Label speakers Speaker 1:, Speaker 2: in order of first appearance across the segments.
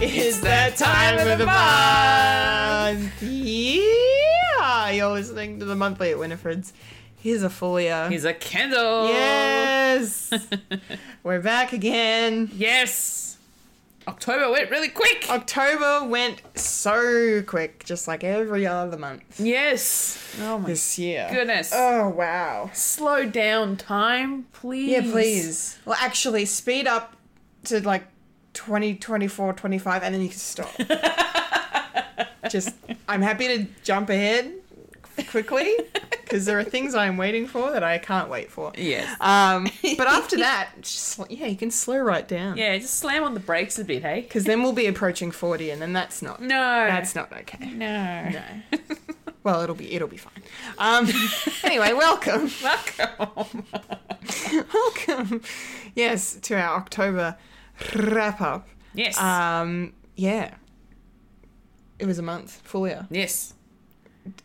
Speaker 1: It's that time of the month. Yeah, you're listening to the monthly at Winifred's. Here's a folia.
Speaker 2: He's a candle.
Speaker 1: yes, we're back again.
Speaker 2: yes. October went really quick.
Speaker 1: October went so quick, just like every other month
Speaker 2: yes. Oh my
Speaker 1: this year.
Speaker 2: goodness.
Speaker 1: Oh wow.
Speaker 2: Slow down time, please.
Speaker 1: Yeah, please. Well, actually, speed up to like 20, 24, 25, and then you can stop. Just, I'm happy to jump ahead quickly because there are things I'm waiting for that I can't wait for.
Speaker 2: Yes.
Speaker 1: Um, but after that, just, sl- yeah, you can slow right down.
Speaker 2: Yeah, just slam on the brakes a bit, hey?
Speaker 1: Because then we'll be approaching 40, and then that's not.
Speaker 2: No.
Speaker 1: That's not okay.
Speaker 2: no.
Speaker 1: No. well, it'll be it'll be fine. Um, anyway, welcome.
Speaker 2: Welcome.
Speaker 1: Welcome, yes, to our October wrap up.
Speaker 2: yes.
Speaker 1: Um, yeah, it was a month. Fulia,
Speaker 2: yes.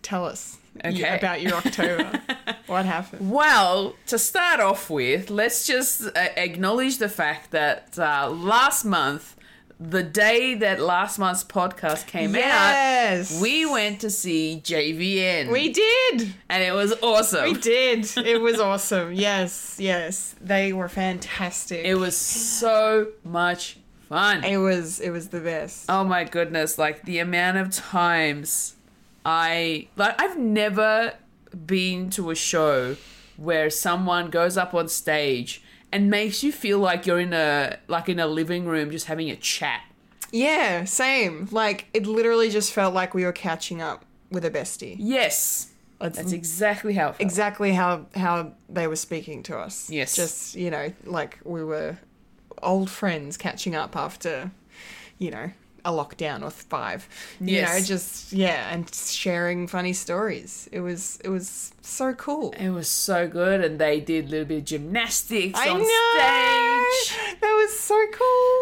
Speaker 1: tell us
Speaker 2: Okay.
Speaker 1: y- about your October. what happened?
Speaker 2: Well, to start off with, let's just uh, acknowledge the fact that uh, last month, the day that last month's podcast came
Speaker 1: Yes,
Speaker 2: out, we went to see JVN.
Speaker 1: we did.
Speaker 2: and it was awesome.
Speaker 1: We did. It was awesome. Yes, yes, they were fantastic.
Speaker 2: It was so much fun.
Speaker 1: It was. It was the best.
Speaker 2: Oh my goodness, like the amount of times I like I've never been to a show where someone goes up on stage and makes you feel like you're in a like in a living room just having a chat.
Speaker 1: Yeah, same. Like it literally just felt like we were catching up with a bestie.
Speaker 2: Yes. That's exactly how it felt.
Speaker 1: exactly how how they were speaking to us.
Speaker 2: Yes.
Speaker 1: Just, you know, like we were old friends catching up after, you know, a lockdown or five. You
Speaker 2: Yes.
Speaker 1: know, just yeah, and sharing funny stories. It was it was so cool.
Speaker 2: It was so good and they did a little bit of gymnastics
Speaker 1: I
Speaker 2: on
Speaker 1: know.
Speaker 2: stage.
Speaker 1: That was so cool.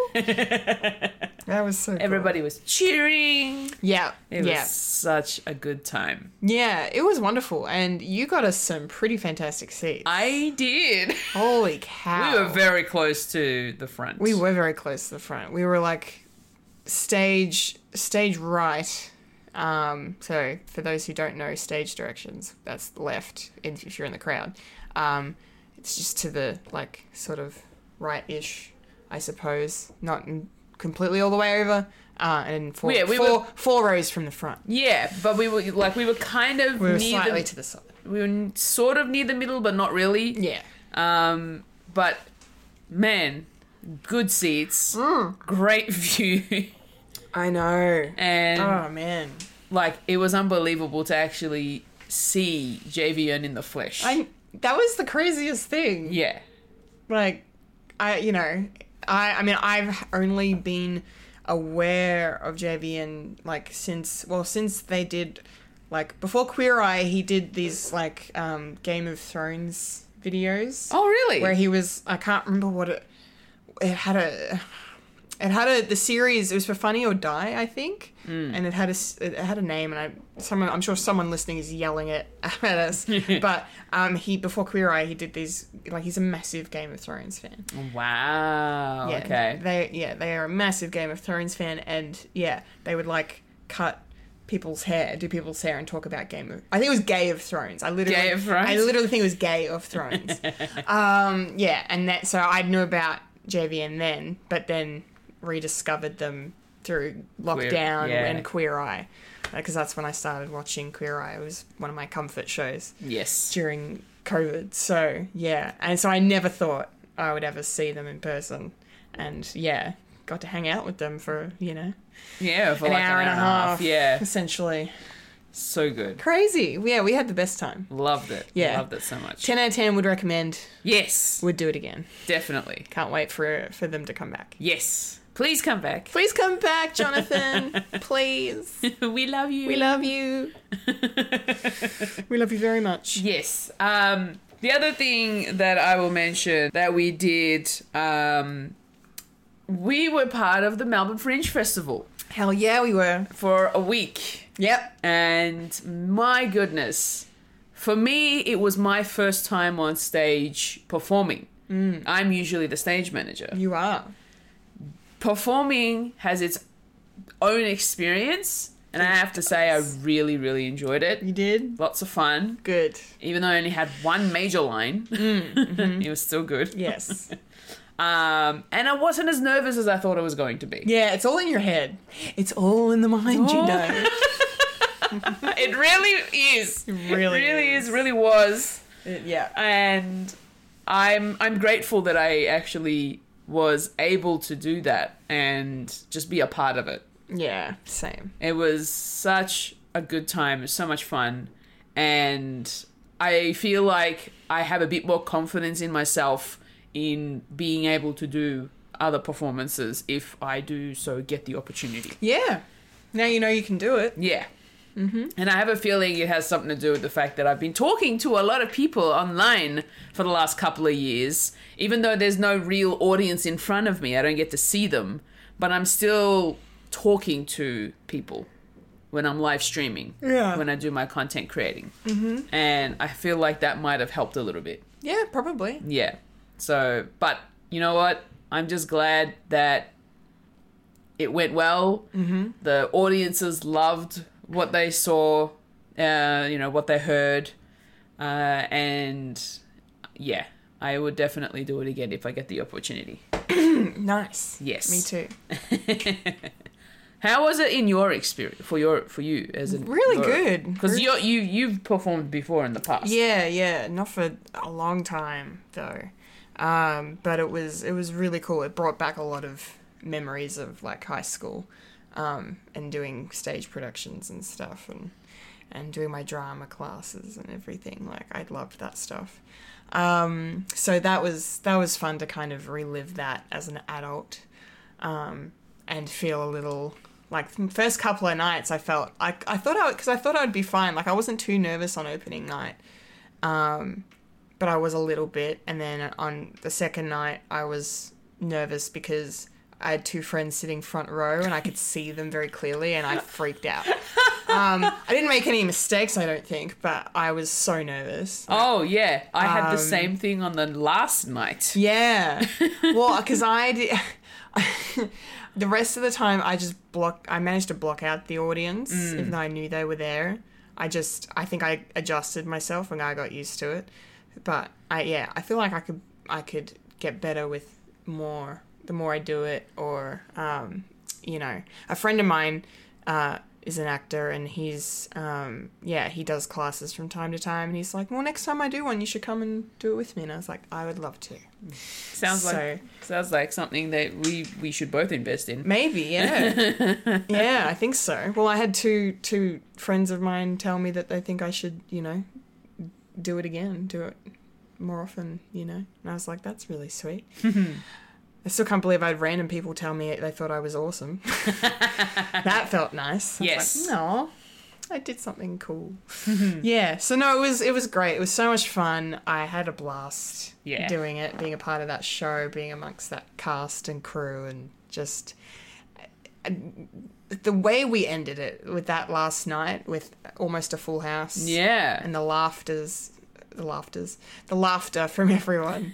Speaker 1: that was so cool.
Speaker 2: Everybody was cheering.
Speaker 1: Yeah.
Speaker 2: It
Speaker 1: yeah.
Speaker 2: was such a good time.
Speaker 1: Yeah, it was wonderful and you got us some pretty fantastic seats.
Speaker 2: I did.
Speaker 1: Holy cow.
Speaker 2: We were very close to the front.
Speaker 1: We were very close to the front. We were like stage stage right. Um, so for those who don't know stage directions, that's left if if you're in the crowd. Um, it's just to the like sort of right-ish, I suppose, not in, completely all the way over. Uh, and four,
Speaker 2: Yeah, we
Speaker 1: four,
Speaker 2: were-
Speaker 1: four rows from the front.
Speaker 2: Yeah, but we were like we were kind of
Speaker 1: We were
Speaker 2: near
Speaker 1: slightly
Speaker 2: the,
Speaker 1: to the side.
Speaker 2: we were n- sort of near the middle, but not really.
Speaker 1: Yeah.
Speaker 2: Um, but man, good seats,
Speaker 1: Mm.
Speaker 2: great view,
Speaker 1: I know.
Speaker 2: and
Speaker 1: Oh man.
Speaker 2: like it was unbelievable to actually see JVN in the flesh.
Speaker 1: I that was the craziest thing.
Speaker 2: yeah,
Speaker 1: like I you know I I mean I've only been aware of JVN like since well since they did like before Queer Eye he did these like um Game of Thrones videos
Speaker 2: oh really?
Speaker 1: where he was I can't remember what it it had a it had a the series it was for Funny or Die I think and it had a s- it had a name and I someone I'm sure someone listening is yelling it at us but um he before Queer Eye he did these like he's a massive Game of Thrones fan
Speaker 2: wow.
Speaker 1: yeah
Speaker 2: Oh, okay.
Speaker 1: they yeah they are a massive Game of Thrones fan and yeah they would like cut people's hair do people's hair and talk about Game of I think it was Gay of Thrones I literally
Speaker 2: Gay of Thrones?
Speaker 1: I literally think it was Gay of Thrones um, yeah, and that so I knew about JVN then, but then rediscovered them through lockdown
Speaker 2: yeah.
Speaker 1: and Queer Eye, because that's when I started watching Queer Eye. It was one of my comfort shows
Speaker 2: yes.
Speaker 1: during COVID. So yeah, and so I never thought I would ever see them in person, and yeah, got to hang out with them for you know
Speaker 2: Yeah, for
Speaker 1: an,
Speaker 2: like
Speaker 1: hour and a half,
Speaker 2: Yeah,
Speaker 1: essentially.
Speaker 2: so good.
Speaker 1: Crazy. Yeah, we had the best time.
Speaker 2: Loved it.
Speaker 1: Yeah.
Speaker 2: Loved it so much.
Speaker 1: Ten out of ten would recommend.
Speaker 2: Yes,
Speaker 1: Would do it again.
Speaker 2: definitely.
Speaker 1: Can't wait for for them to come back.
Speaker 2: Yes. Please come back.
Speaker 1: Please come back, Jonathan. Please.
Speaker 2: we love you.
Speaker 1: We love you. we love you very much.
Speaker 2: Yes. Um, the other thing that I will mention that we did, um, we were part of the Melbourne Fringe Festival
Speaker 1: Hell yeah, we were.
Speaker 2: for a week,
Speaker 1: Yep.
Speaker 2: and my goodness, for me it was my first time on stage performing.
Speaker 1: Mm.
Speaker 2: I'm usually the stage manager.
Speaker 1: You are.
Speaker 2: Performing has its own experience, and I have to say I really, really enjoyed it.
Speaker 1: You did?
Speaker 2: Lots of fun.
Speaker 1: Good.
Speaker 2: Even though I only had one major line,
Speaker 1: Mm, mm-hmm.
Speaker 2: it was still good.
Speaker 1: Yes.
Speaker 2: Um, and I wasn't as nervous as I thought I was going to be.
Speaker 1: yeah, it's all in your head. It's all in the mind, you
Speaker 2: all-
Speaker 1: know.
Speaker 2: It really is. It
Speaker 1: really
Speaker 2: really
Speaker 1: is.
Speaker 2: is. Really was.
Speaker 1: It- yeah.
Speaker 2: and I'm I'm grateful that I actually was able to do that and just be a part of it.
Speaker 1: Yeah, same.
Speaker 2: It was such a good time, it was so much fun, and I feel like I have a bit more confidence in myself in being able to do other performances if I do so get the opportunity.
Speaker 1: Yeah. Now you know you can do it.
Speaker 2: Yeah. Mm-hmm. And I have a feeling it has something to do with the fact that I've been talking to a lot of people online for the last couple of years. Even though there's no real audience in front of me, I don't get to see them, but I'm still talking to people when I'm live streaming,
Speaker 1: Yeah.
Speaker 2: when I do my content creating. Mm-hmm. And I feel like that might have helped a little bit.
Speaker 1: Yeah, probably.
Speaker 2: Yeah. So, but you know what? I'm just glad that it went well. Mm-hmm. The audiences loved what they saw, uh, you know, what they heard. Uh, and yeah, I would definitely do it again if I get the opportunity.
Speaker 1: Nice.
Speaker 2: Yes.
Speaker 1: Me too.
Speaker 2: How was it in your experience for your for you as an
Speaker 1: Really good.
Speaker 2: because you you you've performed before in the past.
Speaker 1: Yeah, yeah, not for a long time though. Um, but it was it was really cool. It brought back a lot of memories of like high school um, and doing stage productions and stuff and and doing my drama classes and everything. Like I loved that stuff. Um, so that was that was fun to kind of relive that as an adult um, and feel a little like the first couple of nights I felt I, I thought I because I thought I'd be fine like I wasn't too nervous on opening night um, but I was a little bit and then on the second night I was nervous because I had two friends sitting front row and I could see them very clearly and I freaked out um, I didn't make any mistakes I don't think but I was so nervous
Speaker 2: Oh yeah, I had
Speaker 1: Um,
Speaker 2: the same thing on the last night.
Speaker 1: yeah. Well, because I did. the rest of the time, I just block. I managed to block out the audience, even though I knew they were there. I just. I think I adjusted myself and I got used to it. But I, yeah, I feel like I could. I could get better with more. The more I do it, or um, you know, a friend of mine uh, is an actor, and he's um, yeah, he does classes from time to time, and he's like, well, next time I do one, you should come and do it with me. And I was like, I would love to.
Speaker 2: Sounds
Speaker 1: So-
Speaker 2: like sounds like something that we we should both invest in.
Speaker 1: Maybe, yeah. yeah, I think so. Well, I had two two friends of mine tell me that they think I should, you know, do it again, do it more often, you know. And I was like, that's really sweet. I still can't believe I had random people tell me they thought I was awesome. that felt nice. I was
Speaker 2: Yes.
Speaker 1: Like, no. I did something cool. yeah. So no, it was it was great. It was so much fun. I had a blast
Speaker 2: Yeah.
Speaker 1: doing it, being a part of that show, being amongst that cast and crew and just the way we ended it with that last night with almost a full house.
Speaker 2: Yeah.
Speaker 1: And the laughters the laughters the laughter from everyone.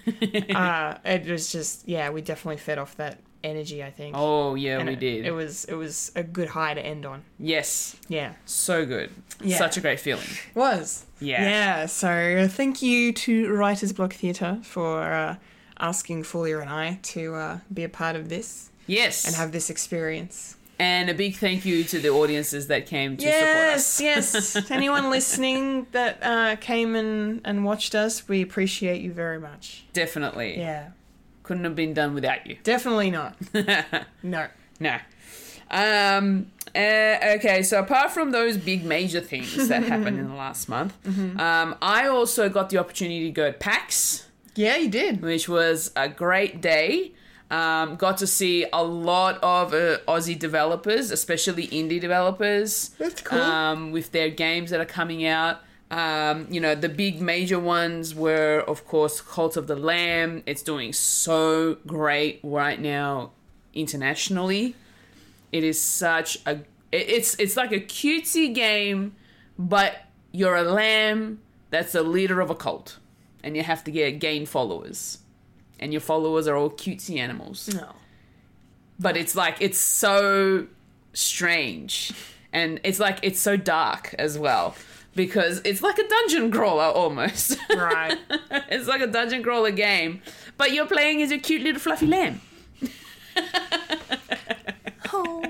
Speaker 1: uh it was just yeah, we definitely fed off that energy, I think.
Speaker 2: Oh yeah,
Speaker 1: And
Speaker 2: we
Speaker 1: it-
Speaker 2: did.
Speaker 1: It was it was a good high to end on.
Speaker 2: yes,
Speaker 1: Yeah.
Speaker 2: so good.
Speaker 1: Yeah.
Speaker 2: Such a great feeling.
Speaker 1: was.
Speaker 2: Yeah.
Speaker 1: Yeah. So thank you to Writers Block Theatre for uh, asking Fulia and I to uh, be a part of this
Speaker 2: Yes.
Speaker 1: and have this experience.
Speaker 2: And a big thank you to the audiences that came to support us.
Speaker 1: Yes, yes. To Anyone listening that uh, came and, and watched us, we appreciate you very much.
Speaker 2: Definitely.
Speaker 1: Yeah.
Speaker 2: Couldn't have been done without you.
Speaker 1: Definitely not. no.
Speaker 2: No. Um, uh, okay, so apart from those big major things that happened in the last month,
Speaker 1: Mm-hmm.
Speaker 2: um, I also got the opportunity to go to PAX.
Speaker 1: Yeah, you did.
Speaker 2: which was a great day. Um, got to see a lot of uh, Aussie developers, especially indie developers.
Speaker 1: That's cool.
Speaker 2: Um, with their games that are coming out. Um, you know, the big major ones were, of course, Cult of the Lamb. It's doing so great right now internationally. It is such a it- it's it's like a cutesy game, but you're a lamb that's the leader of a cult, and you have to get gain followers, and
Speaker 1: Mm.
Speaker 2: your followers are all cutesy animals.
Speaker 1: No.
Speaker 2: But it's like it's so strange. And it's like it's so dark as well because it's like a dungeon crawler almost.
Speaker 1: Right.
Speaker 2: it's like a dungeon crawler game, but you're playing as a cute little fluffy lamb.
Speaker 1: oh.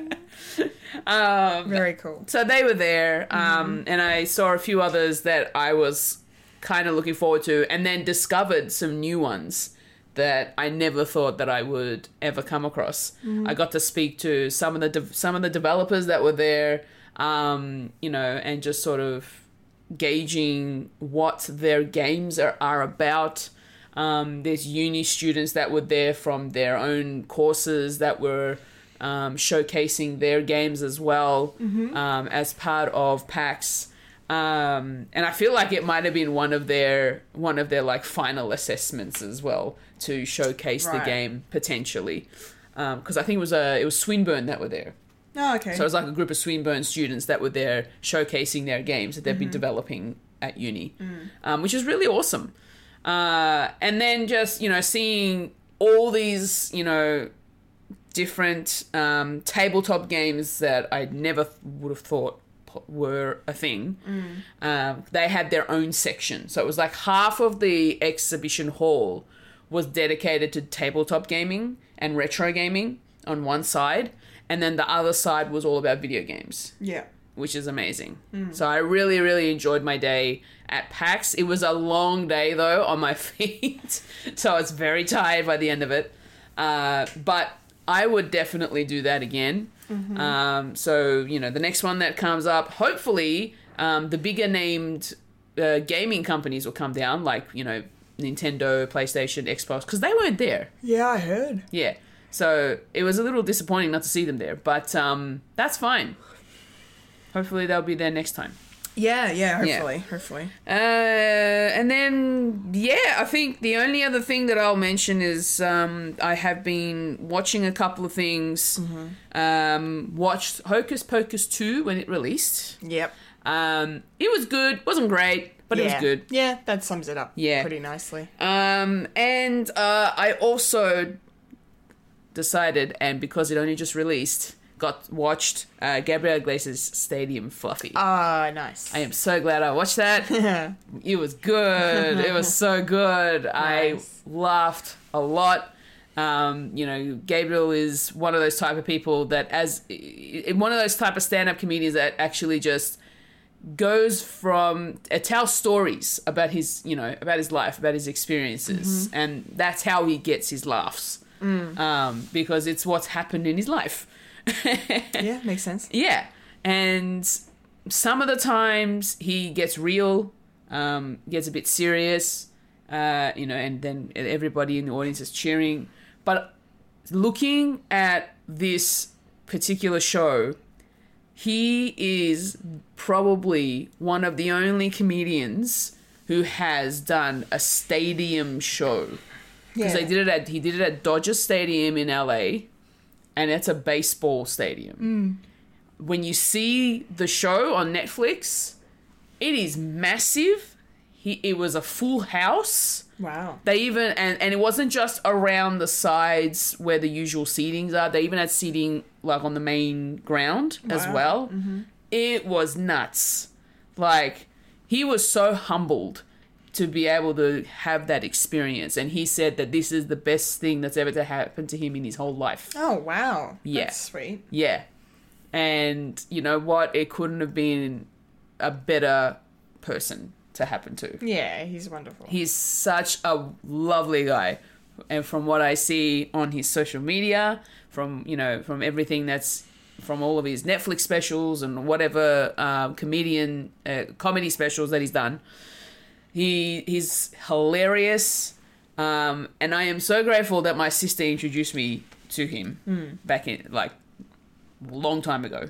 Speaker 2: Um,
Speaker 1: Very cool.
Speaker 2: so they were there, um, and I saw a few others that I was kind of looking forward to, and then discovered some new ones that I never thought that I would ever come across. I got to speak to some of the de- some of the developers that were there, um, you know, and just sort of gauging what their games are, are about. Um, there's uni students that were there from their own courses that were um, showcasing their games as well um, as part of PAX. Um, and I feel like it might have been one of their one of their like final assessments as well to showcase the
Speaker 1: Right.
Speaker 2: game potentially, because I think it was a it was Swinburne that were there.
Speaker 1: Oh, okay.
Speaker 2: So it was like a group of Swinburne students that were there showcasing their games that they've been developing at uni, um, which is really awesome. Uh, and then just, you know, seeing all these, you know, different um, tabletop games that I never th- would have thought po- were a thing. Um, they had their own section. So it was like half of the exhibition hall was dedicated to tabletop gaming and retro gaming on one side, and then the other side was all about video games
Speaker 1: yeah.
Speaker 2: which is amazing. So I really, really enjoyed my day at PAX. It was a long day though on my feet, so I was very tired by the end of it. Uh, but I would definitely do that again. Um, so you know, the next one that comes up, hopefully, um, the bigger named uh, gaming companies will come down, like you know, Nintendo, PlayStation, Xbox, because they weren't there.
Speaker 1: Yeah, I heard.
Speaker 2: Yeah. So it was a little disappointing not to see them there, but um, that's fine. Hopefully they'll be there next time.
Speaker 1: Yeah, yeah,
Speaker 2: Yeah.
Speaker 1: hopefully. Hopefully.
Speaker 2: Uh, and then, yeah, I think the only other thing that I'll mention is um, I have been watching a couple of things. Um, watched Hocus Pocus 2 when it released.
Speaker 1: Yep.
Speaker 2: Um, it was good, wasn't great, but it was
Speaker 1: Yeah.
Speaker 2: good.
Speaker 1: Yeah, that sums it up
Speaker 2: Yeah.
Speaker 1: pretty nicely.
Speaker 2: Um, and uh, I also decided, and because it only just released, got watched uh, Gabriel Iglesias' Stadium Fluffy.
Speaker 1: Ah, nice.
Speaker 2: I am so glad I watched that. It was good. it was so good.
Speaker 1: Nice.
Speaker 2: I laughed a lot. Um, you know, Gabriel is one of those type of people that, as i- i- one of those type of stand-up comedians that actually just goes from uh, tells stories about his, you know, about his life, about his experiences, and that's how he gets his laughs um, because it's what's happened in his life.
Speaker 1: yeah, makes sense.
Speaker 2: Yeah. And some of the times he gets real, um, gets a bit serious, uh, you know, and then everybody in the audience is cheering. But looking at this particular show, he is probably one of the only comedians who has done a stadium show
Speaker 1: Yeah.
Speaker 2: because they did it at he did it at Dodger Stadium in LA, and it's a baseball stadium. When you see the show on Netflix, it is massive. He, it was a full house.
Speaker 1: Wow.
Speaker 2: They even and, and it wasn't just around the sides where the usual seatings are. They even had seating like on the main ground as
Speaker 1: Wow.
Speaker 2: well. It was nuts. Like he was so humbled to be able to have that experience, and he said that this is the best thing that's ever to happen to him in his whole life.
Speaker 1: Oh, wow.
Speaker 2: Yeah.
Speaker 1: That's sweet.
Speaker 2: Yeah. And you know what? It couldn't have been a better person to happen to
Speaker 1: Yeah, he's wonderful.
Speaker 2: he's such a lovely guy and from what i see on his social media from you know from everything that's from all of his netflix specials and whatever um, comedian uh, comedy specials that he's done he he's hilarious um, and i am so grateful that my sister introduced me to him back in like long time ago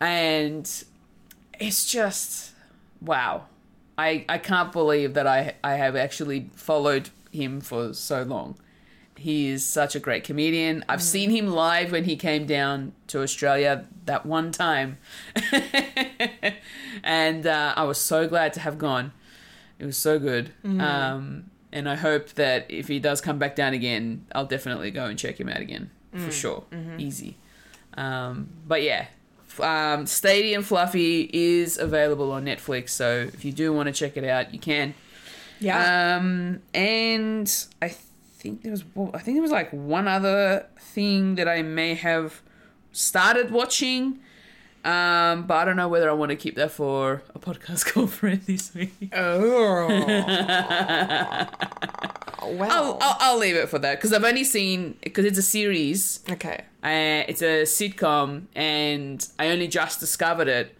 Speaker 2: and it's just wow I, I can't believe that I I have actually followed him for so long. He is such a great comedian. I've seen him live when he came down to Australia that one time, and uh, I was so glad to have gone. It was so good, um, and I hope that if he does come back down again, I'll definitely go and check him out again for sure. Easy. Um, but yeah, F- um, Stadium Fluffy is available on Netflix, so if you do want to check it out, you can.
Speaker 1: Yeah.
Speaker 2: Um, and I think there was I think there was like one other thing that I may have started watching. Um, but I don't know whether I want to keep that for a podcast call for this week.
Speaker 1: oh.
Speaker 2: I'll,
Speaker 1: well.
Speaker 2: I'll, I'll leave it for that because I've only seen because it's a series.
Speaker 1: Okay.
Speaker 2: Uh, it's a sitcom, and I only just discovered it,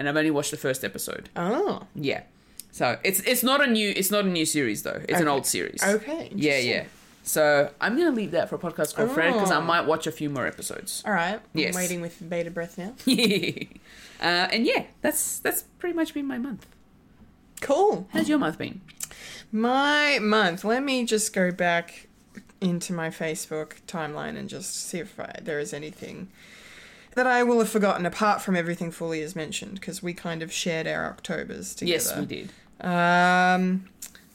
Speaker 2: and I've only watched the first episode.
Speaker 1: Oh.
Speaker 2: Yeah, so it's it's not a new it's not a new series though. It's
Speaker 1: Okay.
Speaker 2: an old series.
Speaker 1: Okay.
Speaker 2: Yeah,
Speaker 1: interesting.
Speaker 2: yeah. So I'm gonna leave that for a podcast called Fred because I
Speaker 1: Oh.
Speaker 2: might watch a few more episodes.
Speaker 1: All right.
Speaker 2: Yes.
Speaker 1: I'm waiting with bated breath now.
Speaker 2: uh, and yeah, that's that's pretty much been my month.
Speaker 1: Cool.
Speaker 2: How's your month been?
Speaker 1: My month. Let me just go back into my Facebook timeline and just see if I, there is anything that I will have forgotten apart from everything Fully has mentioned because we kind of shared our Octobers together.
Speaker 2: Yes, we did.
Speaker 1: Um,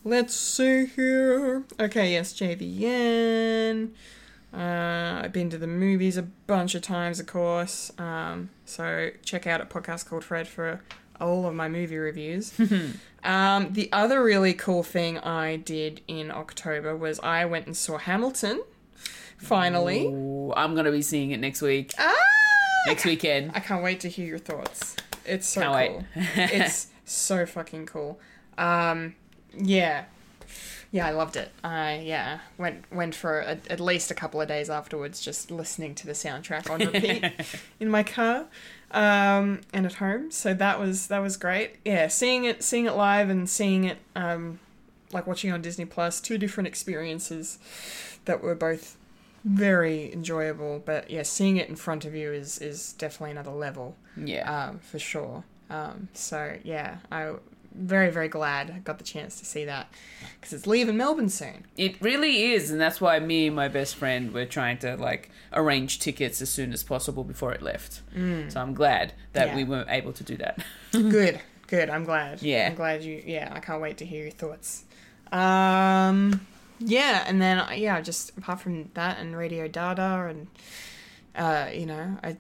Speaker 1: let's see here. Okay, yes, JVN. Uh, I've been to the movies a bunch of times, of course. Um, so check out a podcast called Fred for all of my movie reviews. um, the other really cool thing I did in October was I went and saw Hamilton. Finally,
Speaker 2: Ooh, I'm gonna be seeing it next week,
Speaker 1: ah,
Speaker 2: next weekend.
Speaker 1: I can't wait to hear your thoughts. It's so
Speaker 2: Can't
Speaker 1: cool.
Speaker 2: wait.
Speaker 1: it's so fucking cool. Um, yeah, yeah, I loved it. I yeah went went for a, at least a couple of days afterwards, just listening to the soundtrack on repeat in my car um, and at home. So that was that was great. Yeah, seeing it seeing it live and seeing it um, like watching on Disney Plus, two different experiences that were both very enjoyable. But yeah, seeing it in front of you is is definitely another level
Speaker 2: Yeah.
Speaker 1: um, for sure. Um, so yeah, I very very glad I got the chance to see that because it's leaving Melbourne soon.
Speaker 2: It really is, and that's why me and my best friend were trying to like arrange tickets as soon as possible before it left. So I'm glad that
Speaker 1: Yeah.
Speaker 2: we were able to do that.
Speaker 1: good, good. I'm glad.
Speaker 2: Yeah.
Speaker 1: I'm glad you. Yeah, I can't wait to hear your thoughts. Um, yeah, and then yeah, just apart from that and Radio Dada and uh, you know, I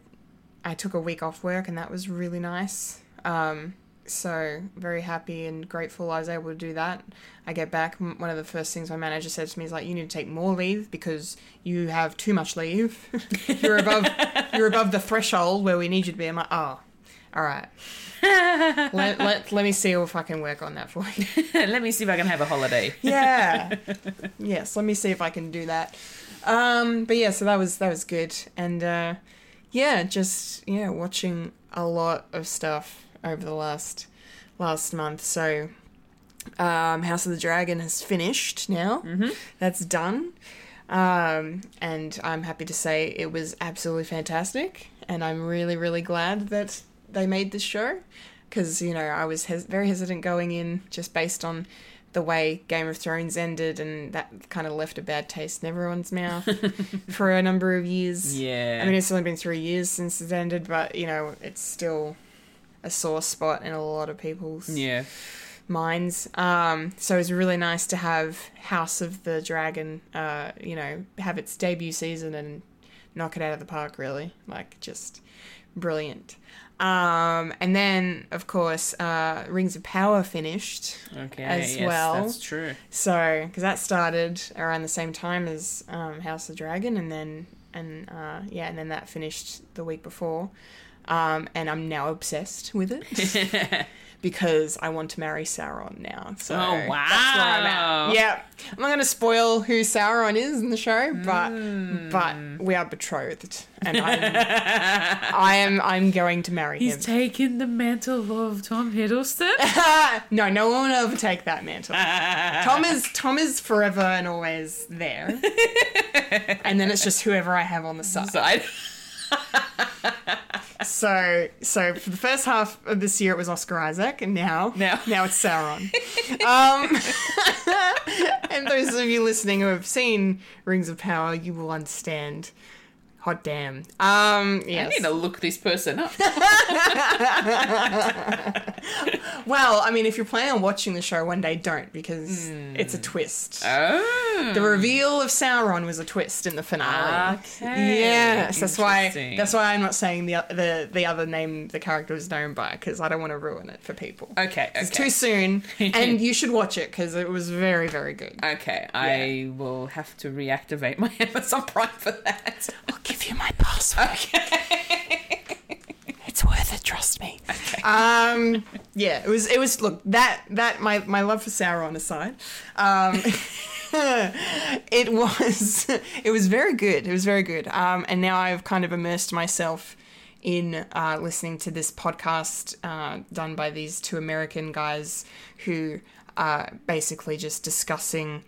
Speaker 1: I took a week off work and that was really nice. Um, so very happy and grateful I was able to do that. I get back. m- One of the first things my manager said to me is like, "You need to take more leave because you have too much leave. you're above you're above the threshold where we need you to be." I'm like, "Oh, all right. let, let let me see if I can work on that for you."
Speaker 2: Let me see if I can have a holiday.
Speaker 1: yeah. yes, let me see if I can do that. Um, but yeah, so that was that was good, and uh, yeah, just yeah, watching a lot of stuff over the last last month. So um, House of the Dragon has finished now. Mm-hmm. That's done. Um, and I'm happy to say it was absolutely fantastic. And I'm really, really glad that they made this show. Because, you know, I was hes- very hesitant going in just based on the way Game of Thrones ended, and that kind of left a bad taste in everyone's mouth for a number of years.
Speaker 2: Yeah.
Speaker 1: I mean, it's only been three years since it ended, but, you know, it's still a sore spot in a lot of people's
Speaker 2: yeah.
Speaker 1: minds. Um, so it was really nice to have House of the Dragon, uh, you know, have its debut season and knock it out of the park, really. Like, just brilliant. Um, and then, of course, uh, Rings of Power finished.
Speaker 2: Okay.
Speaker 1: As
Speaker 2: yes,
Speaker 1: well.
Speaker 2: That's true.
Speaker 1: So, because that started around the same time as um, House of the Dragon, and then and uh, yeah, and then that finished the week before, um, and I'm now obsessed with it because I want to marry Sauron now. So
Speaker 2: Oh,
Speaker 1: that's where I'm
Speaker 2: wow.
Speaker 1: at. Yeah, I'm not going to spoil who Sauron is in the show, but
Speaker 2: Hmm.
Speaker 1: but we are betrothed, and I'm, I am I'm going to marry him.
Speaker 2: He's taken the mantle of Tom Hiddleston.
Speaker 1: no, no one will overtake that mantle. Tom is Tom is forever and always there. and then it's just whoever I have on the side.
Speaker 2: Side.
Speaker 1: So so for the first half of this year it was Oscar Isaac and now
Speaker 2: Now.
Speaker 1: now it's Sauron. um, and those of you listening who have seen Rings of Power, you will understand. Hot damn. Um
Speaker 2: I
Speaker 1: yes.
Speaker 2: need to look this person up.
Speaker 1: well, I mean if you're planning on watching the show one day, don't because it's a twist.
Speaker 2: Hmm. Oh.
Speaker 1: The reveal of Sauron was a twist in the finale.
Speaker 2: Okay.
Speaker 1: Yes, that's why.
Speaker 2: Interesting.
Speaker 1: That's why I'm not saying the o- the the other name the character was known by because I don't want to ruin it for people.
Speaker 2: Okay.
Speaker 1: It's
Speaker 2: Okay.
Speaker 1: too soon, and you should watch it because it was very very good.
Speaker 2: Okay, I will have to reactivate my Amazon Prime for that.
Speaker 1: I'll give you my password. It's worth it. Trust me. Um. Yeah. It was. It was. Look. That. That. My. My love for Sauron aside. Um. it was. It was very good. It was very good. Um. And now I've kind of immersed myself in uh, listening to this podcast uh, done by these two American guys who are basically just discussing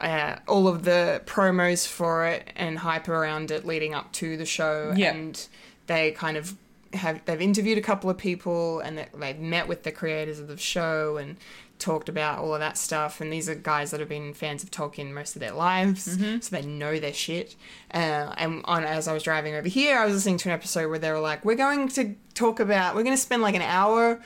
Speaker 1: uh, all of the promos for it and hype around it leading up to the show.
Speaker 2: Yeah.
Speaker 1: And they kind of have they've interviewed a couple of people and that they've met with the creators of the show and talked about all of that stuff. And these are guys that have been fans of Tolkien most of their lives, so they know their shit. Uh, and on as I was driving over here, I was listening to an episode where they were like, "We're going to talk about. We're going to spend like an hour."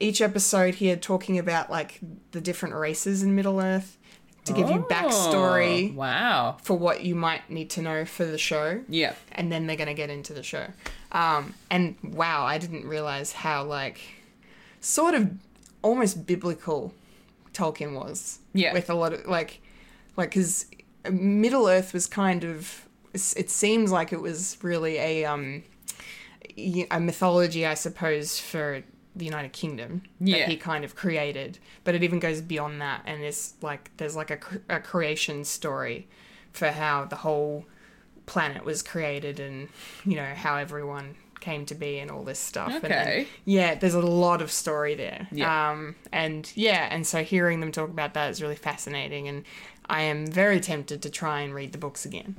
Speaker 1: each episode here talking about like the different races in Middle Earth to give you
Speaker 2: Oh,
Speaker 1: backstory
Speaker 2: Wow.
Speaker 1: for what you might need to know for the show.
Speaker 2: Yeah.
Speaker 1: And then they're gonna get into the show. Um, and wow, I didn't realize how like sort of almost biblical Tolkien was.
Speaker 2: Yeah.
Speaker 1: With a lot of like, like because Middle Earth was kind of it seems like it was really a um y- a mythology, I suppose, for the United Kingdom
Speaker 2: Yeah.
Speaker 1: that he kind of created. But it even goes beyond that, and it's like there's like a, cr- a creation story for how the whole planet was created, and you know how everyone came to be, and all this stuff. And then-
Speaker 2: Okay.
Speaker 1: yeah, there's a lot of story there.
Speaker 2: Yeah.
Speaker 1: Um, and yeah, and so hearing them talk about that is really fascinating, and I am very tempted to try and read the books again.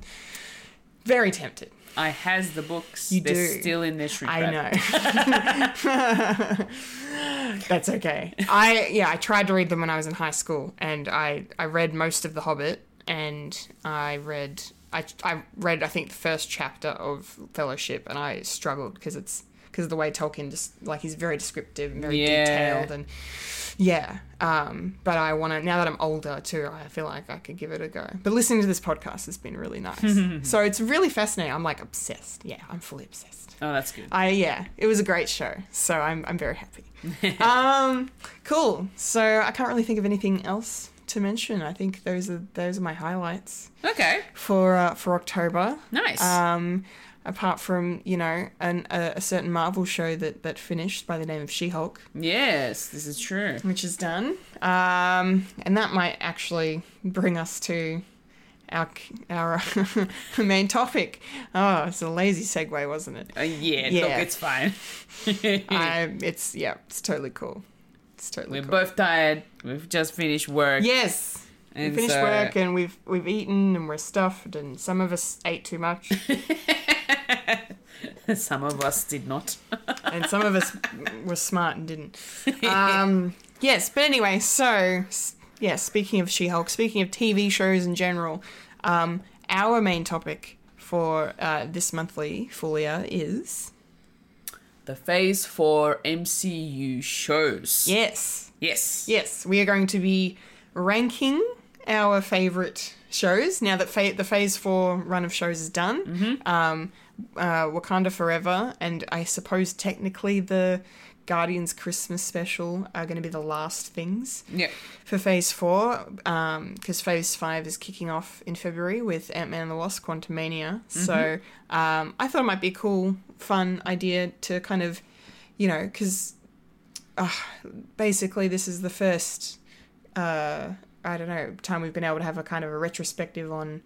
Speaker 1: Very tempted.
Speaker 2: I has the books.
Speaker 1: You
Speaker 2: They're
Speaker 1: do.
Speaker 2: still in this regret.
Speaker 1: I know. That's okay. I yeah, I tried to read them when I was in high school, and I I read most of The Hobbit, and I read I I read I think the first chapter of Fellowship, and I struggled because it's because of the way Tolkien just like he's very descriptive and very
Speaker 2: Yeah.
Speaker 1: detailed and yeah. Um, but I want to now that I'm older too. I feel like I could give it a go. But listening to this podcast has been really nice. so it's really fascinating. I'm like obsessed. Yeah, I'm fully obsessed.
Speaker 2: Oh, that's good.
Speaker 1: I yeah, it was a great show, so I'm I'm very happy. um, cool. So I can't really think of anything else to mention. I think those are those are my highlights
Speaker 2: Okay.
Speaker 1: for uh, for October.
Speaker 2: Nice.
Speaker 1: Um, apart from you know an, a, a certain Marvel show that that finished by the name of She Hulk,
Speaker 2: yes, this is true.
Speaker 1: which is done. Um, and that might actually bring us to. Our, our main topic. Oh, it's a lazy segue, wasn't it?
Speaker 2: Uh, yeah,
Speaker 1: Yeah.
Speaker 2: Look, it's fine.
Speaker 1: I, it's yeah, it's totally cool. It's totally
Speaker 2: Hmm. We're
Speaker 1: cool.
Speaker 2: both tired. We've just finished work.
Speaker 1: yes, we
Speaker 2: and
Speaker 1: finished
Speaker 2: so-
Speaker 1: work and we've we've eaten and we're stuffed and some of us ate too much
Speaker 2: Some of us did not.
Speaker 1: and some of us were smart and didn't. Um, yes, but anyway, so s- yeah. Speaking of She-Hulk, speaking of TV shows in general, um, our main topic for uh, this monthly Folia is
Speaker 2: The Phase 4 MCU shows.
Speaker 1: yes,
Speaker 2: Yes.
Speaker 1: Yes, we are going to be ranking our favourite shows now that fa- the Phase 4 run of shows is done. Um, uh, Wakanda Forever, and I suppose technically the Guardians Christmas special are going to be the last things
Speaker 2: Yeah.
Speaker 1: for Phase 4, because Phase 5 is kicking off in February with Ant Man and the Wasp Quantumania. So um, I thought it might be a cool, fun idea to kind of, you know, because basically this is the first uh i don't know time we've been able to have a kind of a retrospective on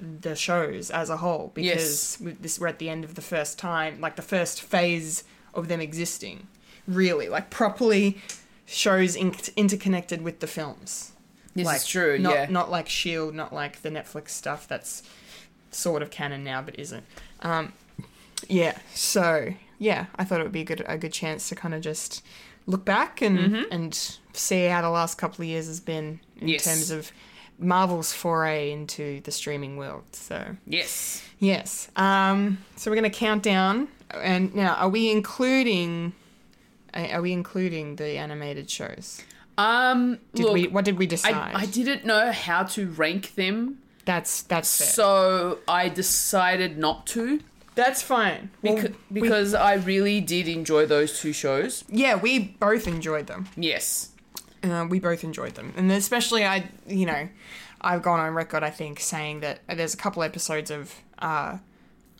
Speaker 1: the shows as a whole because
Speaker 2: Yes.
Speaker 1: we this we're at the end of the first time like the first phase of them existing really like properly shows in- interconnected with the films
Speaker 2: This
Speaker 1: like
Speaker 2: is true.
Speaker 1: not,
Speaker 2: yeah.
Speaker 1: not like shield E not like the netflix stuff that's sort of canon now but isn't um yeah so yeah i thought it would be a good a good chance to kind of just look back and and see how the last couple of years has been in
Speaker 2: Mm-hmm. Yes.
Speaker 1: terms of marvel's foray into the streaming world so
Speaker 2: yes.
Speaker 1: yes um so we're going to count down and now are we including are are we including the animated shows
Speaker 2: Um,
Speaker 1: Did
Speaker 2: look,
Speaker 1: we, what did we decide?
Speaker 2: I, I didn't know how to rank them,
Speaker 1: that's that's fair.
Speaker 2: so I decided not to
Speaker 1: that's fine. Well,
Speaker 2: becau-
Speaker 1: we-
Speaker 2: because I really did enjoy those two shows.
Speaker 1: yeah, we both enjoyed them.
Speaker 2: Yes.
Speaker 1: Uh, we both enjoyed them, and especially I, you know, I've gone on record I think saying that there's a couple episodes of uh,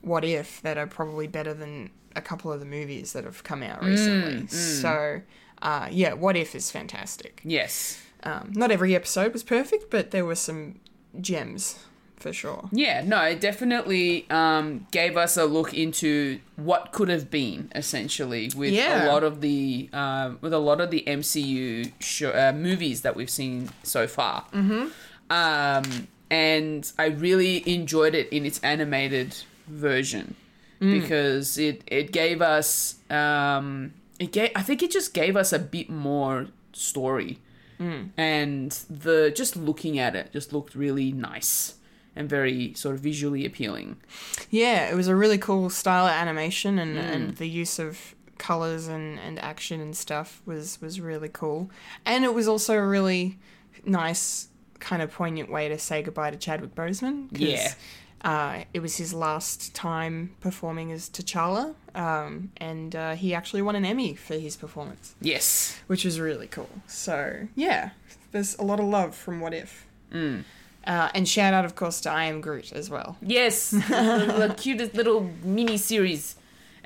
Speaker 1: What If that are probably better than a couple of the movies that have come out recently. So uh, yeah, What If is fantastic.
Speaker 2: Yes.
Speaker 1: Um, not every episode was perfect, but there were some gems for sure.
Speaker 2: Yeah, no, it definitely um, gave us a look into what could have been essentially with
Speaker 1: Yeah.
Speaker 2: a lot of the um, with a lot of the MCU show, uh, movies that we've seen so far. Mm-hmm. Um, and I really enjoyed it in its animated version because it it gave us um, it gave I think it just gave us a bit more story Mm. and the just looking at it just looked really nice and very sort of visually appealing.
Speaker 1: Yeah, it was a really cool style of animation, and, and the use of colors and, and action and stuff was was really cool. And it was also a really nice, kind of poignant way to say goodbye to Chadwick Boseman. 'cause,
Speaker 2: Yeah.
Speaker 1: uh, it was his last time performing as T'Challa, um, and uh, he actually won an Emmy for his performance,
Speaker 2: Yes.
Speaker 1: which was really cool. So yeah, there's a lot of love from What If. Uh, and shout out, of course, to I Am Groot as well.
Speaker 2: Yes. the, the cutest little mini series,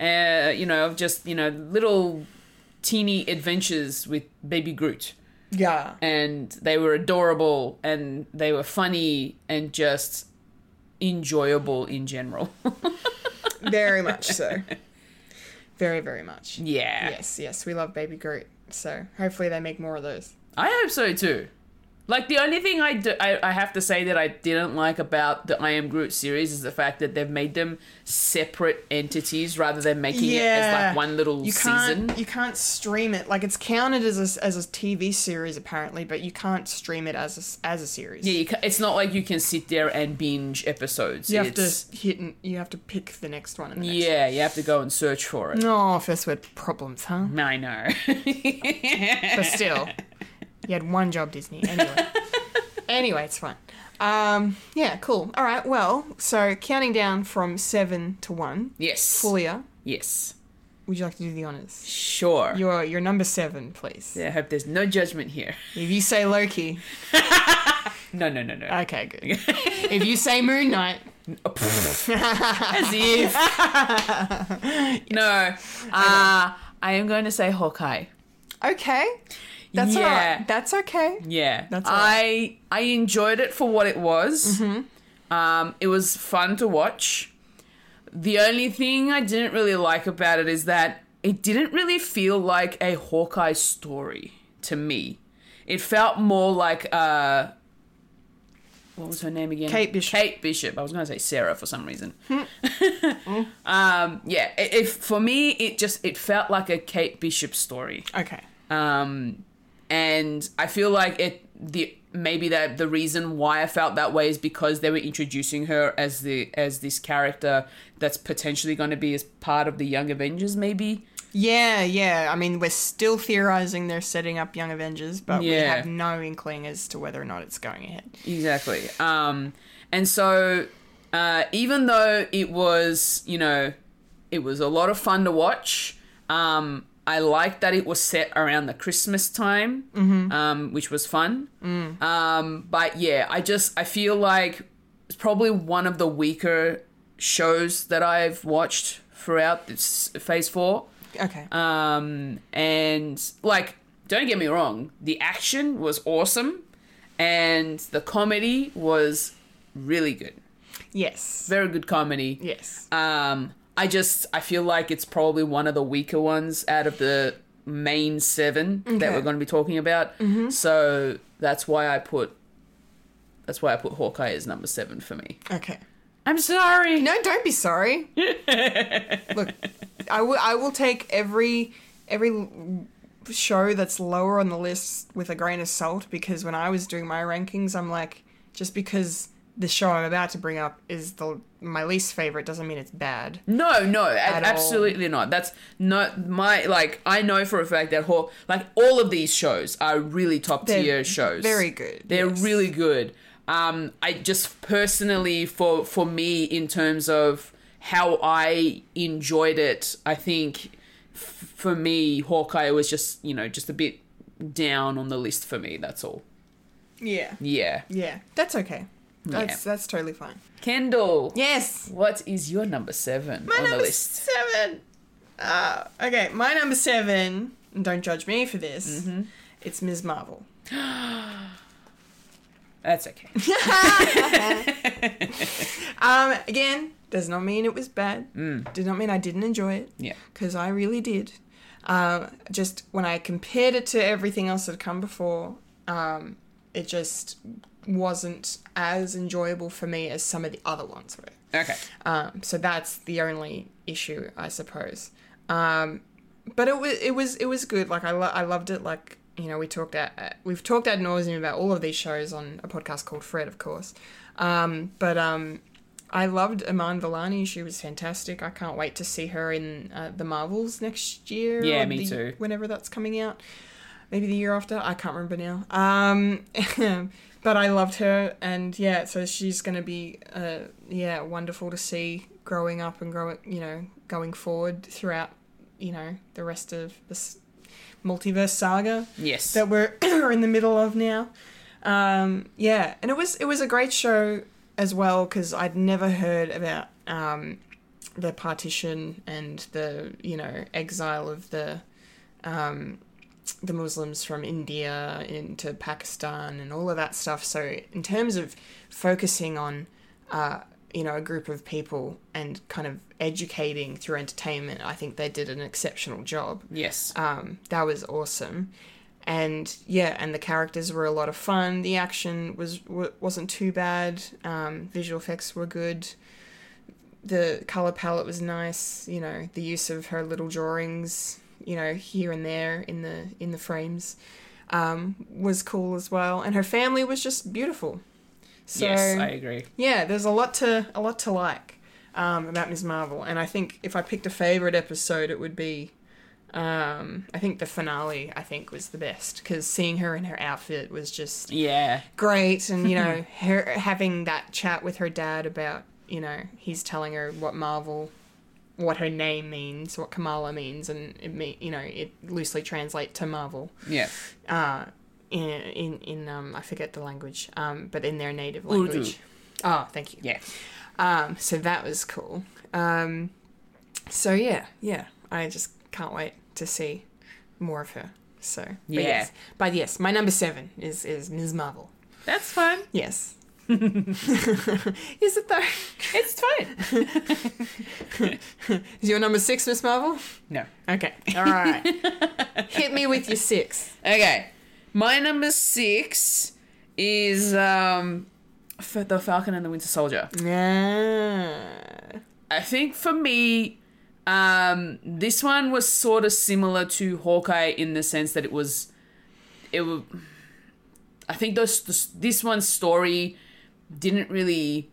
Speaker 2: uh, you know, of just, you know, little teeny adventures with Baby Groot.
Speaker 1: Yeah.
Speaker 2: And they were adorable and they were funny and just enjoyable in general.
Speaker 1: Very much so. Very, very much.
Speaker 2: yeah.
Speaker 1: Yes, yes, we love Baby Groot. So hopefully they make more of those.
Speaker 2: I hope so too. Like the only thing I, do, I I have to say that I didn't like about the I Am Groot series is the fact that they've made them separate entities rather than making it as
Speaker 1: Yeah.
Speaker 2: like one little
Speaker 1: You can't
Speaker 2: season.
Speaker 1: you can't stream it like it's counted as a, s- as a TV series apparently, but you can't stream it as a, s- as a series.
Speaker 2: Yeah, you ca it's not like you can sit there and binge episodes.
Speaker 1: you have
Speaker 2: It's-
Speaker 1: to hit and you have to pick the next one. And the next
Speaker 2: yeah, you have to go and search for it.
Speaker 1: One. Oh, first word problems, huh?
Speaker 2: I know.
Speaker 1: But still, you had one job, Disney. Anyway, anyway, it's fine. Um, yeah, cool. All right. Well, so counting down from seven to one,
Speaker 2: yes.
Speaker 1: Fulia,
Speaker 2: Yes.
Speaker 1: Would you like to do the honors?
Speaker 2: Sure.
Speaker 1: You're, you're number seven, please.
Speaker 2: I hope there's no judgment here.
Speaker 1: If you say Loki,
Speaker 2: No, no, no, no.
Speaker 1: okay, good. if you say Moon Knight,
Speaker 2: As if. No. Uh, I am going to say Hawkeye.
Speaker 1: okay, that's
Speaker 2: Yeah.
Speaker 1: alright. That's okay.
Speaker 2: Yeah,
Speaker 1: That's all
Speaker 2: I I enjoyed it for what it was.
Speaker 1: Mm-hmm.
Speaker 2: Um, it was fun to watch. The only thing I didn't really like about it is that it didn't really feel like a Hawkeye story to me. It felt more like uh, what was her name again?
Speaker 1: Kate Bishop.
Speaker 2: Kate Bishop. I was going to say Sarah for some reason.
Speaker 1: Hmm.
Speaker 2: um, yeah, it, it, for me, it just it felt like a Kate Bishop story
Speaker 1: Okay.
Speaker 2: um, and I feel like it the maybe that the reason why I felt that way is because they were introducing her as the as this character that's potentially going to be as part of the Young Avengers, maybe.
Speaker 1: Yeah, yeah. I mean, we're still theorizing they're setting up Young Avengers, but we
Speaker 2: Yeah.
Speaker 1: have no inkling as to whether or not it's going ahead.
Speaker 2: Exactly. Um, and so, uh, even though it was, you know, it was a lot of fun to watch, um, I liked that it was set around the Christmas time, um, which was fun. Um, but yeah, I just, I feel like it's probably one of the weaker shows that I've watched throughout this phase four.
Speaker 1: Okay.
Speaker 2: Um, and like, don't get me wrong, the action was awesome, and the comedy was really good.
Speaker 1: yes.
Speaker 2: Very good comedy.
Speaker 1: Yes.
Speaker 2: Um, I just I feel like it's probably one of the weaker ones out of the main seven that
Speaker 1: Okay.
Speaker 2: we're going to be talking about. So that's why I put that's why I put Hawkeye as number seven for me.
Speaker 1: Okay.
Speaker 2: I'm sorry.
Speaker 1: No, don't be sorry. Look, I will. I will take every every show that's lower on the list with a grain of salt because when I was doing my rankings, I'm like, just because the show I'm about to bring up is the my least favorite. Doesn't mean it's bad.
Speaker 2: No, no, a-
Speaker 1: At all.
Speaker 2: absolutely not. That's not my like. I know for a fact that whole like all of these shows are really top
Speaker 1: They're
Speaker 2: tier shows.
Speaker 1: very good,
Speaker 2: They're
Speaker 1: yes.
Speaker 2: really good. Um, I just personally for for me in terms of how I enjoyed it, I think f- for me Hawkeye was just you know just a bit down on the list for me. That's all.
Speaker 1: Yeah,
Speaker 2: Yeah,
Speaker 1: yeah, that's okay. That's that's totally fine.
Speaker 2: Kendall.
Speaker 1: Yes,
Speaker 2: What is your number seven
Speaker 1: my
Speaker 2: on the
Speaker 1: number
Speaker 2: list?
Speaker 1: seven. Uh, okay, my number seven. And don't judge me for this.
Speaker 2: Mm-hmm.
Speaker 1: It's Ms. Marvel.
Speaker 2: That's okay.
Speaker 1: Um, again, does not mean it was bad. Does not mean I didn't enjoy it.
Speaker 2: Yeah.
Speaker 1: because I really did. Um, just when I compared it to everything else that had come before, um, it just wasn't as enjoyable for me as some of the other ones were.
Speaker 2: Okay.
Speaker 1: Um, so that's the only issue, I suppose. Um, but it was it was it was good. Like I lo- I loved it. Like you know we talked at we've talked ad nauseum about all of these shows on a podcast called Fred, of course. Um, but um, I loved Aman Vellani. She was fantastic. I can't wait to see her in uh, the Marvels next year.
Speaker 2: Yeah,
Speaker 1: or
Speaker 2: me
Speaker 1: the-
Speaker 2: too.
Speaker 1: Whenever that's coming out maybe the year after. I can't remember now. Um, but I loved her, and yeah, so she's gonna be uh, yeah wonderful to see growing up and growing, you know, going forward throughout, you know, the rest of this multiverse saga
Speaker 2: Yes.
Speaker 1: that we're in the middle of now. Um, yeah, and it was it was a great show as well because I'd never heard about um, the partition and the you know exile of the um, the Muslims from India into Pakistan and all of that stuff. So in terms of focusing on uh, you know a group of people and kind of educating through entertainment, I think they did an exceptional job
Speaker 2: yes.
Speaker 1: um, that was awesome and yeah and the characters were a lot of fun the action was w- wasn't too bad um, visual effects were good the color palette was nice you know the use of her little drawings you know here and there in the in the frames um, was cool as well and her family was just beautiful so
Speaker 2: yes, I agree.
Speaker 1: yeah, there's a lot to a lot to like um, about Ms. Marvel, and I think if I picked a favorite episode, it would be. Um, I think the finale I think was the best because seeing her in her outfit was just
Speaker 2: Yeah.
Speaker 1: great, and you know her having that chat with her dad about you know he's telling her what Marvel, what her name means, what Kamala means, and it me you know it loosely translates to Marvel
Speaker 2: Yeah.
Speaker 1: uh, in in, in um, I forget the language, um, but in their native language. Oh, thank you.
Speaker 2: Yeah.
Speaker 1: Um, so that was cool. Um, so yeah, yeah, I just can't wait to see more of her. So but
Speaker 2: Yeah.
Speaker 1: yes, but yes, my number seven is is Ms. Marvel.
Speaker 2: That's fine.
Speaker 1: Yes. is it though?
Speaker 2: It's fine.
Speaker 1: Is your number six Miss Marvel?
Speaker 2: No.
Speaker 1: Okay. All right. Hit me with your six.
Speaker 2: Okay. My number six is um for the Falcon and the Winter Soldier.
Speaker 1: Yeah.
Speaker 2: I think for me, um, this one was sort of similar to Hawkeye in the sense that it was, it was. I think those this, this one's story didn't really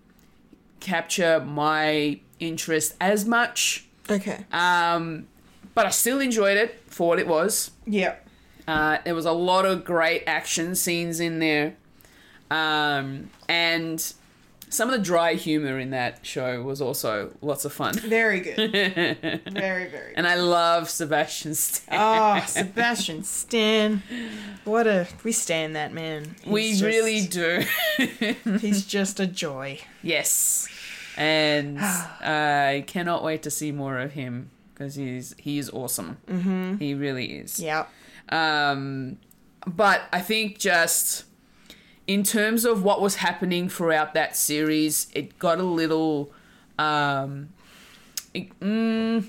Speaker 2: capture my interest as much,
Speaker 1: Okay.
Speaker 2: um, but I still enjoyed it for what it was.
Speaker 1: Yeah.
Speaker 2: Uh, there was a lot of great action scenes in there, um, and some of the dry humor in that show was also lots of fun.
Speaker 1: Very good. very, very good.
Speaker 2: And I love Sebastian Stan.
Speaker 1: Oh, Sebastian Stan. What a. We stand that man. Oh, He's
Speaker 2: we
Speaker 1: just-
Speaker 2: really do.
Speaker 1: He's just a joy.
Speaker 2: yes. And I cannot wait to see more of him because he's he is awesome. Mm-hmm. He really is.
Speaker 1: Yep.
Speaker 2: Um, but I think just in terms of what was happening throughout that series, it got a little. Um, it- mm,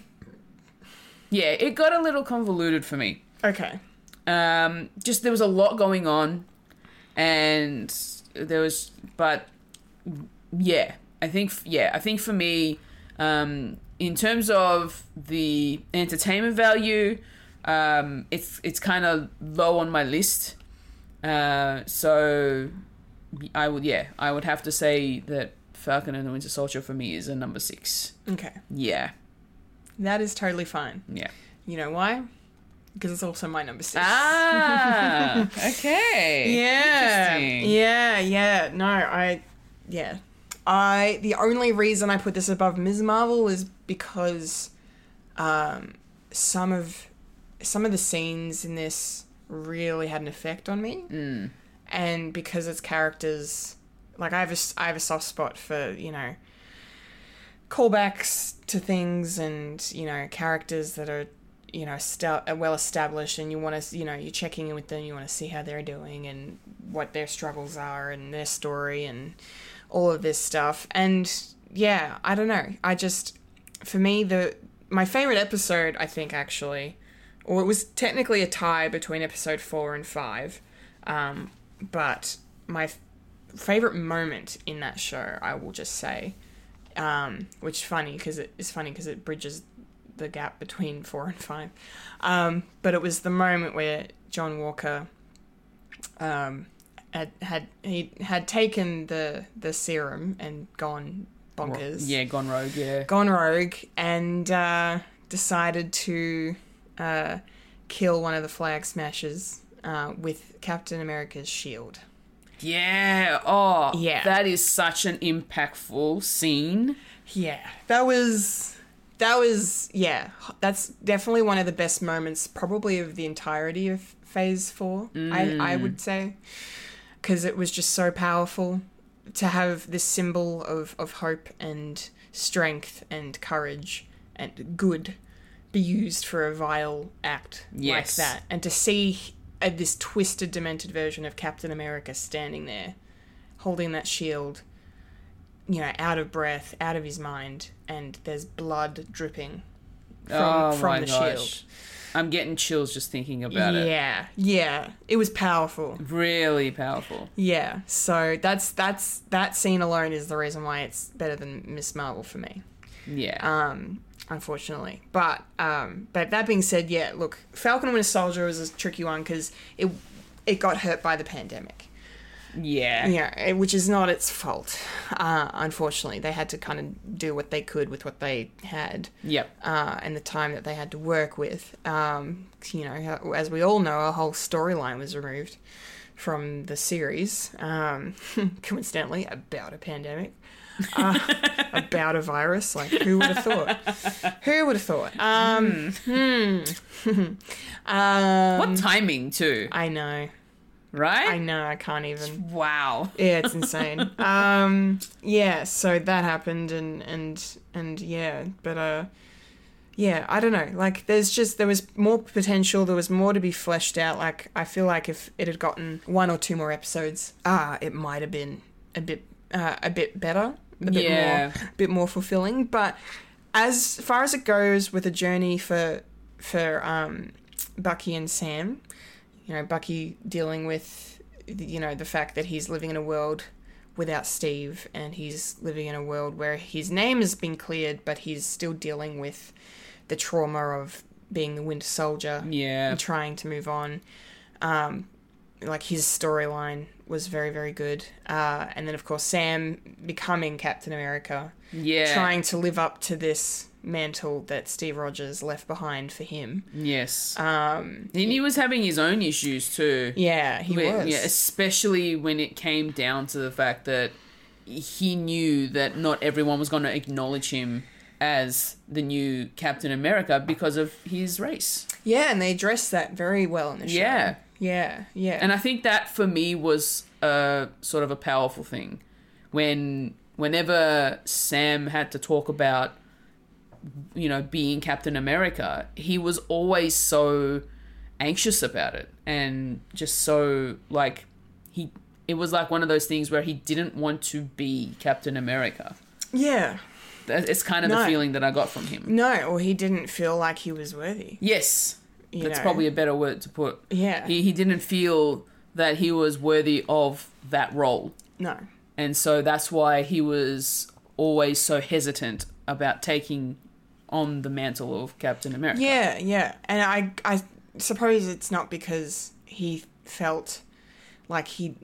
Speaker 2: yeah, it got a little convoluted for me.
Speaker 1: Okay.
Speaker 2: um, just there was a lot going on, and there was, but yeah, I think yeah, I think for me, um, in terms of the entertainment value, um, it's it's kind of low on my list. Uh, so I would yeah, I would have to say that Falcon and the Winter Soldier for me is a number six.
Speaker 1: Okay.
Speaker 2: Yeah,
Speaker 1: That is totally fine.
Speaker 2: yeah.
Speaker 1: You know why? Because it's also my number six.
Speaker 2: Ah, okay.
Speaker 1: Yeah.
Speaker 2: Interesting.
Speaker 1: Yeah, yeah. No, I yeah. I the only reason I put this above Ms. Marvel is because um some of some of the scenes in this really had an effect on me.
Speaker 2: Mm.
Speaker 1: And because it's characters like I have a s- I have a soft spot for, you know, callbacks to things and, you know, characters that are you know, sta- uh, well established, and you want to, you know, you're checking in with them, you want to see how they're doing and what their struggles are and their story and all of this stuff. And yeah, I don't know. I just, for me, the my favorite episode, I think actually, or it was technically a tie between episode four and five, um, but my f- favorite moment in that show, I will just say, um, which is funny because it is funny because it bridges the gap between four and five. Um, but it was the moment where John Walker um, had had he had taken the the serum and gone bonkers,
Speaker 2: Yeah, gone rogue. Yeah.
Speaker 1: gone rogue, and uh, decided to uh, kill one of the flag smashers. Uh, with Captain America's shield.
Speaker 2: Yeah. Oh,
Speaker 1: Yeah.
Speaker 2: That is such an impactful scene.
Speaker 1: Yeah, that was that was yeah. That's definitely one of the best moments, probably of the entirety of Phase Four. I I would say because it was just so powerful to have this symbol of of hope and strength and courage and good be used for a vile act like
Speaker 2: Yes.
Speaker 1: that, and to see uh, this twisted, demented version of Captain America standing there holding that shield you know, out of breath, out of his mind, and there's blood dripping from
Speaker 2: oh
Speaker 1: from
Speaker 2: my
Speaker 1: the
Speaker 2: gosh.
Speaker 1: shield.
Speaker 2: I'm getting chills just thinking about it.
Speaker 1: yeah, yeah, it was powerful.
Speaker 2: Really powerful.
Speaker 1: Yeah, so that's that's that scene alone is the reason why it's better than Miss Marvel for me.
Speaker 2: Yeah.
Speaker 1: Um, unfortunately, but um, but that being said, yeah, look, Falcon and Winter Soldier was a tricky one because it it got hurt by the pandemic.
Speaker 2: yeah.
Speaker 1: Yeah, eh, which is not its fault. Uh, unfortunately, they had to kind of do what they could with what they had.
Speaker 2: Yep.
Speaker 1: uh, and the time that they had to work with. Um, you know, as we all know, a whole storyline was removed from the series, um, coincidentally, about a pandemic, uh, about a virus. Like, who would have thought? Who would have thought? Um, hmm. um,
Speaker 2: What timing too,
Speaker 1: I know. I
Speaker 2: right?
Speaker 1: know. I can't even.
Speaker 2: wow.
Speaker 1: Yeah, it's insane. um, yeah, so that happened, and and and yeah, but uh, yeah, I don't know. Like, there's just there was more potential. There was more to be fleshed out. Like, I feel like if it had gotten one or two more episodes, ah, it might have been a bit uh, a bit better, a bit
Speaker 2: Yeah.
Speaker 1: more, a bit more fulfilling. But as far as it goes with a journey for for um, Bucky and Sam, you know, Bucky dealing with, you know, the fact that he's living in a world without Steve and he's living in a world where his name has been cleared, but he's still dealing with the trauma of being the Winter Soldier
Speaker 2: Yeah.
Speaker 1: and trying to move on. Um, like his storyline was very, very good. Uh, and then, of course, Sam becoming Captain America,
Speaker 2: Yeah.
Speaker 1: trying to live up to this mantle that Steve Rogers left behind for him.
Speaker 2: Yes.
Speaker 1: Um,
Speaker 2: and he was having his own issues too.
Speaker 1: yeah, he
Speaker 2: When-
Speaker 1: was.
Speaker 2: Yeah, especially when it came down to the fact that he knew that not everyone was going to acknowledge him as the new Captain America because of his race.
Speaker 1: Yeah, and they addressed that very well in the show.
Speaker 2: Yeah.
Speaker 1: Yeah, yeah.
Speaker 2: And I think that for me was a sort of a powerful thing when whenever Sam had to talk about you know being Captain America, he was always so anxious about it and just so like he it was like one of those things where he didn't want to be Captain America.
Speaker 1: yeah.
Speaker 2: That- It's kind of
Speaker 1: No.
Speaker 2: the feeling that I got from him.
Speaker 1: No, or he didn't feel like he was worthy.
Speaker 2: Yes,
Speaker 1: You
Speaker 2: that's
Speaker 1: know?
Speaker 2: probably a better word to put.
Speaker 1: Yeah.
Speaker 2: He he didn't feel that he was worthy of that role.
Speaker 1: no.
Speaker 2: And so that's why he was always so hesitant about taking on the mantle of Captain America.
Speaker 1: Yeah, yeah. And I I suppose it's not because he felt like he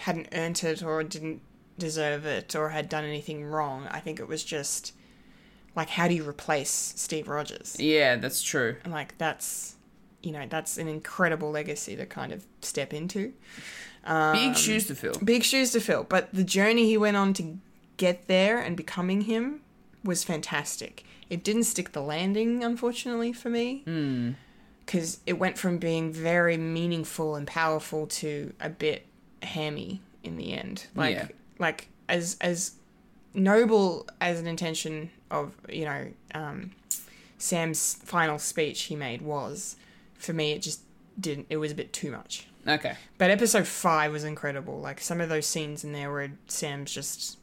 Speaker 1: hadn't earned it or didn't deserve it or had done anything wrong. I think it was just like how do you replace Steve Rogers?
Speaker 2: Yeah, that's true.
Speaker 1: And like that's you know, that's an incredible legacy to kind of step into. Um,
Speaker 2: Big shoes to fill.
Speaker 1: Big shoes to fill, but the journey he went on to get there and becoming him was fantastic. It didn't stick the landing, unfortunately, for me. Because it went from being very meaningful and powerful to a bit hammy in the end. Like,
Speaker 2: Yeah.
Speaker 1: like as as noble as an intention of you know um, Sam's final speech he made was, for me, it just didn't. It was a bit too much.
Speaker 2: Okay.
Speaker 1: But episode five was incredible. Like some of those scenes in there where Sam's just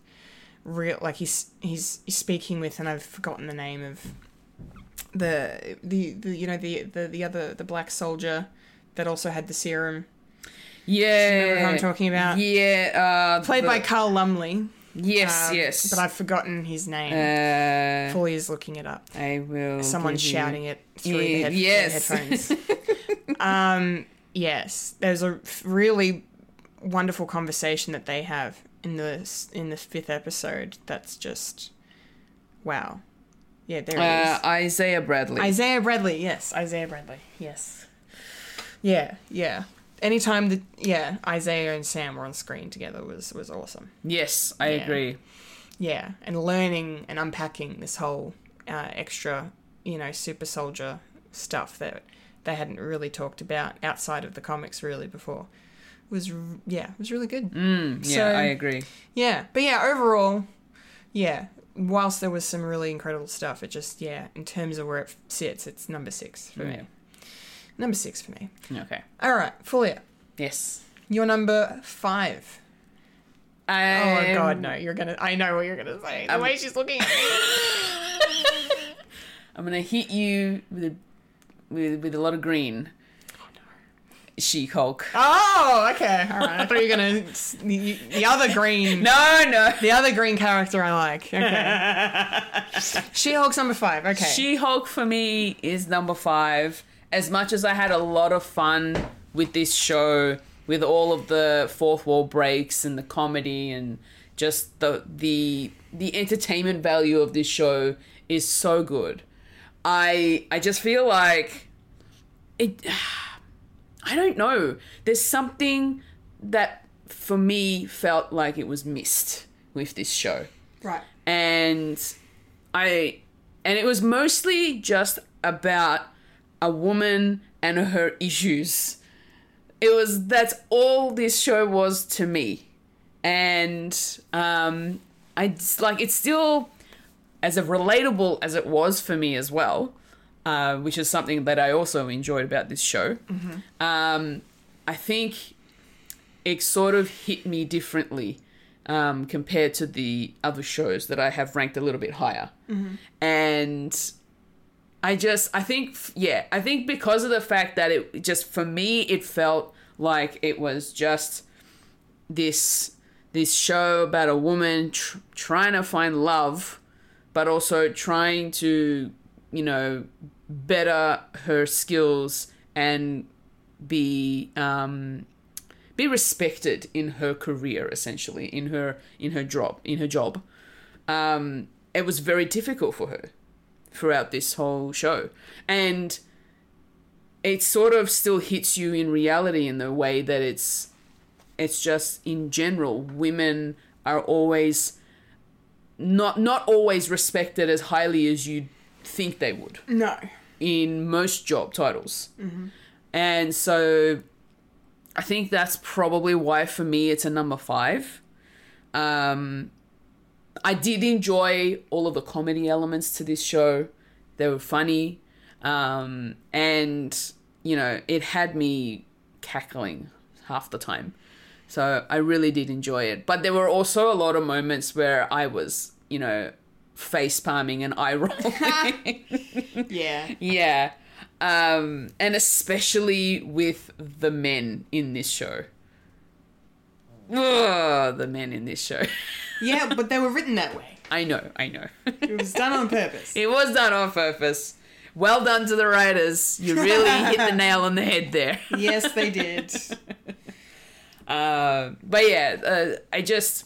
Speaker 1: real, like he's he's he's speaking with, and I've forgotten the name of the the, the you know the, the the other the black soldier that also had the serum,
Speaker 2: Yeah.
Speaker 1: remember who I'm talking about?
Speaker 2: Yeah. Uh,
Speaker 1: played
Speaker 2: the-
Speaker 1: by Carl Lumley.
Speaker 2: Yes,
Speaker 1: Uh,
Speaker 2: yes.
Speaker 1: But I've forgotten his name.
Speaker 2: uh,
Speaker 1: Fully is looking it up.
Speaker 2: I will.
Speaker 1: Someone
Speaker 2: give you-
Speaker 1: shouting it through
Speaker 2: Yeah,
Speaker 1: the, head-
Speaker 2: yes.
Speaker 1: the headphones. um, yes, there's a f- really wonderful conversation that they have in the s- in the fifth episode. That's just wow. Yeah, there it is.
Speaker 2: Uh, Isaiah Bradley.
Speaker 1: Isaiah Bradley. Yes, Isaiah Bradley. Yes. Yeah, yeah. Anytime that yeah Isaiah and Sam were on screen together was was awesome.
Speaker 2: yes, I
Speaker 1: Yeah.
Speaker 2: agree.
Speaker 1: Yeah, and learning and unpacking this whole uh, extra, you know, super soldier stuff that they hadn't really talked about outside of the comics really before was r- yeah was really good.
Speaker 2: Mm, yeah,
Speaker 1: So-
Speaker 2: I agree.
Speaker 1: Yeah, but yeah, overall, yeah. Whilst there was some really incredible stuff, it just yeah, in terms of where it sits, it's number six for me. Number six for me.
Speaker 2: Yeah. Okay.
Speaker 1: All right, Fulia,
Speaker 2: Yes.
Speaker 1: you're number five. oh
Speaker 2: Um,
Speaker 1: God, no! You're gonna. I know what you're gonna say. The
Speaker 2: um,
Speaker 1: way she's looking at me.
Speaker 2: I'm gonna hit you with a, with, with a lot of green. She Hulk.
Speaker 1: Oh, okay. All right. I thought you were gonna the, the other green,
Speaker 2: No, no.
Speaker 1: the other green character I like. Okay. She-Hulk's number five. Okay.
Speaker 2: She Hulk for me is number five. As much as I had a lot of fun with this show, with all of the fourth wall breaks and the comedy and just the the the entertainment value of this show is so good. I I just feel like it I don't know. There's something that for me felt like it was missed with this show
Speaker 1: right.
Speaker 2: and I and it was mostly just about a woman and her issues. It was that's all this show was to me, and um, I just- like it's still as a relatable as it was for me as well, uh, which is something that I also enjoyed about this show. Um, I think it sort of hit me differently um, compared to the other shows that I have ranked a little bit higher. And I just, I think, f- yeah, I think because of the fact that it just, for me, it felt like it was just this this show about a woman tr- trying to find love but also trying to you know better her skills and be um, be respected in her career essentially in her in her job in her job um, it was very difficult for her throughout this whole show and it sort of still hits you in reality in the way that it's it's just in general women are always not not always respected as highly as you think they would
Speaker 1: No.
Speaker 2: in most job titles. And so I think that's probably why for me it's a number five. Um, I did enjoy all of the comedy elements to this show, they were funny. Um, and, you know, it had me cackling half the time. So I really did enjoy it. But there were also a lot of moments where I was, you know, face palming and eye rolling.
Speaker 1: Yeah.
Speaker 2: Yeah. Um, and especially with the men in this show. Ugh, the men in this show.
Speaker 1: Yeah, but they were written that way.
Speaker 2: I know, I know.
Speaker 1: It was done on purpose.
Speaker 2: it was done on purpose. Well done to the writers. You really hit the nail on the head there.
Speaker 1: yes, they did.
Speaker 2: Um, but yeah, uh, I just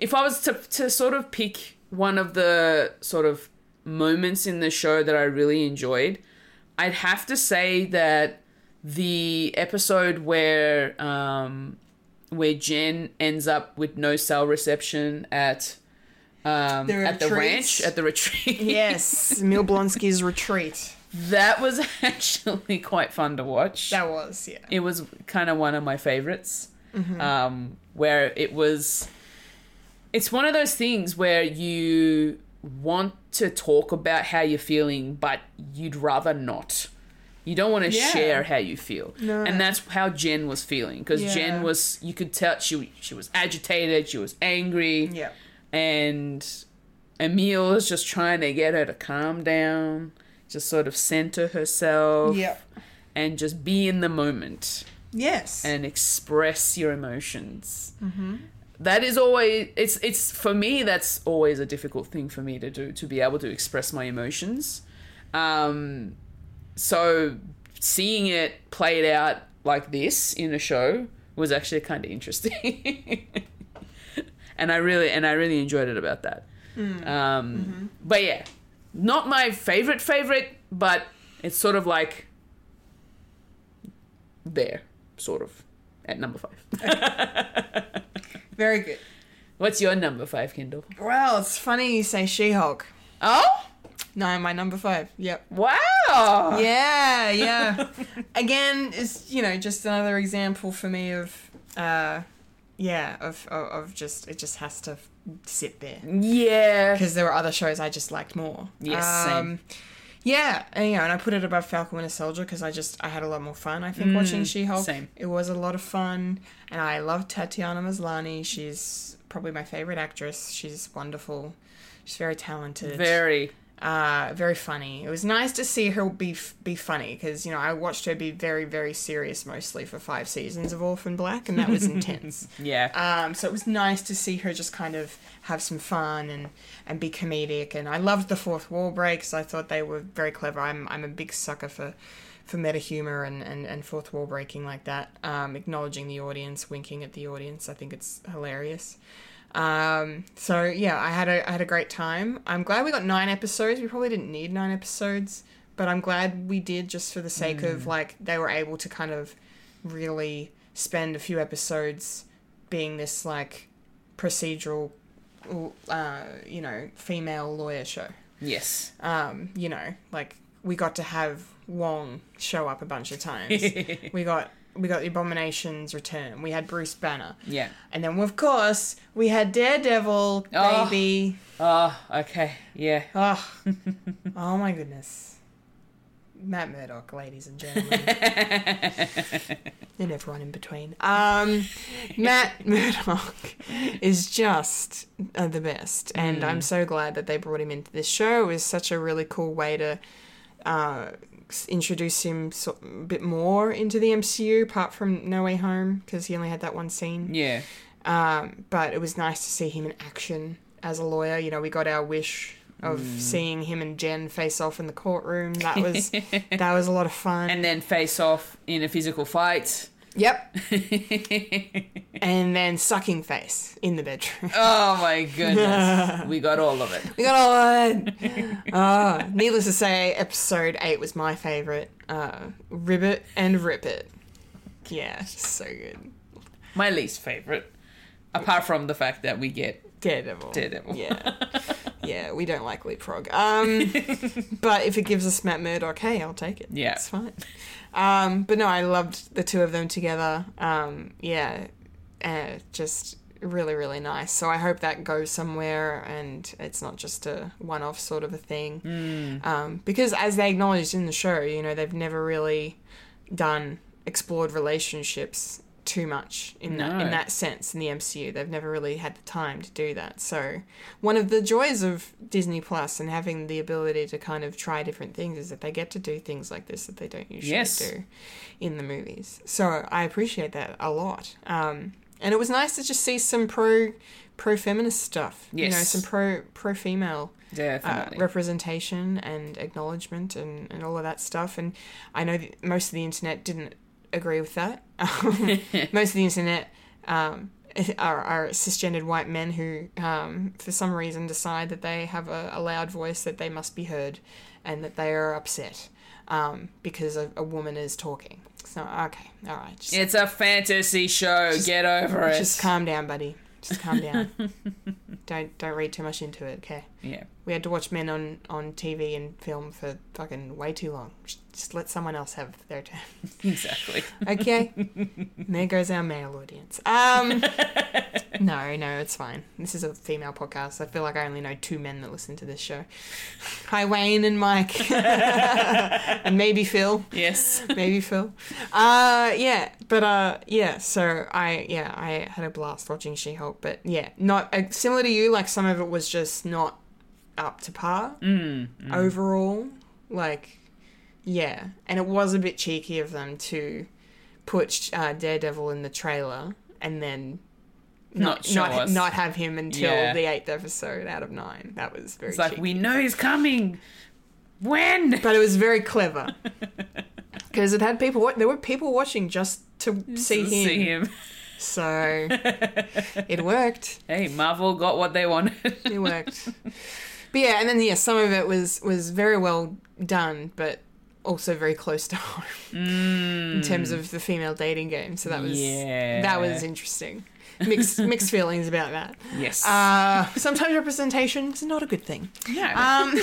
Speaker 2: if I was to to sort of pick one of the sort of moments in the show that I really enjoyed, I'd have to say that the episode where um, where Jen ends up with no cell reception at um,
Speaker 1: The
Speaker 2: at the
Speaker 1: retreat.
Speaker 2: ranch at the retreat.
Speaker 1: Yes, Milblonsky's retreat.
Speaker 2: that was actually quite fun to watch.
Speaker 1: That was yeah.
Speaker 2: it was kind of one of my favorites
Speaker 1: Mm-hmm.
Speaker 2: um, where it was it's one of those things where you want to talk about how you're feeling but you'd rather not you don't want to
Speaker 1: Yeah.
Speaker 2: share how you feel
Speaker 1: No.
Speaker 2: and that's how jen was feeling because
Speaker 1: Yeah.
Speaker 2: jen was you could tell she she was agitated she was angry
Speaker 1: Yeah.
Speaker 2: and emil is just trying to get her to calm down just sort of center herself
Speaker 1: Yep.
Speaker 2: and just be in the moment
Speaker 1: Yes.
Speaker 2: and express your emotions. That is always it's it's for me that's always a difficult thing for me to do to be able to express my emotions. Um, so seeing it played out like this in a show was actually kind of interesting, and I really and I really enjoyed it about that. Um, But yeah, not my favorite favorite, but it's sort of like there, sort of, at number five.
Speaker 1: Very good.
Speaker 2: What's your number five, Kindle?
Speaker 1: Well, it's funny you say She-Hulk.
Speaker 2: Oh,
Speaker 1: No, my number five. Yep.
Speaker 2: wow!
Speaker 1: Yeah, yeah. Again, it's you know just another example for me of, uh, yeah, of of, of just it just has to sit there.
Speaker 2: Yeah.
Speaker 1: because there were other shows I just liked more. Um,
Speaker 2: Yes, same.
Speaker 1: Yeah, and, you know, and I put it above Falcon Winter Soldier because I just I had a lot more fun. I think watching She Hulk.
Speaker 2: Mm, same.
Speaker 1: It was a lot of fun, and I love Tatiana Maslany. She's probably my favorite actress. She's wonderful. She's very talented.
Speaker 2: Very.
Speaker 1: uh, very funny. It was nice to see her be f- be funny because you know I watched her be very very serious mostly for five seasons of Orphan Black, and that was intense.
Speaker 2: Yeah.
Speaker 1: Um, so it was nice to see her just kind of have some fun and, and be comedic. And I loved the fourth wall breaks. I thought they were very clever. I'm, I'm a big sucker for, for meta humor and, and, and fourth wall breaking like that. Um, acknowledging the audience, winking at the audience. I think it's hilarious. Um, so yeah, I had a I had a great time. I'm glad we got nine episodes. We probably didn't need nine episodes, but I'm glad we did just for the sake of like they were able to kind of really spend a few episodes being this like procedural, uh, you know, female lawyer show.
Speaker 2: yes.
Speaker 1: Um, you know, like we got to have Wong show up a bunch of times. we got we got the Abominations return. We had Bruce Banner.
Speaker 2: Yeah.
Speaker 1: And then, of course, we had Daredevil,
Speaker 2: Oh.
Speaker 1: baby.
Speaker 2: Oh, okay. Yeah.
Speaker 1: Oh. oh my goodness. Matt Murdock, ladies and gentlemen. and everyone in between. Um, Matt Murdock is just uh, the best. And I'm so glad that they brought him into this show. It was such a really cool way to uh, s- introduce him so- a bit more into the MCU, apart from No Way Home, because he only had that one scene.
Speaker 2: Yeah.
Speaker 1: Um, but it was nice to see him in action as a lawyer. You know, we got our wish of seeing him and Jen face off in the courtroom. That was that was a lot of fun.
Speaker 2: And then face off in a physical fight.
Speaker 1: yep.
Speaker 2: oh
Speaker 1: And then sucking face in the bedroom.
Speaker 2: my goodness. we got all of it.
Speaker 1: We got all of it. Oh, needless to say, episode eight was my favorite. Uh, ribbit and rip it. Yeah, so good.
Speaker 2: My least favorite. Apart from the fact that we get
Speaker 1: Daredevil.
Speaker 2: Daredevil.
Speaker 1: Yeah. Yeah, we don't like leapfrog. Um, but if it gives us Matt Murdock, hey, I'll take it.
Speaker 2: Yeah.
Speaker 1: It's fine. Um, but no, I loved the two of them together. Um, yeah. Uh, just really, really nice. So I hope that goes somewhere and it's not just a one off sort of a thing. Um, because as they acknowledged in the show, you know, they've never really done explored relationships too much in that
Speaker 2: No.
Speaker 1: in that sense in the MCU. They've never really had the time to do that. So one of the joys of Disney Plus and having the ability to kind of try different things is that they get to do things like this that they don't usually
Speaker 2: Yes.
Speaker 1: do in the movies. So I appreciate that a lot. Um, and it was nice to just see some pro pro feminist stuff. You know,
Speaker 2: Yes.
Speaker 1: some pro pro female uh,
Speaker 2: Definitely.
Speaker 1: representation and acknowledgement and, and all of that stuff. And I know that most of the internet didn't agree with that. Most of the internet um, are, are cisgendered white men who, um, for some reason, decide that they have a, a loud voice that they must be heard, and that they are upset um, because a, a woman is talking. So okay, all right, just,
Speaker 2: It's a fantasy show. Get over it.
Speaker 1: just calm down, buddy. Just calm down. don't don't read too much into it. Okay.
Speaker 2: yeah.
Speaker 1: We had to watch men on, on TV and film for fucking way too long. Just- Just let someone else have their turn.
Speaker 2: Exactly.
Speaker 1: Okay. there goes our male audience. Um, no, no, it's fine. This is a female podcast. I feel like I only know two men that listen to this show. Hi, Wayne and Mike. and maybe Phil.
Speaker 2: Yes.
Speaker 1: Maybe Phil. Uh, yeah, but uh, yeah. So I, yeah, I had a blast watching She Hulk, but yeah, not uh, similar to you. Like some of it was just not up to par
Speaker 2: Mm.
Speaker 1: overall. Like, yeah, and it was a bit cheeky of them to put uh, Daredevil in the trailer and then
Speaker 2: Not show
Speaker 1: not,
Speaker 2: us.
Speaker 1: not have him until
Speaker 2: Yeah.
Speaker 1: the eighth episode out of nine. That was very
Speaker 2: It's like
Speaker 1: cheeky.
Speaker 2: we know he's coming. When?
Speaker 1: but it was very clever because it had people. wa- There were people watching just to see him.
Speaker 2: See him.
Speaker 1: So it worked.
Speaker 2: Hey, Marvel got what they wanted.
Speaker 1: It worked. but yeah, and then yeah, some of it was was very well done, but also very close to home in terms of the female dating game. So that was
Speaker 2: Mm. Yeah.
Speaker 1: that was interesting. Mixed mixed feelings about that.
Speaker 2: Yes.
Speaker 1: Uh, sometimes representation is not a good thing.
Speaker 2: no.
Speaker 1: Um,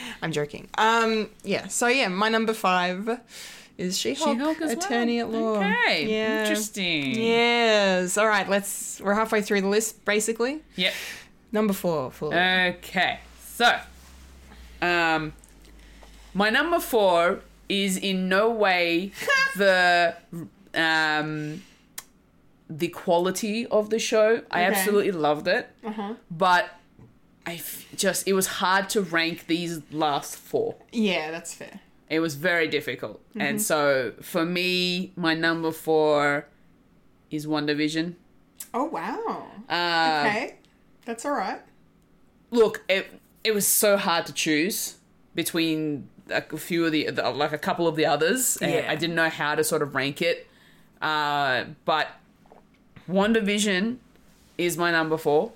Speaker 1: I'm joking. Um, yeah. So yeah, my number five is She-Hulk,
Speaker 2: She-Hulk as well.
Speaker 1: Attorney at Law.
Speaker 2: Okay.
Speaker 1: Yeah.
Speaker 2: Interesting.
Speaker 1: Yes. All right. Let's. We're halfway through the list, basically.
Speaker 2: Yep.
Speaker 1: Number four. For
Speaker 2: Uh, Okay. So, um, my number four is in no way the um the quality of the show. I
Speaker 1: Okay.
Speaker 2: absolutely loved it, but I f- just it was hard to rank these last four.
Speaker 1: yeah, that's fair.
Speaker 2: It was very difficult, and so for me, my number four is One Division.
Speaker 1: Oh wow.
Speaker 2: Uh,
Speaker 1: okay, that's all right.
Speaker 2: look, it it was so hard to choose between a few of the, the like a couple of the others. and
Speaker 1: Yeah.
Speaker 2: I didn't know how to sort of rank it. Uh, but WandaVision is my number four.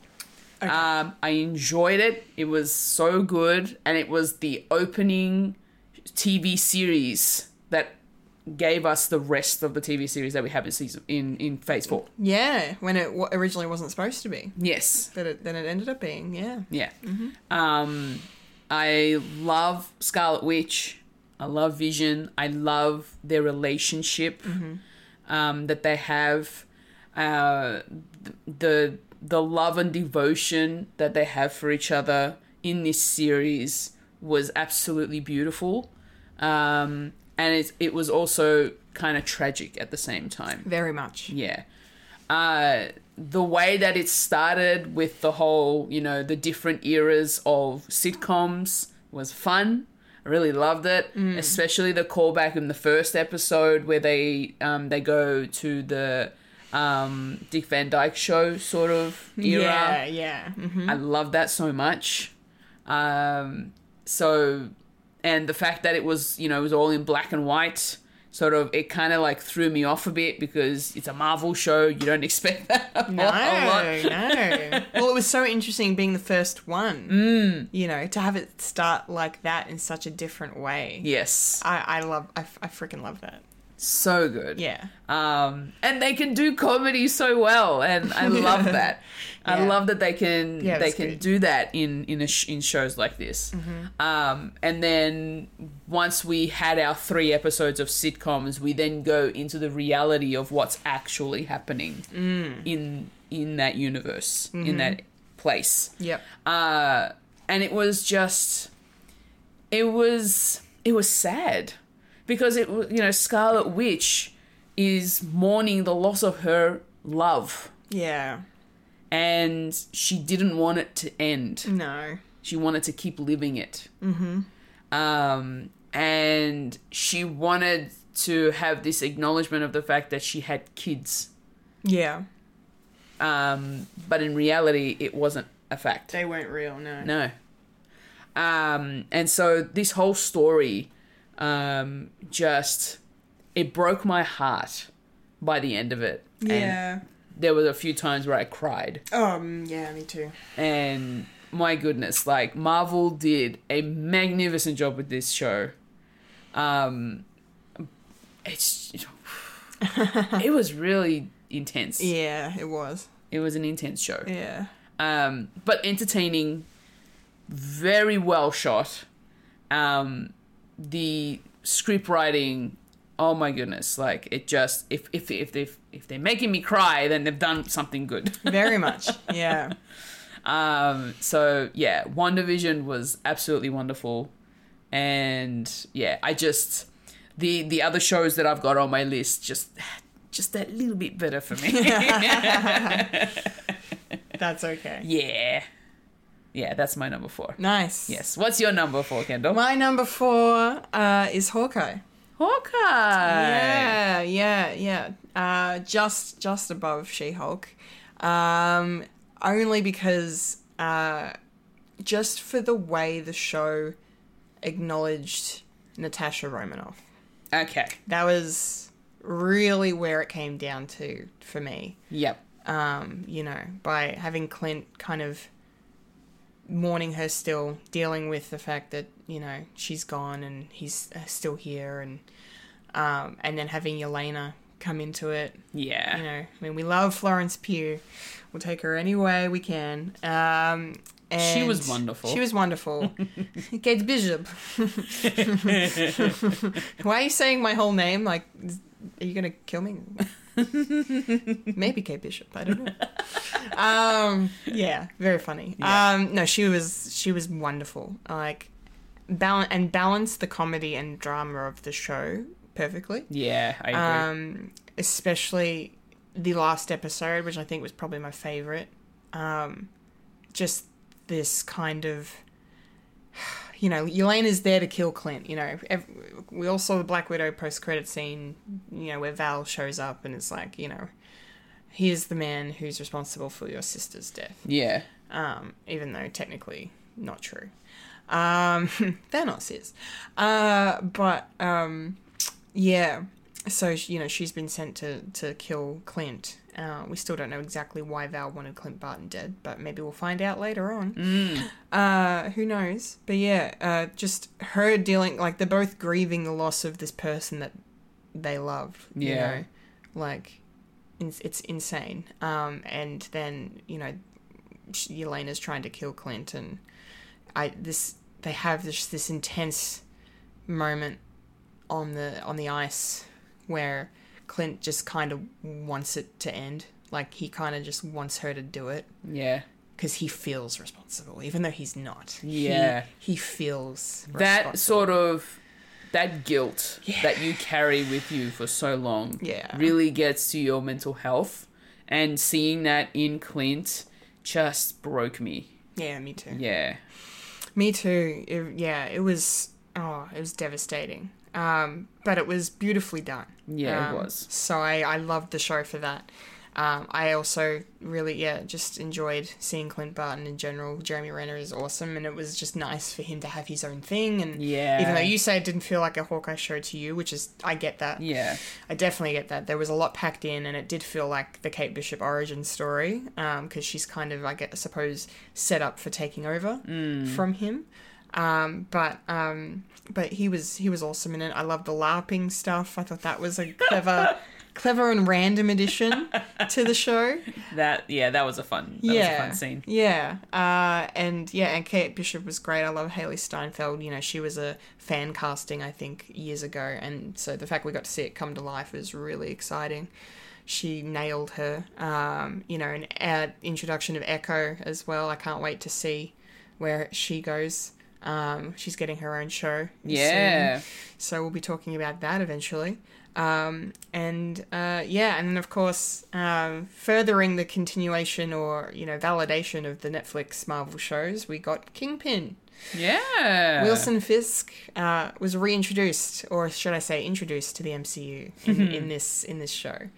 Speaker 1: Okay.
Speaker 2: Um, I enjoyed it. It was so good, and it was the opening TV series that gave us the rest of the TV series that we have in season in in Phase Four.
Speaker 1: Yeah, when it w- originally wasn't supposed to be,
Speaker 2: Yes,
Speaker 1: but it, then it ended up being. Yeah.
Speaker 2: Yeah. Um, I love Scarlet Witch. I love Vision. I love their relationship um, that they have. Uh, th- the the love and devotion that they have for each other in this series was absolutely beautiful, um, and it it was also kind of tragic at the same time.
Speaker 1: Very much.
Speaker 2: Yeah. Uh, the way that it started with the whole, you know, the different eras of sitcoms was fun. I really loved it, especially the callback in the first episode where they um, they go to the um, Dick Van Dyke show sort of era.
Speaker 1: Yeah. Yeah. hmm
Speaker 2: I love that so much. Um, so, and the fact that it was, you know, it was all in black and white, sort of, it kind of like threw me off a bit because it's a Marvel show. You don't expect that a,
Speaker 1: No,
Speaker 2: lot, a lot.
Speaker 1: no. Well, it was so interesting being the first one. You know, to have it start like that in such a different way.
Speaker 2: Yes.
Speaker 1: I, I love. I, f- I freaking love that.
Speaker 2: So good.
Speaker 1: Yeah.
Speaker 2: Um, and they can do comedy so well, and I love that. I
Speaker 1: Yeah.
Speaker 2: love that they can
Speaker 1: Yeah,
Speaker 2: they
Speaker 1: that's
Speaker 2: can
Speaker 1: good. Mm-hmm.
Speaker 2: do that in in a sh- in shows like this. Um, and then once we had our three episodes of sitcoms, we then go into the reality of what's actually happening
Speaker 1: Mm.
Speaker 2: in in that universe,
Speaker 1: Mm-hmm.
Speaker 2: in that place
Speaker 1: Yep.
Speaker 2: uh, and it was just it was it was sad because it was you know Scarlet Witch is mourning the loss of her love
Speaker 1: Yeah.
Speaker 2: and she didn't want it to end
Speaker 1: No.
Speaker 2: she wanted to keep living it mm-hmm. um, and she wanted to have this acknowledgement of the fact that she had kids
Speaker 1: Yeah.
Speaker 2: um, but in reality it wasn't a fact
Speaker 1: They weren't real. No.
Speaker 2: No. Um, and so this whole story um, just it broke my heart by the end of it. And
Speaker 1: Yeah.
Speaker 2: there were a few times where I cried.
Speaker 1: Um. Yeah. Me too.
Speaker 2: And my goodness, like Marvel did a magnificent job with this show. Um it's it was really intense.
Speaker 1: Yeah. It was.
Speaker 2: It was an intense show.
Speaker 1: Yeah.
Speaker 2: Um but entertaining, very well shot. Um the script writing, oh my goodness, like it just if if if they if they're making me cry, then they've done something good.
Speaker 1: Very much. Yeah.
Speaker 2: Um, so yeah, WandaVision was absolutely wonderful. And yeah, I just the the other shows that I've got on my list just just that little bit better for me.
Speaker 1: That's okay.
Speaker 2: yeah. Yeah, that's my number 4.
Speaker 1: Nice.
Speaker 2: Yes. What's your number 4, Kendall?
Speaker 1: My number four uh, is Hawkeye.
Speaker 2: Hawkeye.
Speaker 1: Yeah, yeah, yeah. Uh, just just above She Hulk, um, only because uh, just for the way the show acknowledged Natasha Romanoff.
Speaker 2: Okay.
Speaker 1: That was really where it came down to for me.
Speaker 2: Yep.
Speaker 1: Um, you know, by having Clint kind of mourning her still, dealing with the fact that you know she's gone and he's uh, still here, and um, and then having Yelena come into it. You
Speaker 2: Yeah.
Speaker 1: know, I mean, we love Florence Pugh. We'll take her any way we can. Um,
Speaker 2: She was
Speaker 1: and
Speaker 2: wonderful.
Speaker 1: She was wonderful. Kate Bishop. Why are you saying my whole name? Like, are you gonna kill me? Maybe Kate Bishop. I don't know. Um, yeah, very funny.
Speaker 2: Yeah.
Speaker 1: Um, no, she was she was wonderful. Like, balance and balanced the comedy and drama of the show perfectly
Speaker 2: Yeah, I agree.
Speaker 1: um, especially the last episode, which I think was probably my favorite. Um, just this kind of, you know, Elena's there to kill Clint. You know, Ev we all saw the Black Widow post credit scene. You know, where Val shows up and it's like, you know, here's the man who's responsible for your sister's death.
Speaker 2: yeah.
Speaker 1: Um, even though technically not true. Um, Thanos is. Uh, but um, yeah, so sh- you know she's been sent to to kill Clint. Uh, we still don't know exactly why Val wanted Clint Barton dead, but maybe we'll find out later on. Uh, who knows? But yeah, uh, just her dealing like they're both grieving the loss of this person that they loved. You
Speaker 2: Yeah.
Speaker 1: know? like it's, it's insane. Um, and then you know, sh- Elena's trying to kill Clint, and I this they have this this intense moment on the on the ice where Clint just kind of wants it to end. Like he kind of just wants her to do it
Speaker 2: Yeah.
Speaker 1: because he feels responsible, even though he's not. He-
Speaker 2: Yeah.
Speaker 1: he, feels
Speaker 2: that
Speaker 1: responsible.
Speaker 2: sort of that guilt that you carry with you for so long
Speaker 1: Yeah.
Speaker 2: really gets to your mental health and seeing that in clint just broke me
Speaker 1: Yeah, me too.
Speaker 2: yeah
Speaker 1: Me too. It- yeah, it was. Oh, it was devastating. Um, but it was beautifully done.
Speaker 2: Yeah, it
Speaker 1: Um,
Speaker 2: was.
Speaker 1: So I, I loved the show for that. Um, I also really, yeah, just enjoyed seeing Clint Barton in general. Jeremy Renner is awesome, and it was just nice for him to have his own thing. And
Speaker 2: Yeah.
Speaker 1: even though you say it didn't feel like a Hawkeye show to you, which is, I get that.
Speaker 2: yeah
Speaker 1: I definitely get that. There was a lot packed in, and it did feel like the Kate Bishop origin story because she's kind of, I guess, suppose, set up for taking over from him. Um, but um, but he was he was awesome in it. I loved the larping stuff. I thought that was a clever, clever and random addition to the show.
Speaker 2: that yeah that was a fun that was a fun scene
Speaker 1: Yeah. Uh, and yeah, and Kate Bishop was great. I love Haley Steinfeld. You know, she was a fan casting, I think, years ago. And so the fact we got to see it come to life is really exciting. She nailed her. Um, you know, an uh, introduction of Echo as well. I can't wait to see where she goes. Um, she's getting her own show. soon.
Speaker 2: yeah
Speaker 1: So we'll be talking about that eventually. Um, and uh, yeah, and then of course, um, furthering the continuation or you know validation of the Netflix Marvel shows, we got Kingpin.
Speaker 2: yeah
Speaker 1: Wilson Fisk uh, was reintroduced, or should I say, introduced to the MCU in, in this in this show,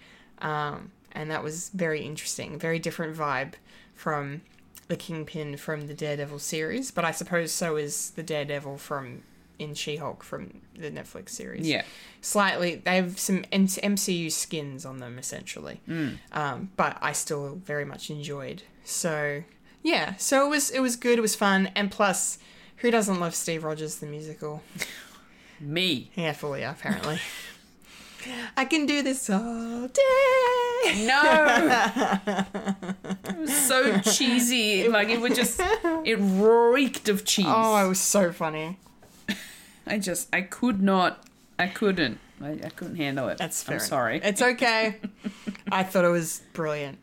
Speaker 1: um, and that was very interesting, very different vibe from the Kingpin from the Daredevil series. But I suppose so is the Daredevil from in She-Hulk from the Netflix series.
Speaker 2: Yeah.
Speaker 1: slightly. They have some M- MCU skins on them essentially, um, but I still very much enjoyed. So yeah, so it was it was good. It was fun, and plus, who doesn't love Steve Rogers the musical?
Speaker 2: Me.
Speaker 1: Yeah, fully apparently. I can do this all day.
Speaker 2: No. it was so cheesy. Like it would just it reeked of cheese.
Speaker 1: Oh, it
Speaker 2: I,
Speaker 1: was so funny.
Speaker 2: just I could not I couldn't. I, I couldn't handle it.
Speaker 1: That's fair.
Speaker 2: I'm
Speaker 1: enough.
Speaker 2: sorry.
Speaker 1: It's okay. I thought it was brilliant.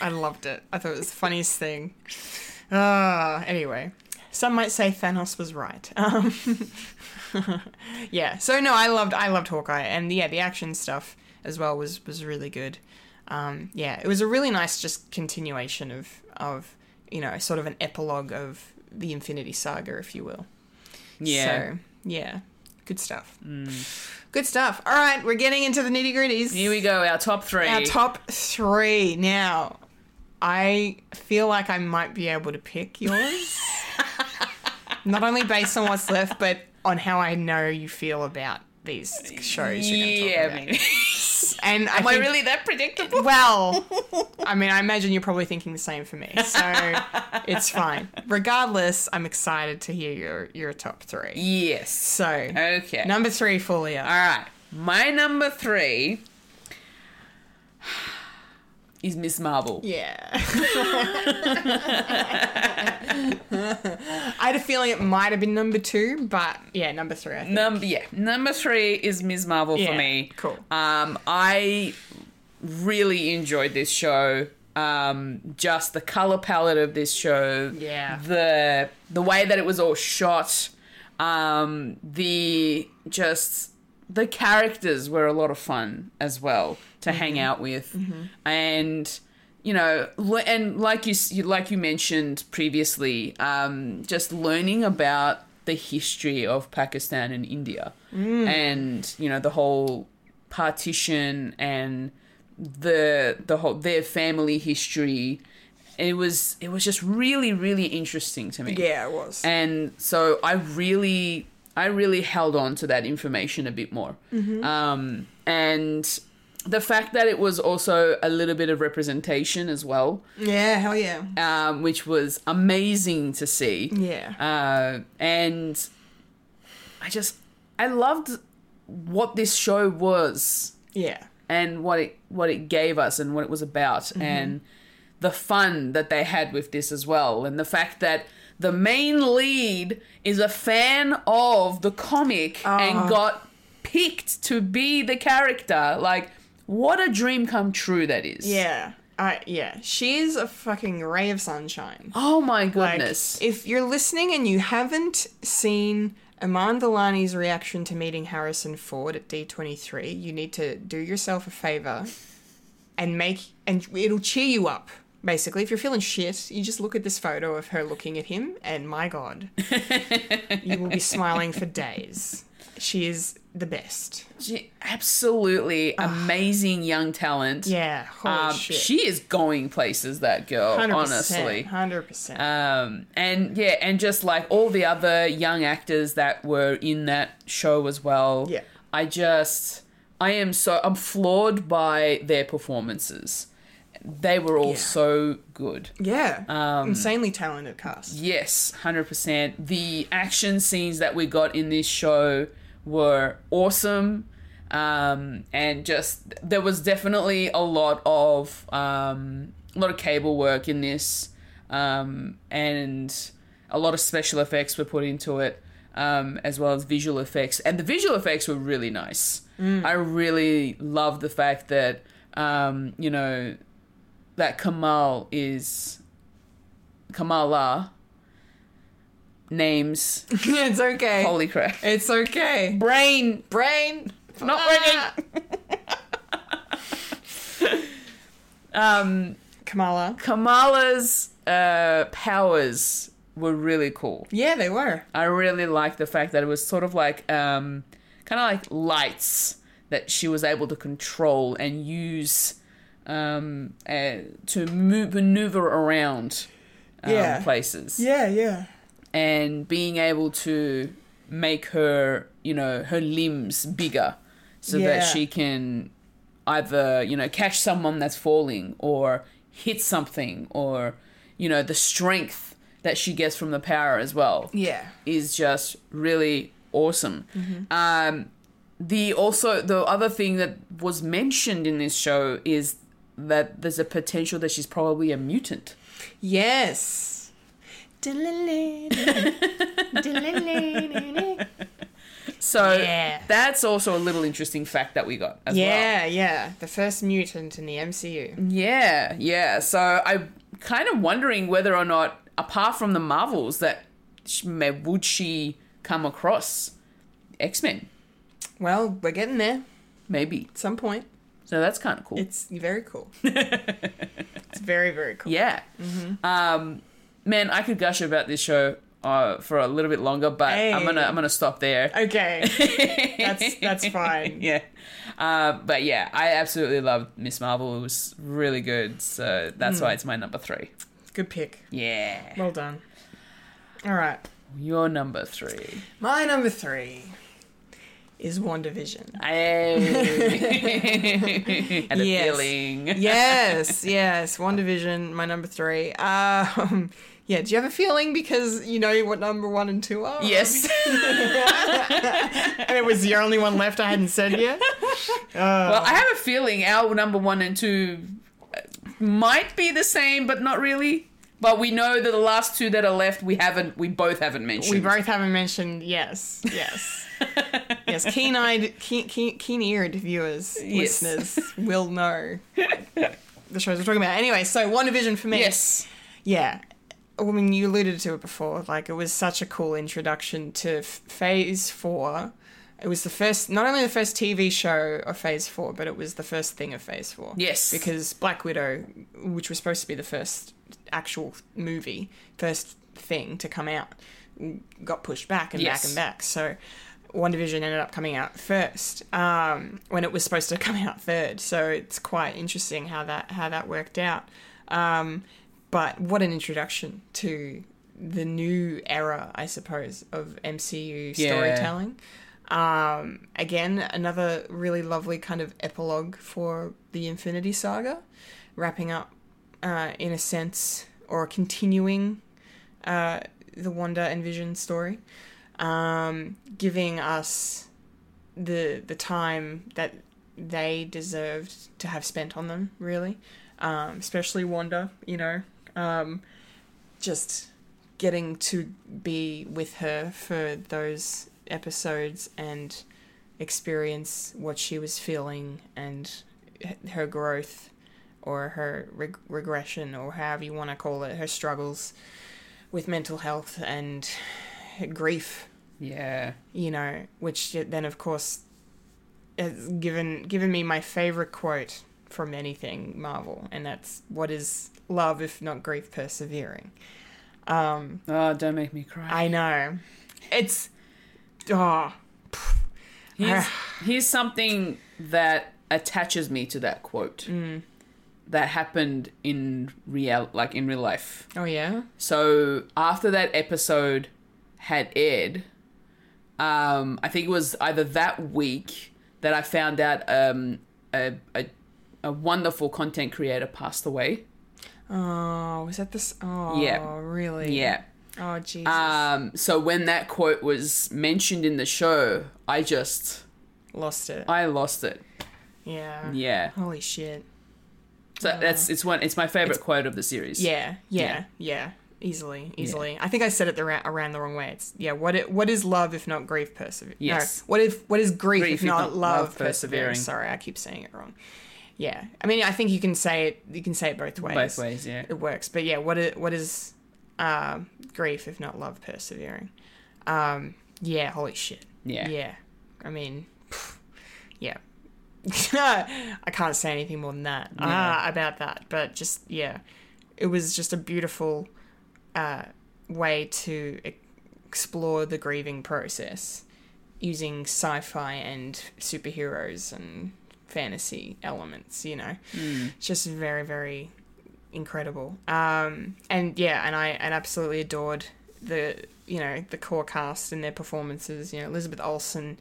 Speaker 1: I loved it. I thought it was the funniest thing. Uh, anyway, some might say Thanos was right. Um, yeah. So no, I loved I loved Hawkeye, and yeah, the action stuff as well was was really good. Um, yeah, it was a really nice just continuation of of you know sort of an epilogue of the Infinity Saga, if you will.
Speaker 2: Yeah. Mm.
Speaker 1: So, yeah. Good stuff. Good stuff. All right, we're getting into the nitty gritties.
Speaker 2: Here we go, our top three.
Speaker 1: Our top three. Now, I feel like I might be able to pick yours. Not only based on what's left, but on how I know you feel about these shows you're going to talk
Speaker 2: yeah,
Speaker 1: about.
Speaker 2: maybe.
Speaker 1: And I
Speaker 2: Am I
Speaker 1: think-
Speaker 2: really that predictable?
Speaker 1: well, I mean, I imagine you're probably thinking the same for me, so it's fine. Regardless, I'm excited to hear your your top three.
Speaker 2: Yes.
Speaker 1: So,
Speaker 2: Okay.
Speaker 1: number three, Folia.
Speaker 2: All right. My number three is Miss Marvel.
Speaker 1: Yeah. I had a feeling it might have been number two, but yeah, number three. I think.
Speaker 2: Number yeah, number three is Ms. Marvel for
Speaker 1: Yeah,
Speaker 2: me.
Speaker 1: cool.
Speaker 2: Um, I really enjoyed this show. Um, just the color palette of this show.
Speaker 1: Yeah.
Speaker 2: The the way that it was all shot. Um, the just the characters were a lot of fun as well to hang out with, and you know, le- and like you s- you- like you mentioned previously, um, just learning about the history of Pakistan and India, and you know the whole partition and the the whole their family history. It was it was just really really interesting to me.
Speaker 1: Yeah, it was.
Speaker 2: And so I really, I really held on to that information a bit more.
Speaker 1: Mm-hmm.
Speaker 2: Um, and the fact that it was also a little bit of representation as well,
Speaker 1: yeah, hell yeah.
Speaker 2: um, which was amazing to see.
Speaker 1: Yeah.
Speaker 2: Uh, and I just, I loved what this show was
Speaker 1: Yeah.
Speaker 2: and what it what it gave us and what it was about
Speaker 1: Mm-hmm.
Speaker 2: and the fun that they had with this as well and the fact that the main lead is a fan of the comic
Speaker 1: Ah.
Speaker 2: and got picked to be the character like what a dream come true that is
Speaker 1: Yeah. I yeah. She is a fucking ray of sunshine.
Speaker 2: oh my
Speaker 1: Like,
Speaker 2: goodness
Speaker 1: if you're listening and you haven't seen Amandalani's reaction to meeting Harrison Ford at D23, you need to do yourself a favor and make and it'll cheer you up. Basically, if you're feeling shit, you just look at this photo of her looking at him, and my god, you will be smiling for days. She is the best.
Speaker 2: She- absolutely amazing young talent
Speaker 1: Ah. Yeah, holy
Speaker 2: um,
Speaker 1: shit.
Speaker 2: she is going places that girl honestly
Speaker 1: hundred percent.
Speaker 2: um, and yeah, and just like all the other young actors that were in that show as well.
Speaker 1: Yeah.
Speaker 2: I just, I am so, I'm floored by their performances. They were all
Speaker 1: Yeah.
Speaker 2: so good.
Speaker 1: Yeah, insanely talented cast.
Speaker 2: Yes, 100%. The action scenes that we got in this show were awesome. Um, and just, there was definitely a lot of, um, a lot of cable work in this. Um, and a lot of special effects were put into it, um, as well as visual effects. And the visual effects were really nice. I really love the fact that, um, you know, that Kamal is Kamala names.
Speaker 1: it's okay.
Speaker 2: Holy crap.
Speaker 1: It's okay.
Speaker 2: Brain
Speaker 1: Brain,
Speaker 2: not
Speaker 1: Ah.
Speaker 2: working. Um,
Speaker 1: Kamala.
Speaker 2: Kamala's uh, powers were really cool.
Speaker 1: Yeah, they were.
Speaker 2: I really liked the fact that it was sort of like um, kind of like lights that she was able to control and use um, uh, to move, maneuver around um,
Speaker 1: Yeah.
Speaker 2: places.
Speaker 1: Yeah, yeah.
Speaker 2: and being able to make her, you know, her limbs bigger so
Speaker 1: Yeah.
Speaker 2: that she can either, you know, catch someone that's falling or hit something or, you know, the strength that she gets from the power as well
Speaker 1: Yeah.
Speaker 2: is just really awesome. Um, the also the other thing that was mentioned in this show is that there's a potential that she's probably a mutant.
Speaker 1: Yes. yeah,
Speaker 2: So
Speaker 1: Yeah.
Speaker 2: that's also a little interesting fact that we got as well.
Speaker 1: yeah. The first mutant in the MCU.
Speaker 2: Yeah, yeah. So I'm kind of wondering whether or not, apart from the Marvels, that she, may, would she come across X Men?
Speaker 1: Well, we're getting there
Speaker 2: Maybe.
Speaker 1: at some point.
Speaker 2: So that's kind of cool.
Speaker 1: It's very cool. it's very, very cool.
Speaker 2: Yeah. Um, man, I could gush about this show uh, for a little bit longer, but I'm gonna
Speaker 1: Hey.
Speaker 2: I'm gonna stop there.
Speaker 1: Okay. That's that's fine.
Speaker 2: yeah. Uh, but yeah, I absolutely loved Miss Marvel. It was really good. So that's why it's my number three.
Speaker 1: Good pick.
Speaker 2: Hmm. Yeah.
Speaker 1: Well done. All right.
Speaker 2: Your number three.
Speaker 1: My number three is WandaVision.
Speaker 2: Hey. and a
Speaker 1: Yes.
Speaker 2: feeling.
Speaker 1: yes, yes. One division, my number three. Um, yeah. Do you have a feeling because you know what number one and two are?
Speaker 2: Yes.
Speaker 1: and it was the only one left I hadn't said yet. Uh,
Speaker 2: well, I have a feeling our number one and two uh, might be the same, but not really. But we know that the last two that are left, we haven't, we both haven't
Speaker 1: We
Speaker 2: mentioned.
Speaker 1: both haven't mentioned yes, yes, yes. Keen-eyed, keen, keen, keen-eared viewers,
Speaker 2: Yes.
Speaker 1: listeners will know the shows we're talking about. Anyway, so One Division for me.
Speaker 2: yes.
Speaker 1: yeah i mean you alluded to it before like it was such a cool introduction to f- phase four it was the first not only the first tv show of phase four but it was the first thing of phase four
Speaker 2: Yes.
Speaker 1: because black widow which was supposed to be the first actual movie first thing to come out got pushed back and
Speaker 2: Yes.
Speaker 1: back and back so one division ended up coming out first um, when it was supposed to come out third so it's quite interesting how that how that worked out um, but what an introduction to the new era, I suppose, of MCU
Speaker 2: Yeah.
Speaker 1: storytelling. Um, again, another really lovely kind of epilogue for the Infinity Saga, wrapping up, uh, in a sense, or continuing uh, the Wanda and Vision story, um, giving us the the time that they deserved to have spent on them, really. Um, especially Wanda, you know, um, just getting to be with her for those episodes and experience what she was feeling and h- her growth or her reg- regression or however you want to call it, her struggles with mental health and grief
Speaker 2: Yeah.
Speaker 1: you know, which then of course has given given me my favorite quote from anything Marvel, and that's what is love if not grief persevering. Um,
Speaker 2: Oh, don't make me cry.
Speaker 1: I know, it's oh
Speaker 2: Here's, here's something that attaches me to that quote
Speaker 1: Mm.
Speaker 2: that happened in real, like in real life.
Speaker 1: oh yeah
Speaker 2: So after that episode had aired, um, I think it was either that week that I found out um, a, a a wonderful content creator passed away.
Speaker 1: oh was that this oh
Speaker 2: Yeah.
Speaker 1: really
Speaker 2: Yeah.
Speaker 1: oh Jesus
Speaker 2: Um, so when that quote was mentioned in the show, I just
Speaker 1: lost it
Speaker 2: I lost it.
Speaker 1: yeah
Speaker 2: Yeah.
Speaker 1: holy shit
Speaker 2: So that's it's one it's my favorite quote of the series.
Speaker 1: Yeah,
Speaker 2: Yeah.
Speaker 1: yeah, yeah. Easily, easily. I think I said it the ra- around the wrong way. It's yeah. What it, what is love if not grief persevering?
Speaker 2: Yes.
Speaker 1: No, what if what is grief,
Speaker 2: Grief
Speaker 1: if not, love, persevering?
Speaker 2: persevering.
Speaker 1: Sorry, I keep saying it wrong. Yeah. I mean, I think you can say it. You can say it both ways.
Speaker 2: Both ways, yeah.
Speaker 1: It works. But yeah, what is, what is uh, grief if not love persevering? Um, yeah. Holy shit.
Speaker 2: Yeah.
Speaker 1: Yeah. I mean, pff, yeah. I can't say anything more than that uh, about that, but just yeah, it was just a beautiful uh, way to e- explore the grieving process using sci-fi and superheroes and fantasy elements. You know, it's just very very incredible. Um, and yeah, and I and absolutely adored the you know the core cast and their performances. You know, Elizabeth Olsen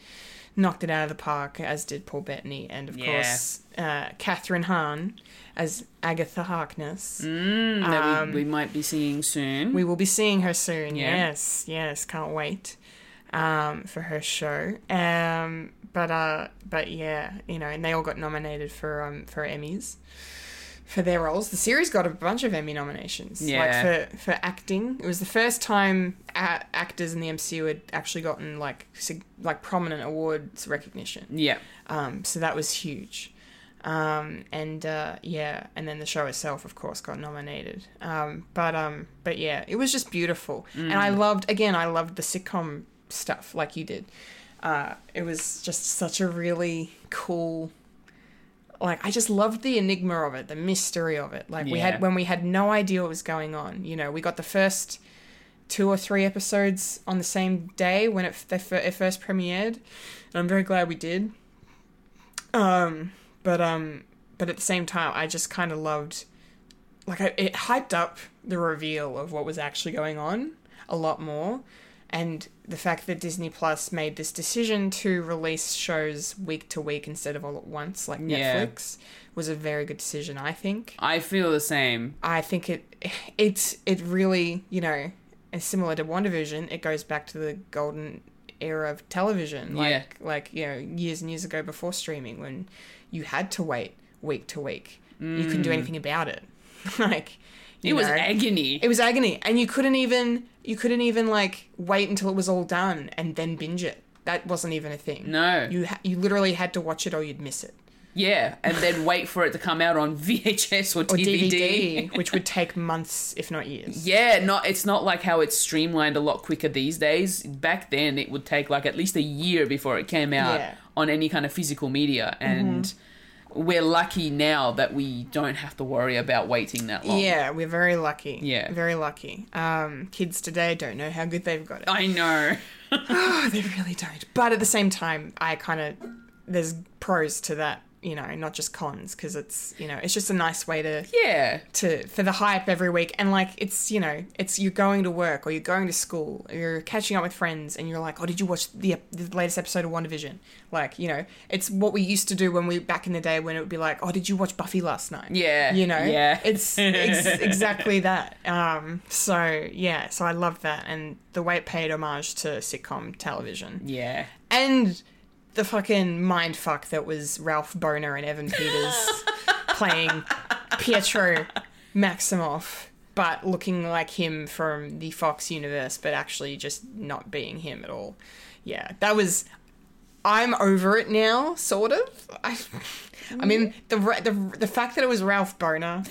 Speaker 1: knocked it out of the park, as did Paul Bettany, and of
Speaker 2: Yeah.
Speaker 1: course uh, Catherine Hahn as Agatha Harkness.
Speaker 2: Mm, that we, we might be seeing soon.
Speaker 1: Um, We will be seeing her soon.
Speaker 2: Yeah.
Speaker 1: Yes, yes, can't wait um, for her show. Um, but uh, but yeah, you know, and they all got nominated for um, for Emmys for their roles. The series got a bunch of Emmy nominations.
Speaker 2: Yeah.
Speaker 1: like for for acting. It was the first time a- actors in the MCU had actually gotten like sig- like prominent awards recognition.
Speaker 2: yeah.
Speaker 1: Um, so that was huge. Um, and uh, yeah, and then the show itself, of course, got nominated. Um, but um, but yeah, it was just beautiful, and I loved again. I loved the sitcom stuff like you did. Uh, it was just such a really cool. Like I just loved the enigma of it, the mystery of it. Like we
Speaker 2: Yeah.
Speaker 1: had when we had no idea what was going on. You know, we got the first two or three episodes on the same day when it, f- they fir- it first premiered, and I'm very glad we did. Um, but um, but at the same time, I just kind of loved, like, I, it hyped up the reveal of what was actually going on a lot more, and the fact that Disney Plus made this decision to release shows week to week instead of all at once, like
Speaker 2: Yeah.
Speaker 1: Netflix, was a very good decision, I think.
Speaker 2: I feel the same.
Speaker 1: I think it it's it really you know and similar to WandaVision, it goes back to the golden era of television, like
Speaker 2: Yeah.
Speaker 1: like you know years and years ago before streaming, when you had to wait week to week. You couldn't do anything about it. like
Speaker 2: Mm. It
Speaker 1: you
Speaker 2: was
Speaker 1: know.
Speaker 2: agony.
Speaker 1: It was agony, and you couldn't even you couldn't even like wait until it was all done and then binge it. That wasn't even a thing.
Speaker 2: No.
Speaker 1: you ha- you literally had to watch it or you'd miss it.
Speaker 2: yeah, and then wait for it to come out on VHS or,
Speaker 1: Or
Speaker 2: DVD.
Speaker 1: DVD, which would take months, if not years.
Speaker 2: Yeah, not it's not like how it's streamlined a lot quicker these days. Back then, it would take like at least a year before it came out
Speaker 1: Yeah. Mm-hmm.
Speaker 2: on any kind of physical media, and we're lucky now that we don't have to worry about waiting that long.
Speaker 1: Yeah, we're very lucky.
Speaker 2: Yeah.
Speaker 1: Very lucky. Um, kids today don't know how good they've got it.
Speaker 2: I know.
Speaker 1: Oh, they really don't. But at the same time, I kind of, there's pros to that, you know, not just cons, because it's, you know, it's just a nice way to,
Speaker 2: Yeah,
Speaker 1: to, for the hype every week. And like, it's, you know, it's, you're going to work or you're going to school or you're catching up with friends and you're like, oh, did you watch the, ep- the latest episode of WandaVision? Like, you know, it's what we used to do when we, back in the day when it would be like, oh, did you watch Buffy last night?
Speaker 2: yeah,
Speaker 1: you know
Speaker 2: Yeah,
Speaker 1: it's ex- exactly that um so yeah so i love that and the way it paid homage to sitcom television
Speaker 2: yeah.
Speaker 1: and the fucking mind fuck that was ralph boner and evan peters playing pietro maximoff but looking like him from the fox universe but actually just not being him at all yeah that was I'm over it now, sort of. I, I mean, the ra- the the fact that it was Ralph Boner,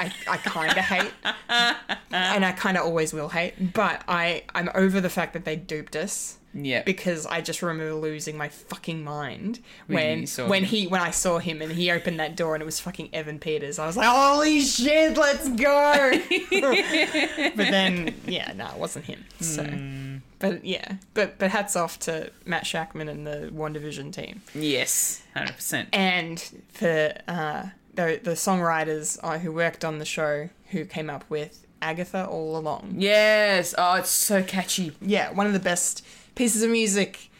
Speaker 1: I, I kind of hate, and I kind of always will hate. But I I'm over the fact that they duped us
Speaker 2: Yeah.
Speaker 1: because I just remember losing my fucking mind
Speaker 2: When
Speaker 1: when
Speaker 2: you saw
Speaker 1: when
Speaker 2: him.
Speaker 1: he when I saw him and he opened that door and it was fucking Evan Peters. I was like, holy shit, let's go! but then yeah, no, it wasn't him. So.
Speaker 2: Hmm.
Speaker 1: But yeah, but but hats off to Matt Shackman and the One Division team,
Speaker 2: yes, hundred percent.
Speaker 1: and for uh, the the songwriters uh, who worked on the show who came up with Agatha all along.
Speaker 2: Yes. Oh, it's so catchy.
Speaker 1: Yeah, one of the best pieces of music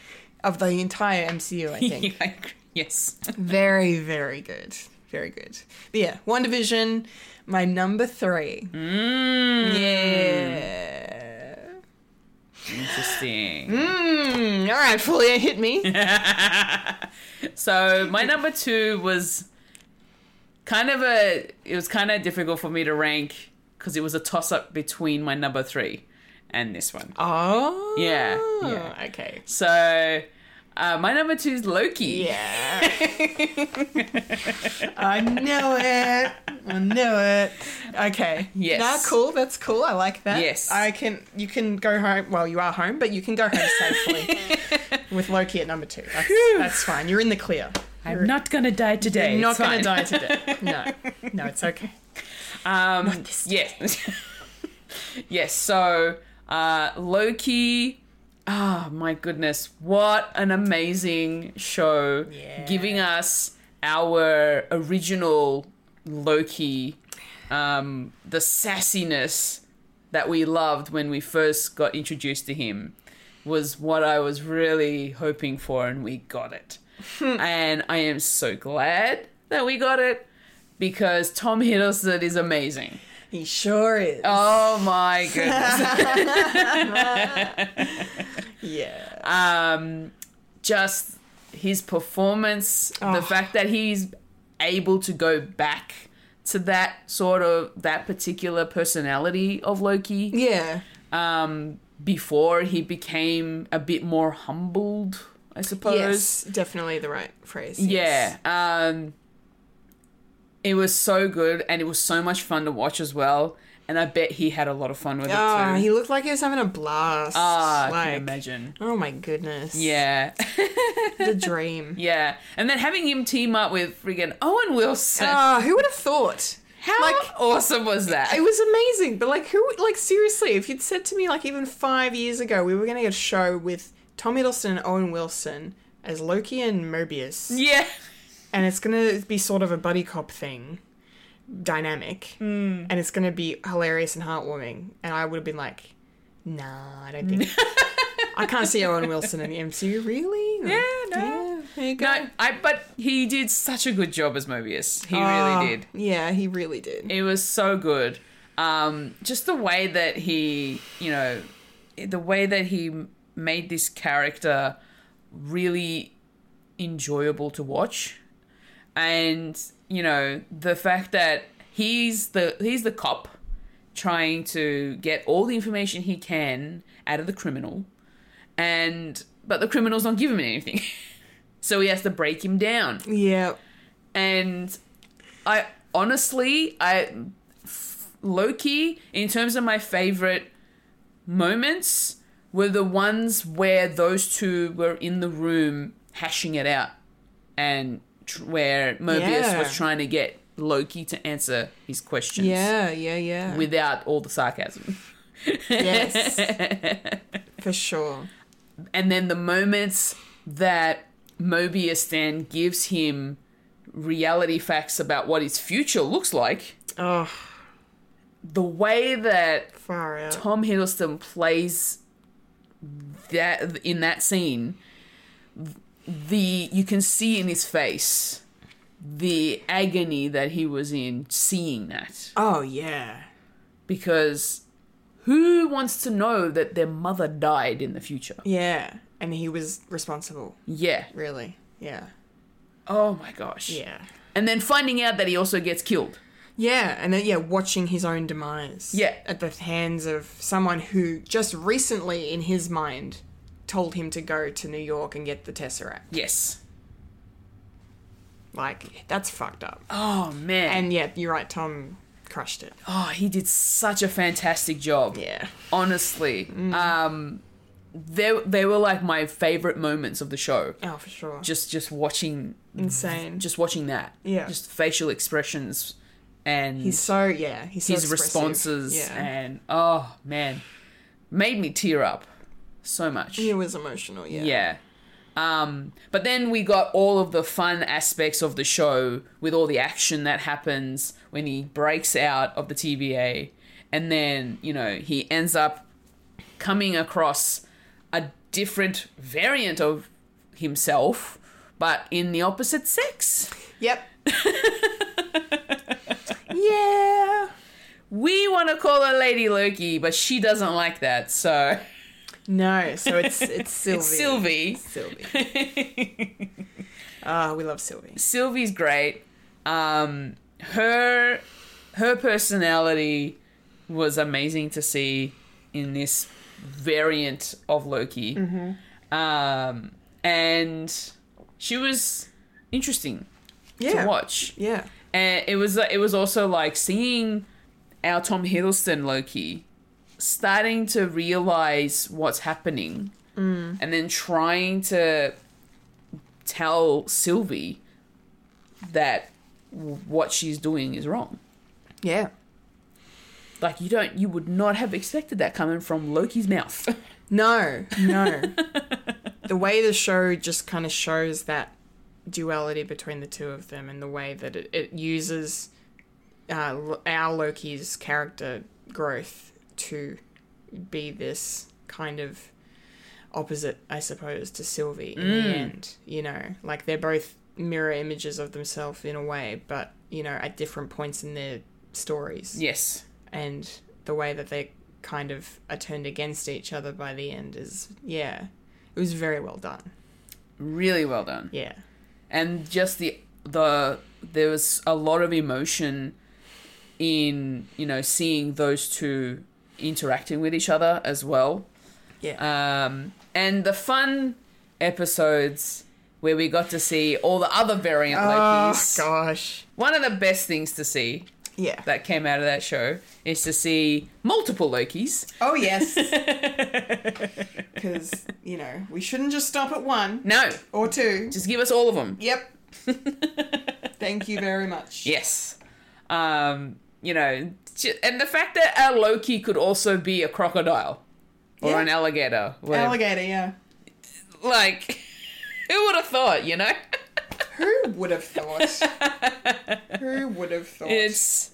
Speaker 1: of the entire MCU, I think.
Speaker 2: Yeah, I agree. yes.
Speaker 1: very, very good, very good. But yeah, One Division, my number three.
Speaker 2: Mm,
Speaker 1: Yeah.
Speaker 2: Interesting.
Speaker 1: Mm, all right, Fulia, hit me.
Speaker 2: So my number two was kind of a. It was kind of difficult for me to rank because it was a toss up between my number three and this one.
Speaker 1: oh.
Speaker 2: Yeah, yeah.
Speaker 1: Okay.
Speaker 2: So uh, my number two is Loki.
Speaker 1: Yeah. I know it. I know it. Okay.
Speaker 2: Yes.
Speaker 1: Nah, cool. That's cool. I like that.
Speaker 2: Yes.
Speaker 1: I can. You can go home. Well, you are home, but you can go home safely with Loki at number two. That's, that's fine. You're in the clear.
Speaker 2: I'm not gonna die today.
Speaker 1: You're not going
Speaker 2: It's fine.
Speaker 1: to die today. No. No, it's okay.
Speaker 2: Um, yes. yes. So uh, Loki. Oh my goodness! What an amazing show!
Speaker 1: Yeah.
Speaker 2: Giving us our original Loki, um, the sassiness, that we loved when we first got introduced to him was what I was really hoping for, and we got it. and I am so glad that we got it because Tom Hiddleston is amazing.
Speaker 1: He sure is.
Speaker 2: Oh my goodness.
Speaker 1: yeah.
Speaker 2: um, just his performance, the
Speaker 1: Oh.
Speaker 2: fact that he's able to go back to that sort of that particular personality of Loki
Speaker 1: Yeah.
Speaker 2: um, before he became a bit more humbled, I suppose.
Speaker 1: Yes, definitely the right phrase.
Speaker 2: Yeah.
Speaker 1: yes.
Speaker 2: Um, it was so good and it was so much fun to watch as well. And I bet he had a lot of fun with
Speaker 1: Ah,
Speaker 2: it too.
Speaker 1: he looked like he was having a blast.
Speaker 2: Ah, I
Speaker 1: like,
Speaker 2: can imagine.
Speaker 1: Oh my goodness.
Speaker 2: Yeah.
Speaker 1: The dream.
Speaker 2: yeah. And then having him team up with friggin' Owen Wilson.
Speaker 1: Ah, who would have thought?
Speaker 2: How
Speaker 1: like-
Speaker 2: awesome was that?
Speaker 1: It was amazing, but like, who? Like, seriously, if you'd said to me like even five years ago we were gonna get a show with Tom Hiddleston and Owen Wilson as Loki and Mobius,
Speaker 2: yeah.
Speaker 1: and it's gonna be sort of a buddy cop thing, dynamic,
Speaker 2: Hmm.
Speaker 1: and it's gonna be hilarious and heartwarming, and I would have been like, Nah, I don't think. I can't see Owen Wilson in the MCU, really?
Speaker 2: Yeah, no.
Speaker 1: Yeah, there you go.
Speaker 2: No, I, but he did such a good job as Mobius. He
Speaker 1: Ah,
Speaker 2: really did.
Speaker 1: Yeah, he really did.
Speaker 2: It was so good. Um, just the way that he, you know, the way that he made this character really enjoyable to watch, and you know the fact that he's the he's the cop trying to get all the information he can out of the criminal, and but the criminal's not giving him anything, so he has to break him down
Speaker 1: yeah.
Speaker 2: and I honestly, I Loki in terms of my favorite moments were the ones where those two were in the room hashing it out, and tr- where Mobius
Speaker 1: Yeah.
Speaker 2: was trying to get Loki to answer his questions
Speaker 1: Yeah, yeah, yeah.
Speaker 2: without all the sarcasm.
Speaker 1: yes. For sure.
Speaker 2: and then the moments that Mobius then gives him reality facts about what his future looks like,
Speaker 1: Oh,
Speaker 2: the way that
Speaker 1: far out.
Speaker 2: Tom Hiddleston plays that in that scene, the you can see in his face the agony that he was in seeing that
Speaker 1: Oh, yeah.
Speaker 2: because who wants to know that their mother died in the future?
Speaker 1: Yeah. And he was responsible,
Speaker 2: Yeah.
Speaker 1: really. Yeah.
Speaker 2: Oh my gosh.
Speaker 1: Yeah.
Speaker 2: And then finding out that he also gets killed.
Speaker 1: Yeah, and then, yeah, watching his own demise.
Speaker 2: Yeah.
Speaker 1: At the hands of someone who just recently, in his mind, told him to go to New York and get the Tesseract.
Speaker 2: Yes.
Speaker 1: Like, that's fucked up.
Speaker 2: Oh man.
Speaker 1: And yeah, you're right, Tom crushed it.
Speaker 2: oh, he did such a fantastic job.
Speaker 1: Yeah. Mm.
Speaker 2: Honestly. Um they they were like my favorite moments of the show.
Speaker 1: Oh, for sure.
Speaker 2: Just just watching
Speaker 1: Insane.
Speaker 2: just watching that.
Speaker 1: Yeah.
Speaker 2: Just facial expressions and
Speaker 1: He's so yeah. He's so
Speaker 2: his
Speaker 1: expressive.
Speaker 2: responses
Speaker 1: Yeah,
Speaker 2: and oh man. Made me tear up so much.
Speaker 1: he was emotional. Yeah.
Speaker 2: Yeah. Um, but then we got all of the fun aspects of the show with all the action that happens when he breaks out of the TBA. And then, you know, he ends up coming across a different variant of himself, but in the opposite sex.
Speaker 1: Yep. yeah.
Speaker 2: We want to call her Lady Loki, but she doesn't like that. So
Speaker 1: No. So it's it's Sylvie.
Speaker 2: it's Sylvie.
Speaker 1: Sylvie. Ah, we love Sylvie.
Speaker 2: Sylvie's great. Um, her her personality was amazing to see in this variant of Loki, um, and she was interesting
Speaker 1: Yeah.
Speaker 2: to watch.
Speaker 1: Yeah.
Speaker 2: And it was it was also like seeing our Tom Hiddleston Loki starting to realize what's happening, and then trying to tell Sylvie that w- what she's doing is wrong.
Speaker 1: Yeah.
Speaker 2: Like you don't, you would not have expected that coming from Loki's mouth.
Speaker 1: No. No. the way the show just kind of shows that duality between the two of them, and the way that it, it uses uh, L- our Loki's character growth to be this kind of opposite, I suppose, to Sylvie in the end. You know, like they're both mirror images of themselves in a way, but you know, at different points in their stories
Speaker 2: Yes.
Speaker 1: and the way that they kind of are turned against each other by the end is yeah it was very well done
Speaker 2: Really well done.
Speaker 1: yeah
Speaker 2: and just the the there was a lot of emotion in you know seeing those two interacting with each other as well
Speaker 1: yeah
Speaker 2: um and the fun episodes where we got to see all the other variant
Speaker 1: oh
Speaker 2: Lokis.
Speaker 1: gosh
Speaker 2: One of the best things to see
Speaker 1: yeah
Speaker 2: that came out of that show is to see multiple Lokis.
Speaker 1: oh yes because you know we shouldn't just stop at one
Speaker 2: No,
Speaker 1: or two
Speaker 2: just give us all of them.
Speaker 1: yep thank you very much
Speaker 2: Yes. Um, you know, j- and the fact that our Loki could also be a crocodile or
Speaker 1: Yeah.
Speaker 2: an alligator. whatever.
Speaker 1: alligator yeah
Speaker 2: like, who would have thought, you know?
Speaker 1: who would have thought who would have thought
Speaker 2: It's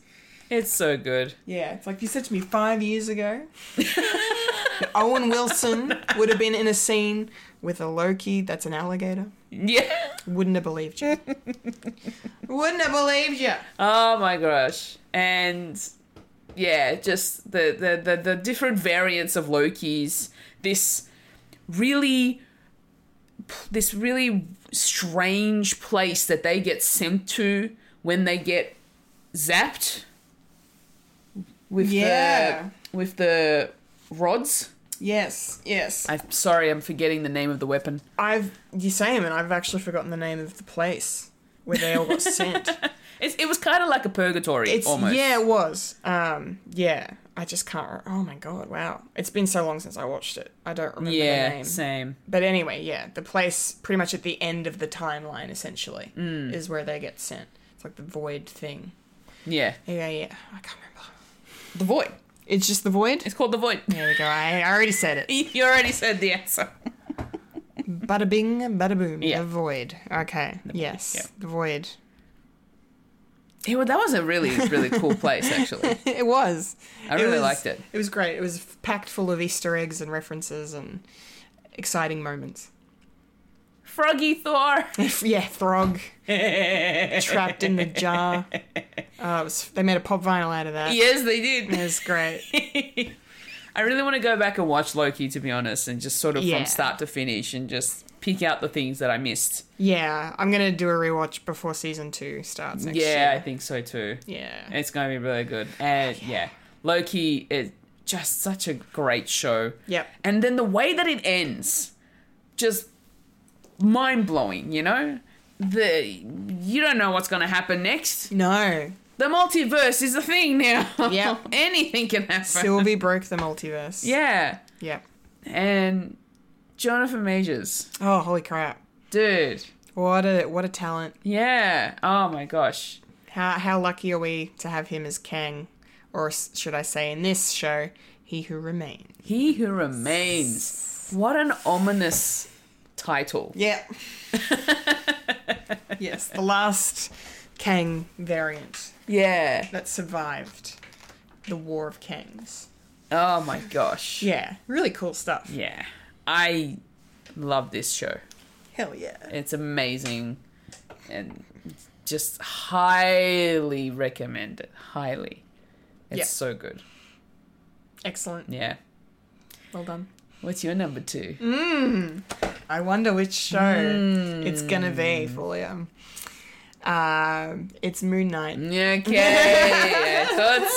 Speaker 2: it's so good.
Speaker 1: Yeah, it's like you said to me five years ago. that Owen Wilson would have been in a scene with a Loki that's an alligator.
Speaker 2: Yeah.
Speaker 1: Wouldn't have believed you. Wouldn't have believed you.
Speaker 2: Oh my gosh. And yeah, just the the the, the different variants of Loki's this really this really strange place that they get sent to when they get zapped with
Speaker 1: Yeah.
Speaker 2: the with the rods.
Speaker 1: Yes, yes.
Speaker 2: I'm sorry, I'm forgetting the name of the weapon.
Speaker 1: I've you say him, and I've actually forgotten the name of the place where they all got sent.
Speaker 2: It's, it was kind of like a purgatory
Speaker 1: It's
Speaker 2: almost.
Speaker 1: yeah, it was. Um, yeah. I just can't. Re- oh my god! Wow, it's been so long since I watched it. I don't remember the
Speaker 2: Yeah,
Speaker 1: name.
Speaker 2: same.
Speaker 1: But anyway, yeah, the place pretty much at the end of the timeline, essentially,
Speaker 2: Mm.
Speaker 1: is where they get sent. It's like the void thing.
Speaker 2: Yeah.
Speaker 1: Yeah, yeah, I can't remember.
Speaker 2: The void.
Speaker 1: It's just the void?
Speaker 2: It's called the void.
Speaker 1: There we go, I I already said it.
Speaker 2: You already said the answer.
Speaker 1: Bada bing, bada boom.
Speaker 2: Yeah.
Speaker 1: The void. Okay, yes.
Speaker 2: yeah.
Speaker 1: The void.
Speaker 2: Yeah, well, that was a really, really cool place, actually.
Speaker 1: it was.
Speaker 2: I really liked it.
Speaker 1: It was great. It was f- packed full of Easter eggs and references and exciting moments.
Speaker 2: Froggy Thor.
Speaker 1: yeah, Throg trapped in the jar. Uh, it was, they made a pop vinyl out of that.
Speaker 2: Yes, they did.
Speaker 1: It was great.
Speaker 2: I really want to go back and watch Loki, to be honest, and just sort of
Speaker 1: Yeah.
Speaker 2: from start to finish and just pick out the things that I missed.
Speaker 1: Yeah, I'm gonna do a rewatch before season two starts. Next
Speaker 2: yeah, I
Speaker 1: year.
Speaker 2: think so too.
Speaker 1: yeah,
Speaker 2: It's going to be really good. And yeah. Loki is just such a great show.
Speaker 1: Yep.
Speaker 2: And then the way that it ends, just mind blowing, you know? The you don't know what's going to happen next.
Speaker 1: No,
Speaker 2: The multiverse is a thing now.
Speaker 1: Yeah.
Speaker 2: Anything can happen.
Speaker 1: Sylvie broke the multiverse.
Speaker 2: yeah.
Speaker 1: Yep.
Speaker 2: And Jonathan Majors.
Speaker 1: Oh, holy crap!
Speaker 2: Dude.
Speaker 1: What a what a talent!
Speaker 2: Yeah. Oh my gosh.
Speaker 1: How how lucky are we to have him as Kang, or s- should I say, in this show, He Who Remains.
Speaker 2: He who remains. What an ominous title.
Speaker 1: Yep. yes, the last Kang variant
Speaker 2: Yeah.
Speaker 1: that survived the War of Kangs.
Speaker 2: Oh my gosh.
Speaker 1: Yeah, really cool stuff.
Speaker 2: Yeah. I love this show.
Speaker 1: Hell yeah.
Speaker 2: It's amazing and just highly recommend it. Highly. It's
Speaker 1: Yeah.
Speaker 2: so good.
Speaker 1: Excellent.
Speaker 2: Yeah.
Speaker 1: Well done.
Speaker 2: What's your number two?
Speaker 1: I wonder which show it's gonna be for you. Um, it's Moon Knight.
Speaker 2: Okay, I thought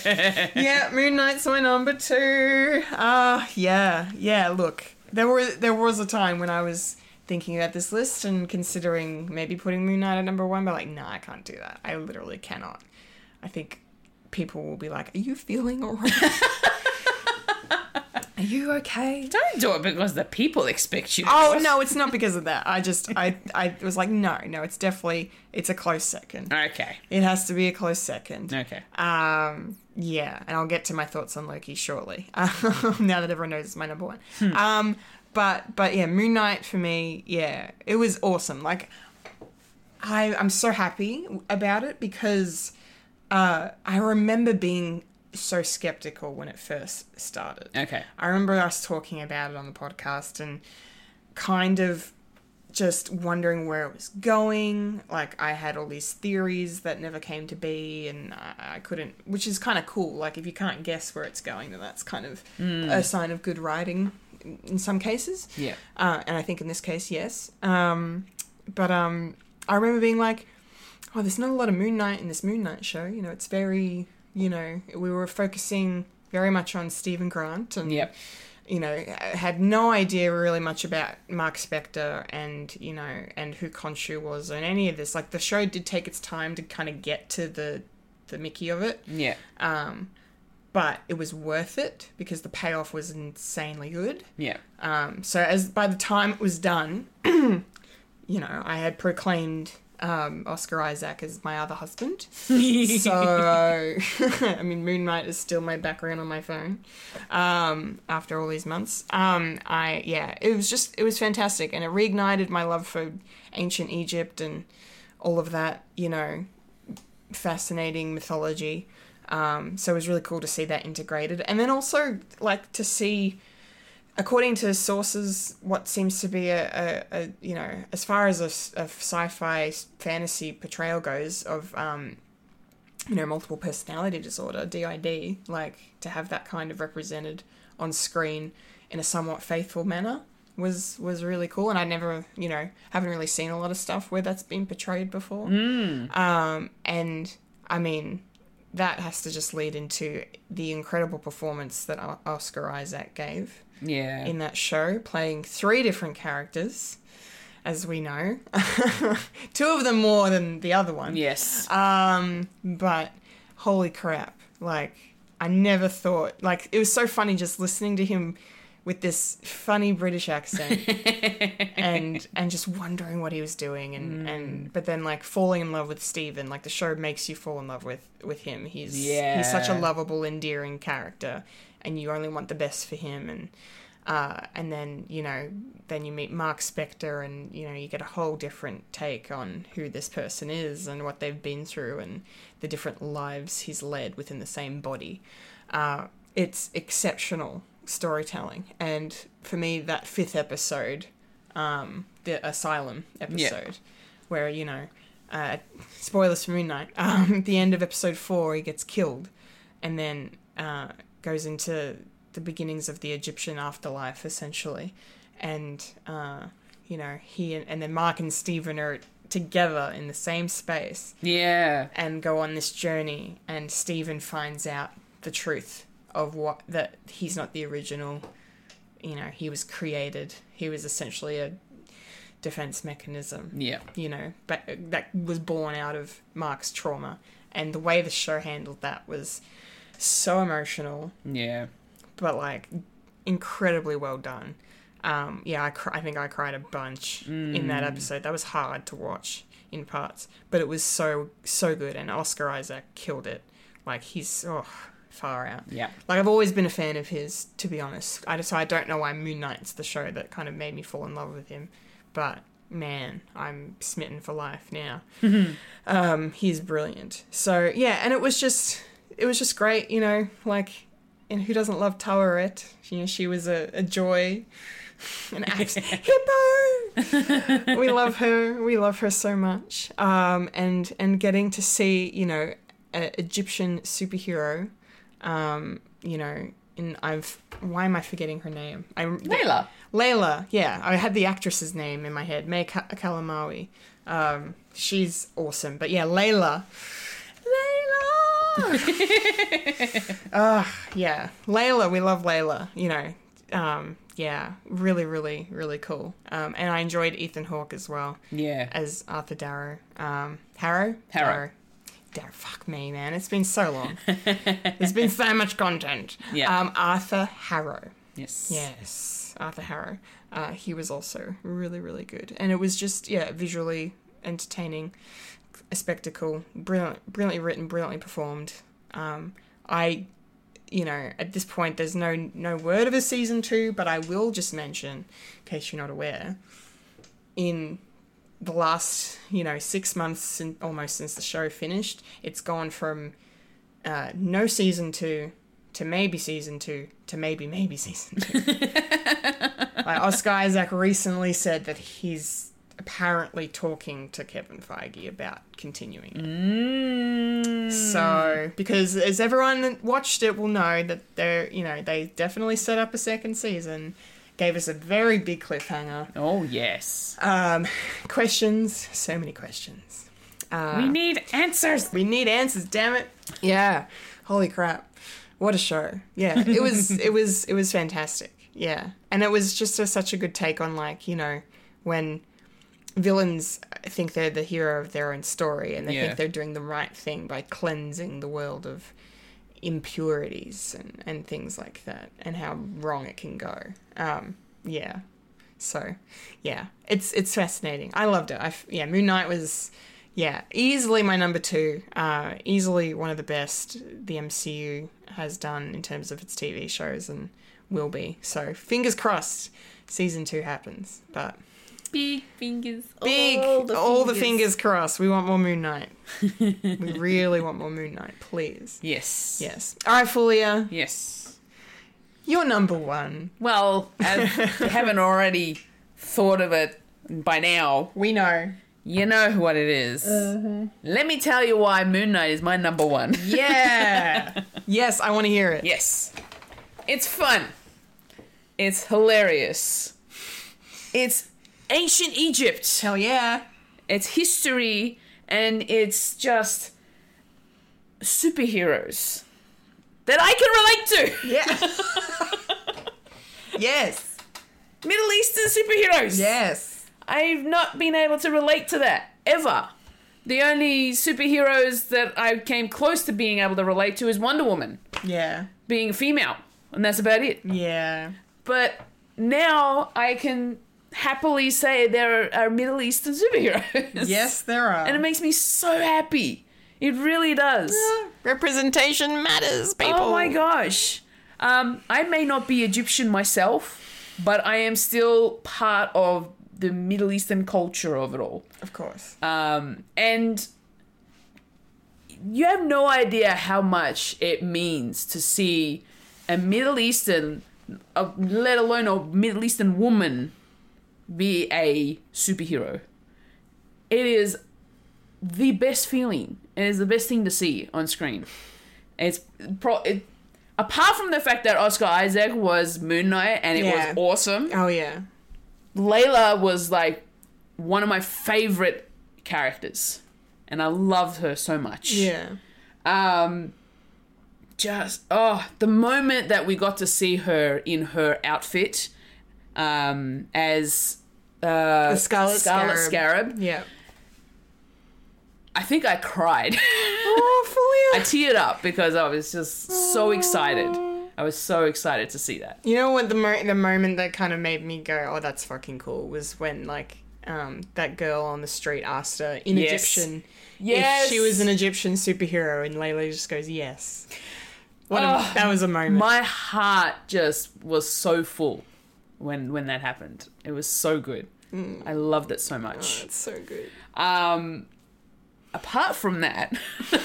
Speaker 2: so.
Speaker 1: yeah, Moon Knight's my number two. Ah, yeah, yeah. Look, there were there was a time when I was thinking about this list and considering maybe putting Moon Knight at number one, but like, nah, I can't do that. I literally cannot. I think people will be like, "Are you feeling alright? Are you okay?"
Speaker 2: Don't do it because the people expect you. to do
Speaker 1: Oh
Speaker 2: it.
Speaker 1: no, it's not because of that. I just I I was like, no, no, it's definitely it's a close second.
Speaker 2: Okay.
Speaker 1: It has to be a close second.
Speaker 2: Okay.
Speaker 1: Um, yeah, and I'll get to my thoughts on Loki shortly. Um, now that everyone knows it's my number one. Um, but but yeah, Moon Knight for me, yeah, it was awesome. Like, I I'm so happy about it because uh, I remember being so skeptical when it first started.
Speaker 2: Okay.
Speaker 1: I remember us talking about it on the podcast and kind of just wondering where it was going. Like, I had all these theories that never came to be, and I, I couldn't, which is kind of cool. Like, if you can't guess where it's going, then that's kind of a sign of good writing in- in some cases.
Speaker 2: Yeah.
Speaker 1: Uh, and I think in this case, yes. Um, but um, I remember being like, oh, there's not a lot of Moon Knight in this Moon Knight show. You know, it's very, you know, we were focusing very much on Stephen Grant and
Speaker 2: Yep.
Speaker 1: you know, had no idea really much about Mark Spector and, you know, and who Khonshu was and any of this. Like, the show did take its time to kind of get to the, the Mickey of it,
Speaker 2: Yeah.
Speaker 1: but it was worth it because the payoff was insanely good.
Speaker 2: Yeah.
Speaker 1: Um, so as by the time it was done, you know, I had proclaimed um, Oscar Isaac as my other husband. so I mean, Moon Knight is still my background on my phone. Um, after all these months, um, I yeah, it was just it was fantastic, and it reignited my love for ancient Egypt and all of that. You know, fascinating mythology. Um, so it was really cool to see that integrated, and then also like to see according to sources, what seems to be a, a, a you know, as far as a, s- a sci-fi fantasy portrayal goes of, um, you know, multiple personality disorder (DID), like to have that kind of represented on screen in a somewhat faithful manner was was really cool, and I never, you know, haven't really seen a lot of stuff where that's been portrayed before. Um, and I mean, that has to just lead into the incredible performance that O- Oscar Isaac gave
Speaker 2: Yeah.
Speaker 1: in that show, playing three different characters, as we know. Two of them more than the other one.
Speaker 2: yes.
Speaker 1: Um, but holy crap. Like, I never thought, like, it was so funny just listening to him with this funny British accent and and just wondering what he was doing and, and but then like falling in love with Steven, like the show makes you fall in love with with him. He's he's such a
Speaker 2: Yeah.
Speaker 1: lovable, endearing character and you only want the best for him and uh, and then you know then you meet mark spector and you know you get a whole different take on who this person is and what they've been through and the different lives he's led within the same body uh, it's exceptional storytelling and for me that fifth episode um, the asylum episode where you know uh, spoilers for moon knight um, the end of episode four he gets killed and then uh, goes into the beginnings of the Egyptian afterlife, essentially. And, uh, you know, he and, and then Mark and Stephen are together in the same space
Speaker 2: yeah.
Speaker 1: and go on this journey. And Stephen finds out the truth of what that he's not the original. You know, he was created, he was essentially a defense mechanism
Speaker 2: Yeah.
Speaker 1: you know, but uh, that was born out of Mark's trauma. And the way the show handled that was so emotional,
Speaker 2: Yeah.
Speaker 1: but like incredibly well done. Um, yeah, I, cr- I think I cried a bunch in that episode. That was hard to watch in parts, but it was so, so good. And Oscar Isaac killed it. Like, he's oh, far out.
Speaker 2: Yeah.
Speaker 1: Like I've always been a fan of his, to be honest. I just, so I don't know why Moon Knight's the show that kind of made me fall in love with him, but man, I'm smitten for life now. um, he's brilliant. So yeah, and it was just, it was just great, you know. Like, and who doesn't love Tawaret? You know, she was a, a joy. An axe hippo. we love her. We love her so much. Um, and and getting to see, you know, an Egyptian superhero um, you know, and I've why am I forgetting her name? I
Speaker 2: Layla.
Speaker 1: Layla. Yeah, I had the actress's name in my head, May Ka- Kalamawi. Um, she's awesome, but yeah, Layla. Layla. Ugh, yeah, Layla. We love Layla. You know, um, yeah, really, really, really cool. Um, and I enjoyed Ethan Hawke as well
Speaker 2: Yeah.
Speaker 1: as Arthur Darrow. Um, Harrow?
Speaker 2: Harrow.
Speaker 1: Darrow. Darrow, fuck me, man. It's been so long. There's been so much content.
Speaker 2: Yeah.
Speaker 1: Um, Arthur Harrow.
Speaker 2: Yes.
Speaker 1: Yes, Arthur Harrow. Uh, he was also really, really good. And it was just, yeah, visually entertaining, a spectacle, brilliant, brilliantly written, brilliantly performed. Um, I, you know, at this point, there's no no word of a season two, but I will just mention, in case you're not aware, in the last, you know, six months and almost since the show finished, it's gone from uh, no season two to maybe season two to maybe maybe season two. like Oscar Isaac recently said that he's apparently talking to Kevin Feige about continuing it.
Speaker 2: Mm.
Speaker 1: So, because as everyone that watched it will know that they're, you know, they definitely set up a second season, gave us a very big cliffhanger.
Speaker 2: Oh yes,
Speaker 1: Um, questions, so many questions.
Speaker 2: we need answers.
Speaker 1: We need answers, damn it. Yeah. Holy crap. What a show. Yeah. It was it was it was fantastic. Yeah. And it was just a, such a good take on like, you know, when villains think they're the hero of their own story and they
Speaker 2: Yeah.
Speaker 1: think they're doing the right thing by cleansing the world of impurities and, and things like that and how wrong it can go. Um, yeah. So, yeah, it's it's fascinating. I loved it. I f- yeah, Moon Knight was yeah easily my number two. Uh, easily one of the best the MCU has done in terms of its TV shows and will be. So fingers crossed, season two happens. But
Speaker 2: Big fingers.
Speaker 1: big, all the, fingers crossed. We want more Moon Knight. we really want more Moon Knight, please.
Speaker 2: Yes.
Speaker 1: Yes. All right, Fulia,
Speaker 2: Yes.
Speaker 1: you're number one.
Speaker 2: Well, as you haven't already thought of it by now,
Speaker 1: We know.
Speaker 2: you know what it is. Let me tell you why Moon Knight is my number one.
Speaker 1: Yeah. yes, I want to hear it.
Speaker 2: Yes. It's fun. It's hilarious. It's ancient Egypt.
Speaker 1: Hell yeah.
Speaker 2: It's history and it's just superheroes that I can relate to.
Speaker 1: Yeah. yes.
Speaker 2: Middle Eastern superheroes.
Speaker 1: Yes.
Speaker 2: I've not been able to relate to that ever. The only superheroes that I came close to being able to relate to is Wonder Woman,
Speaker 1: Yeah.
Speaker 2: being female, and that's about it.
Speaker 1: Yeah.
Speaker 2: But now I can happily say there are Middle Eastern superheroes.
Speaker 1: Yes, there are.
Speaker 2: And it makes me so happy. It really does.
Speaker 1: Representation matters, people.
Speaker 2: Oh my gosh. Um, I may not be Egyptian myself, but I am still part of the Middle Eastern culture of it all.
Speaker 1: Of course.
Speaker 2: Um, and you have no idea how much it means to see a Middle Eastern, uh, let alone a Middle Eastern woman, be a superhero. It is the best feeling. It is the best thing to see on screen. It's pro. It, apart from the fact that Oscar Isaac was Moon Knight and it
Speaker 1: Yeah.
Speaker 2: was awesome.
Speaker 1: Oh yeah.
Speaker 2: Layla was like one of my favorite characters, and I loved her so much.
Speaker 1: Yeah.
Speaker 2: Um, just oh, the moment that we got to see her in her outfit, um, as uh,
Speaker 1: The Scarlet Scarab.
Speaker 2: Scarab,
Speaker 1: Yeah.
Speaker 2: I think I cried.
Speaker 1: Oh,
Speaker 2: I
Speaker 1: Fulia.
Speaker 2: teared up because I was just so excited. I was so excited to see that.
Speaker 1: you know what? The mo- the moment that kind of made me go, "Oh, that's fucking cool," was when like um that girl on the street asked her in
Speaker 2: Yes.
Speaker 1: Egyptian
Speaker 2: Yes.
Speaker 1: if she was an Egyptian superhero, and Layla just goes, "Yes." What a,
Speaker 2: Oh,
Speaker 1: that was a moment.
Speaker 2: My heart just was so full when when that happened. It was so good. I loved it so much.
Speaker 1: That's so good.
Speaker 2: Um, apart from that,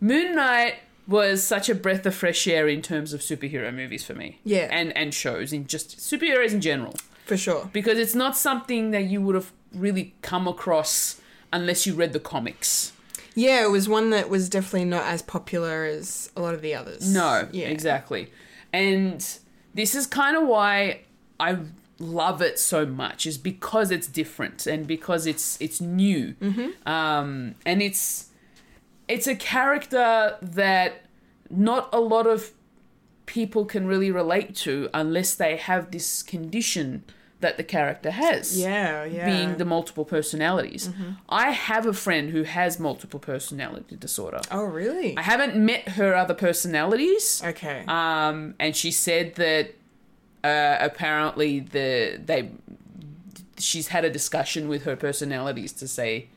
Speaker 2: Moon Knight was such a breath of fresh air in terms of superhero movies for me.
Speaker 1: Yeah.
Speaker 2: and and shows in just superheroes in general
Speaker 1: For sure.
Speaker 2: because it's not something that you would have really come across unless you read the comics.
Speaker 1: Yeah, it was one that was definitely not as popular as a lot of the others.
Speaker 2: No,
Speaker 1: Yeah.
Speaker 2: exactly. And this is kind of why I love it so much is because it's different and because it's it's new.
Speaker 1: Mm-hmm.
Speaker 2: Um, and it's it's a character that not a lot of people can really relate to unless they have this condition that the character has
Speaker 1: Yeah, Mm-hmm. yeah.
Speaker 2: being the multiple personalities. I have a friend who has multiple personality disorder.
Speaker 1: Oh, really?
Speaker 2: I haven't met her other personalities.
Speaker 1: okay.
Speaker 2: Um, and she said that uh, apparently the they she's had a discussion with her personalities to say,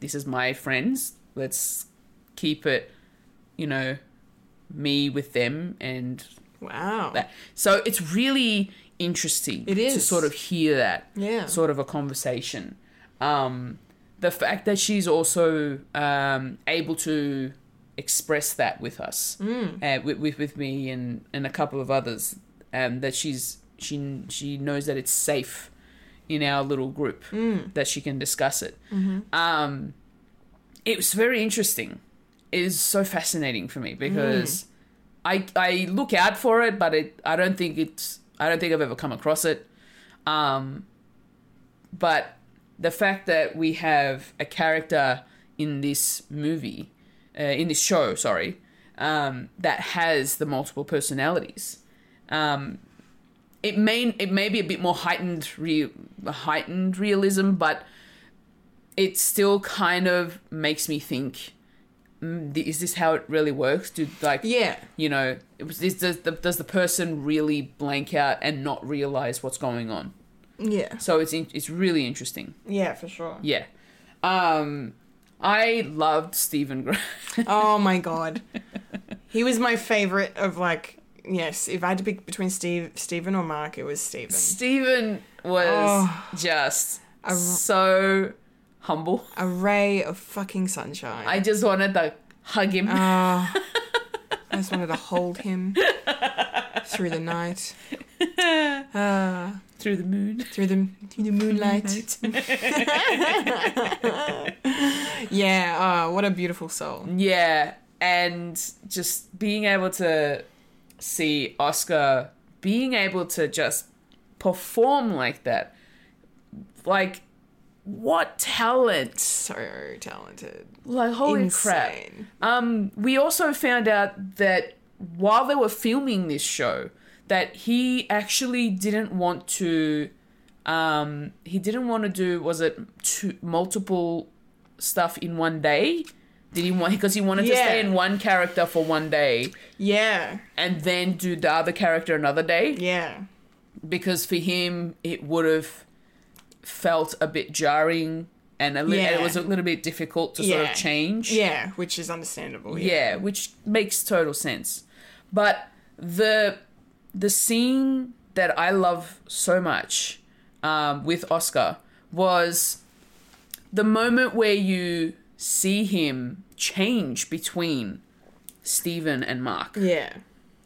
Speaker 2: "This is my friends. Let's keep it, you know, me with them." And
Speaker 1: wow.
Speaker 2: that. So it's really interesting.
Speaker 1: It
Speaker 2: to
Speaker 1: is.
Speaker 2: sort of hear that
Speaker 1: Yeah.
Speaker 2: sort of a conversation. Um, the fact that she's also um, able to expressed that with us, uh, with, with with me and and a couple of others, um, that she's she she knows that it's safe in our little group that she can discuss it. Um, it was very interesting. It is so fascinating for me because I I look out for it, but it I don't think it's I don't think I've ever come across it. Um, but the fact that we have a character in this movie, uh, in this show, sorry, um, that has the multiple personalities, um, it may it may be a bit more heightened re- heightened realism, but it still kind of makes me think: mm, th- Is this how it really works? Do like
Speaker 1: Yeah.
Speaker 2: you know, it was, is, does, the, does the person really blank out and not realize what's going on?
Speaker 1: Yeah.
Speaker 2: So it's in, it's really interesting.
Speaker 1: Yeah, for sure.
Speaker 2: Yeah. Um, I loved Stephen Grant.
Speaker 1: Oh my god. He was my favorite of like yes, if I had to pick between Steve Stephen or Mark, it was Stephen.
Speaker 2: Stephen was
Speaker 1: Oh.
Speaker 2: just
Speaker 1: I-
Speaker 2: so humble.
Speaker 1: A ray of fucking sunshine.
Speaker 2: I just wanted to hug him.
Speaker 1: Ah. I just wanted to hold him through the night. Ah,
Speaker 2: through the moon.
Speaker 1: through the through the moonlight. yeah, oh, what a beautiful soul.
Speaker 2: Yeah, and just being able to see Oscar being able to just perform like that. Like what talent.
Speaker 1: So talented.
Speaker 2: Like holy crap.
Speaker 1: Insane.
Speaker 2: Um we also found out that while they were filming this show that he actually didn't want to um he didn't want to do was it two, multiple stuff in one day? Did he want because he wanted to stay
Speaker 1: Yeah.
Speaker 2: in one character for one day
Speaker 1: Yeah,
Speaker 2: and then do the other character another day
Speaker 1: yeah.
Speaker 2: because for him it would have felt a bit jarring and, a li- and
Speaker 1: Yeah.
Speaker 2: it was a little bit difficult to sort
Speaker 1: Yeah.
Speaker 2: of change.
Speaker 1: Yeah, which is understandable. Yeah.
Speaker 2: Yeah, which makes total sense. But the the scene that I love so much um, with Oscar was the moment where you see him change between Stephen and Mark
Speaker 1: Yeah.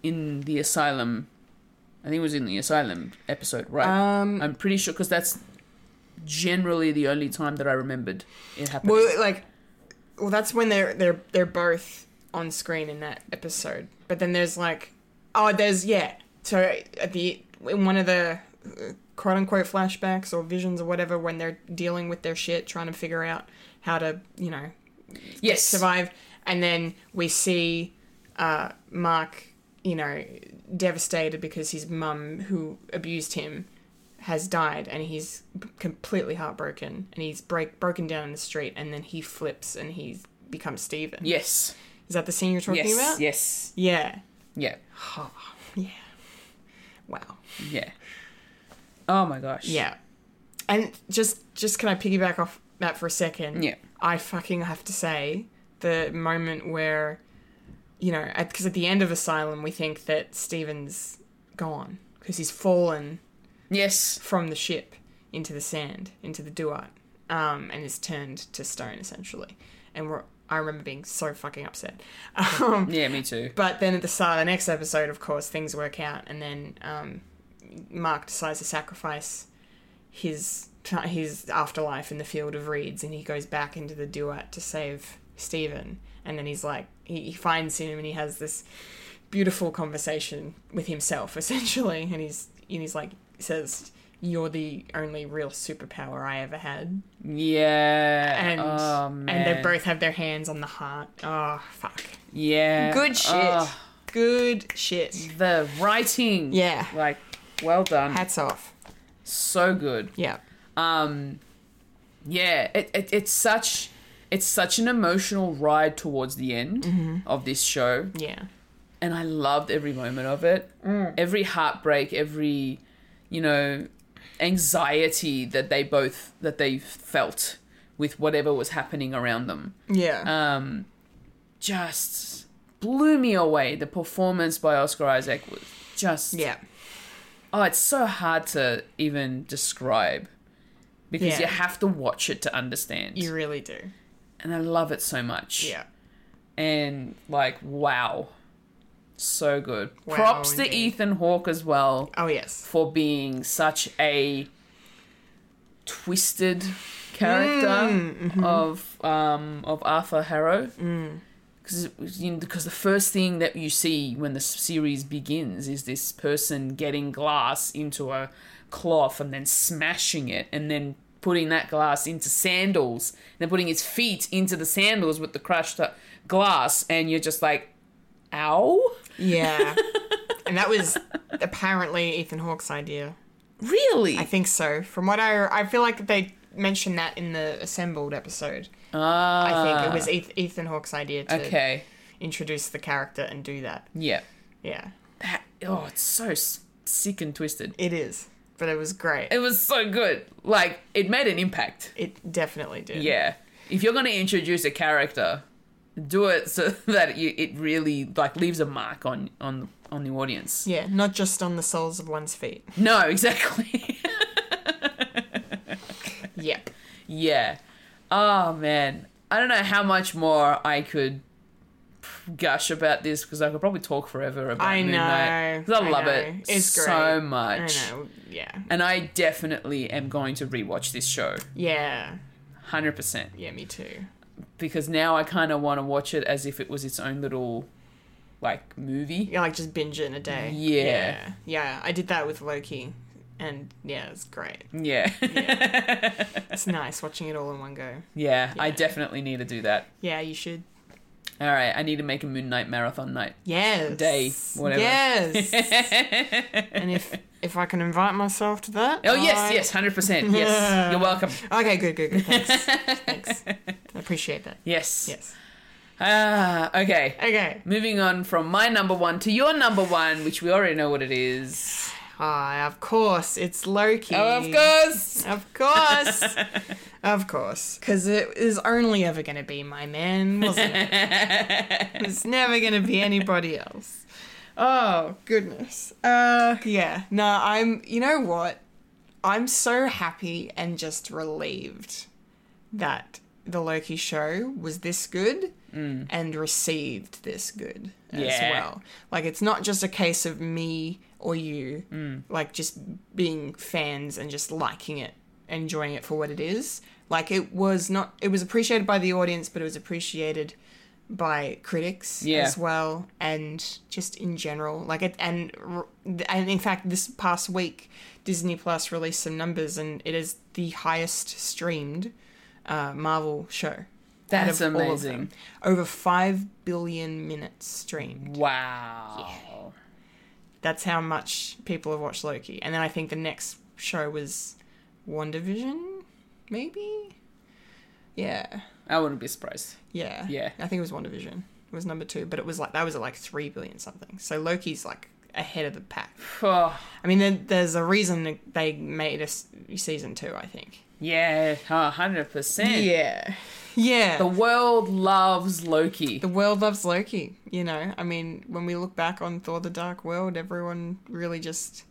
Speaker 2: in the asylum. I think it was in the asylum episode, right?
Speaker 1: Um,
Speaker 2: I'm pretty sure because that's generally the only time that I remembered it happening.
Speaker 1: well, like, well, that's when they're they're they're both on screen in that episode. But then there's like, oh, there's yeah. So at the in one of the quote unquote flashbacks or visions or whatever, when they're dealing with their shit, trying to figure out how to you know
Speaker 2: yes,
Speaker 1: survive, and then we see uh, Mark, you know, devastated because his mum, who abused him, has died, and he's b- completely heartbroken, and he's break broken down in the street, and then he flips and he becomes Steven.
Speaker 2: yes,
Speaker 1: Is that the scene you're talking
Speaker 2: yes,
Speaker 1: about?
Speaker 2: yes,
Speaker 1: Yeah.
Speaker 2: yeah,
Speaker 1: Wow.
Speaker 2: yeah. Oh my gosh.
Speaker 1: Yeah. And just just can I piggyback off that for a second?
Speaker 2: Yeah.
Speaker 1: I fucking have to say the moment where, you know, because at, the end of Asylum we think that Steven's gone because he's fallen
Speaker 2: Yes.
Speaker 1: from the ship into the sand into the Duat, um, and is turned to stone essentially. And we're I remember being so fucking upset. Um,
Speaker 2: Yeah, me too.
Speaker 1: but then at the start of the next episode, of course, things work out, and then um, Mark decides to sacrifice his his afterlife in the field of reeds, and he goes back into the duat to save Stephen. And then he's like, he, he finds him, and he has this beautiful conversation with himself, essentially. And he's and he's like, says, "You're the only real superpower I ever had."
Speaker 2: Yeah.
Speaker 1: And
Speaker 2: oh,
Speaker 1: and they
Speaker 2: man.
Speaker 1: both have their hands on the heart. Oh fuck!
Speaker 2: Yeah.
Speaker 1: Good shit.
Speaker 2: Oh,
Speaker 1: Good shit.
Speaker 2: the writing.
Speaker 1: Yeah.
Speaker 2: Like, well done.
Speaker 1: Hats off.
Speaker 2: so good.
Speaker 1: Yeah.
Speaker 2: um yeah it, it, it's such it's such an emotional ride towards the end
Speaker 1: Mm-hmm.
Speaker 2: of this show
Speaker 1: Yeah.
Speaker 2: and i loved every moment of it
Speaker 1: Mm.
Speaker 2: every heartbreak every you know anxiety that they both that they felt with whatever was happening around them
Speaker 1: Yeah.
Speaker 2: um just blew me away the performance by oscar isaac was just
Speaker 1: yeah.
Speaker 2: Oh, it's so hard to even describe because
Speaker 1: Yeah.
Speaker 2: you have to watch it to understand.
Speaker 1: You really do.
Speaker 2: and I love it so much.
Speaker 1: Yeah.
Speaker 2: and like wow, so good.
Speaker 1: Wow,
Speaker 2: Props to
Speaker 1: indeed.
Speaker 2: Ethan Hawke as well
Speaker 1: Oh yes.
Speaker 2: for being such a twisted character of um, of Arthur Harrow. Because you know, because the first thing that you see when the s- series begins is this person getting glass into a cloth and then smashing it and then putting that glass into sandals and then putting his feet into the sandals with the crushed up glass and you're just like, ow,
Speaker 1: Yeah. and that was apparently Ethan Hawke's idea.
Speaker 2: really?
Speaker 1: I think so. From what I I feel like they mentioned that in the assembled episode.
Speaker 2: ah,
Speaker 1: I think it was Eth- Ethan Hawke's idea to
Speaker 2: okay,
Speaker 1: introduce the character and do that.
Speaker 2: yeah.
Speaker 1: Yeah.
Speaker 2: that oh it's so s- sick and twisted
Speaker 1: It is. But it was great.
Speaker 2: it was so good like it made an impact
Speaker 1: It definitely did.
Speaker 2: yeah if you're going to introduce a character do it so that you, it really like leaves a mark on on on the audience
Speaker 1: Yeah, not just on the soles of one's feet.
Speaker 2: no exactly
Speaker 1: Yep.
Speaker 2: yeah oh man i don't know how much more i could gush about this because i could probably talk forever about
Speaker 1: I
Speaker 2: Moon Knight,
Speaker 1: know,
Speaker 2: 'cause I
Speaker 1: I
Speaker 2: love
Speaker 1: know.
Speaker 2: it
Speaker 1: It's
Speaker 2: so
Speaker 1: great.
Speaker 2: much
Speaker 1: I know. Yeah.
Speaker 2: and i definitely am going to rewatch this show
Speaker 1: Yeah.
Speaker 2: 100%
Speaker 1: Yeah, me too.
Speaker 2: because now I kind of want to watch it as if it was its own little like movie.
Speaker 1: Yeah, like just binge it in a day.
Speaker 2: Yeah.
Speaker 1: Yeah. Yeah, I did that with Loki. And yeah, it's great.
Speaker 2: Yeah. Yeah.
Speaker 1: It's nice watching it all in one go.
Speaker 2: I
Speaker 1: Yeah.
Speaker 2: definitely need to do that.
Speaker 1: Yeah, you should.
Speaker 2: All right, I need to make a Moon Knight marathon night.
Speaker 1: Yes.
Speaker 2: Day, whatever.
Speaker 1: Yes.
Speaker 2: oh
Speaker 1: and if if I can invite myself to that.
Speaker 2: yes,
Speaker 1: I-
Speaker 2: yes, hundred percent. Yes,
Speaker 1: Yeah.
Speaker 2: you're welcome.
Speaker 1: Okay, good, good, good. Thanks. Thanks. I appreciate that.
Speaker 2: Yes.
Speaker 1: Yes.
Speaker 2: Ah, okay.
Speaker 1: Okay.
Speaker 2: Moving on from my number one to your number one, which we already know what it is.
Speaker 1: Ah, of course, it's Loki.
Speaker 2: Oh, of course.
Speaker 1: Of course. of course. Because it is only ever going to be my man, wasn't it? it was never going to be anybody else. Oh, goodness. Uh, yeah. No, I'm, you know what? I'm so happy and just relieved that the Loki show was this good and received this good as
Speaker 2: Yeah.
Speaker 1: well. Like, it's not just a case of me or you, like, just being fans and just liking it, enjoying it for what it is. Like, it was not, it was appreciated by the audience, but it was appreciated by critics
Speaker 2: Yeah.
Speaker 1: as well and just in general like it and r- and in fact this past week disney plus released some numbers and it is the highest streamed uh, marvel show out
Speaker 2: That's
Speaker 1: of all of them.
Speaker 2: amazing.
Speaker 1: over 5 billion minutes streamed
Speaker 2: Wow.
Speaker 1: that's how much people have watched Loki. And then I think the next show was WandaVision, maybe? Yeah.
Speaker 2: I wouldn't be surprised.
Speaker 1: Yeah.
Speaker 2: Yeah.
Speaker 1: I think it was WandaVision. It was number two, but it was like, that was at like 3 billion something. So Loki's like ahead of the pack.
Speaker 2: Oh,
Speaker 1: I mean, there, there's a reason they made a s- season two, I think.
Speaker 2: yeah, oh, hundred percent.
Speaker 1: Yeah. Yeah.
Speaker 2: The world loves Loki.
Speaker 1: the world loves Loki, you know. I mean, when we look back on Thor the Dark World, everyone really just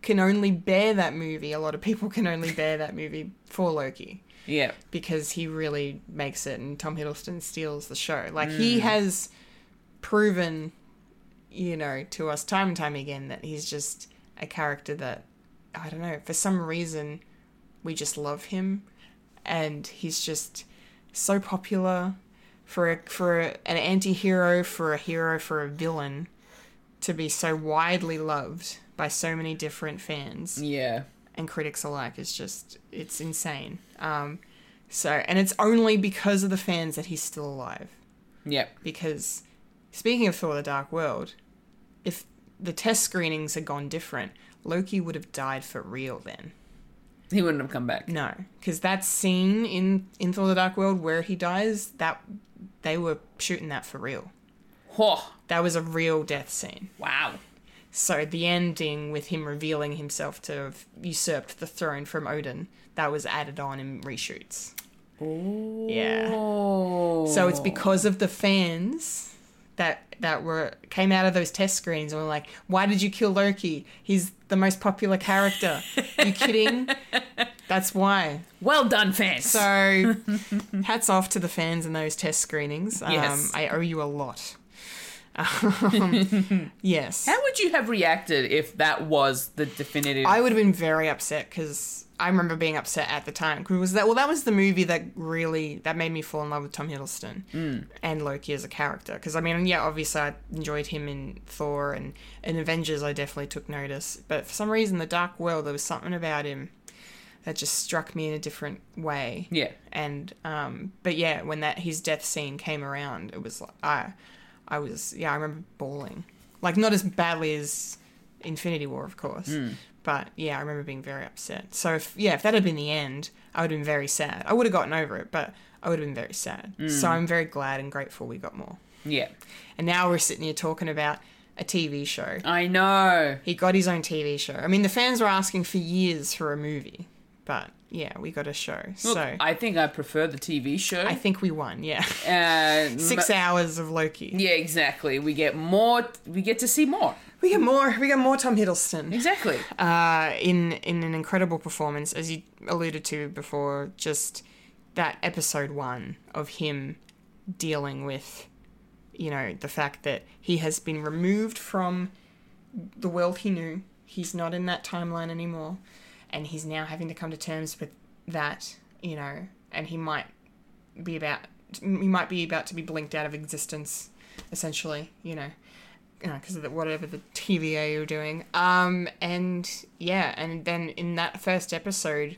Speaker 1: can only bear that movie. A lot of people can only bear that movie for Loki
Speaker 2: Yeah.
Speaker 1: because he really makes it and Tom Hiddleston steals the show. Like, he has proven, you know, to us time and time again that he's just a character that, I don't know, for some reason, we just love him and he's just so popular for a, for a, an anti-hero for a hero for a villain to be so widely loved by so many different fans
Speaker 2: Yeah.
Speaker 1: and critics alike is just it's insane um so and it's only because of the fans that he's still alive
Speaker 2: Yep.
Speaker 1: because speaking of Thor: The Dark World, if the test screenings had gone different, Loki would have died for real then.
Speaker 2: He wouldn't have come back.
Speaker 1: No, because that scene in in Thor: The Dark World where he dies, that they were shooting that for real.
Speaker 2: Oh,
Speaker 1: That was a real death scene.
Speaker 2: wow.
Speaker 1: So the ending with him revealing himself to have usurped the throne from Odin, that was added on in reshoots. Yeah.
Speaker 2: Oh.
Speaker 1: So it's because of the fans that that were came out of those test screens and were like, "Why did you kill Loki? He's the most popular character." you kidding? That's why.
Speaker 2: Well done, fans.
Speaker 1: So, hats off to the fans in those test screenings. Um,
Speaker 2: Yes.
Speaker 1: I owe you a lot. Um, yes.
Speaker 2: How would you have reacted if that was the definitive?
Speaker 1: I would have been very upset because I remember being upset at the time. 'Cause was that well? That was the movie that really that made me fall in love with Tom Hiddleston and Loki as a character. Because I mean, yeah, obviously I enjoyed him in Thor and in Avengers. I definitely took notice, but for some reason, The Dark World, there was something about him that just struck me in a different way.
Speaker 2: yeah.
Speaker 1: And um, but yeah, when that his death scene came around, it was like I, I was yeah, I remember bawling, like not as badly as Infinity War, of course,
Speaker 2: Hmm.
Speaker 1: but yeah, I remember being very upset. So if, yeah, if that had been the end, I would have been very sad. I would have gotten over it, but I would have been very sad.
Speaker 2: Hmm.
Speaker 1: So I'm very glad and grateful we got more.
Speaker 2: Yeah.
Speaker 1: And now we're sitting here talking about a TV show.
Speaker 2: I know.
Speaker 1: He got his own TV show. I mean, the fans were asking for years for a movie, but yeah, we got a show.
Speaker 2: Look,
Speaker 1: so
Speaker 2: I think I prefer the TV show.
Speaker 1: I think we won. Yeah,
Speaker 2: uh,
Speaker 1: six
Speaker 2: mo-
Speaker 1: hours of Loki.
Speaker 2: yeah, exactly. We get more. We get to see more.
Speaker 1: We get more. We get more Tom Hiddleston
Speaker 2: Exactly.
Speaker 1: uh, in in an incredible performance, as you alluded to before. Just that episode one of him dealing with, you know, the fact that he has been removed from the world he knew. He's not in that timeline anymore, and he's now having to come to terms with that. You know, and he might be about he might be about to be blinked out of existence, essentially. You know, because of the, whatever the TVA you're doing. Um, and yeah, and then in that first episode,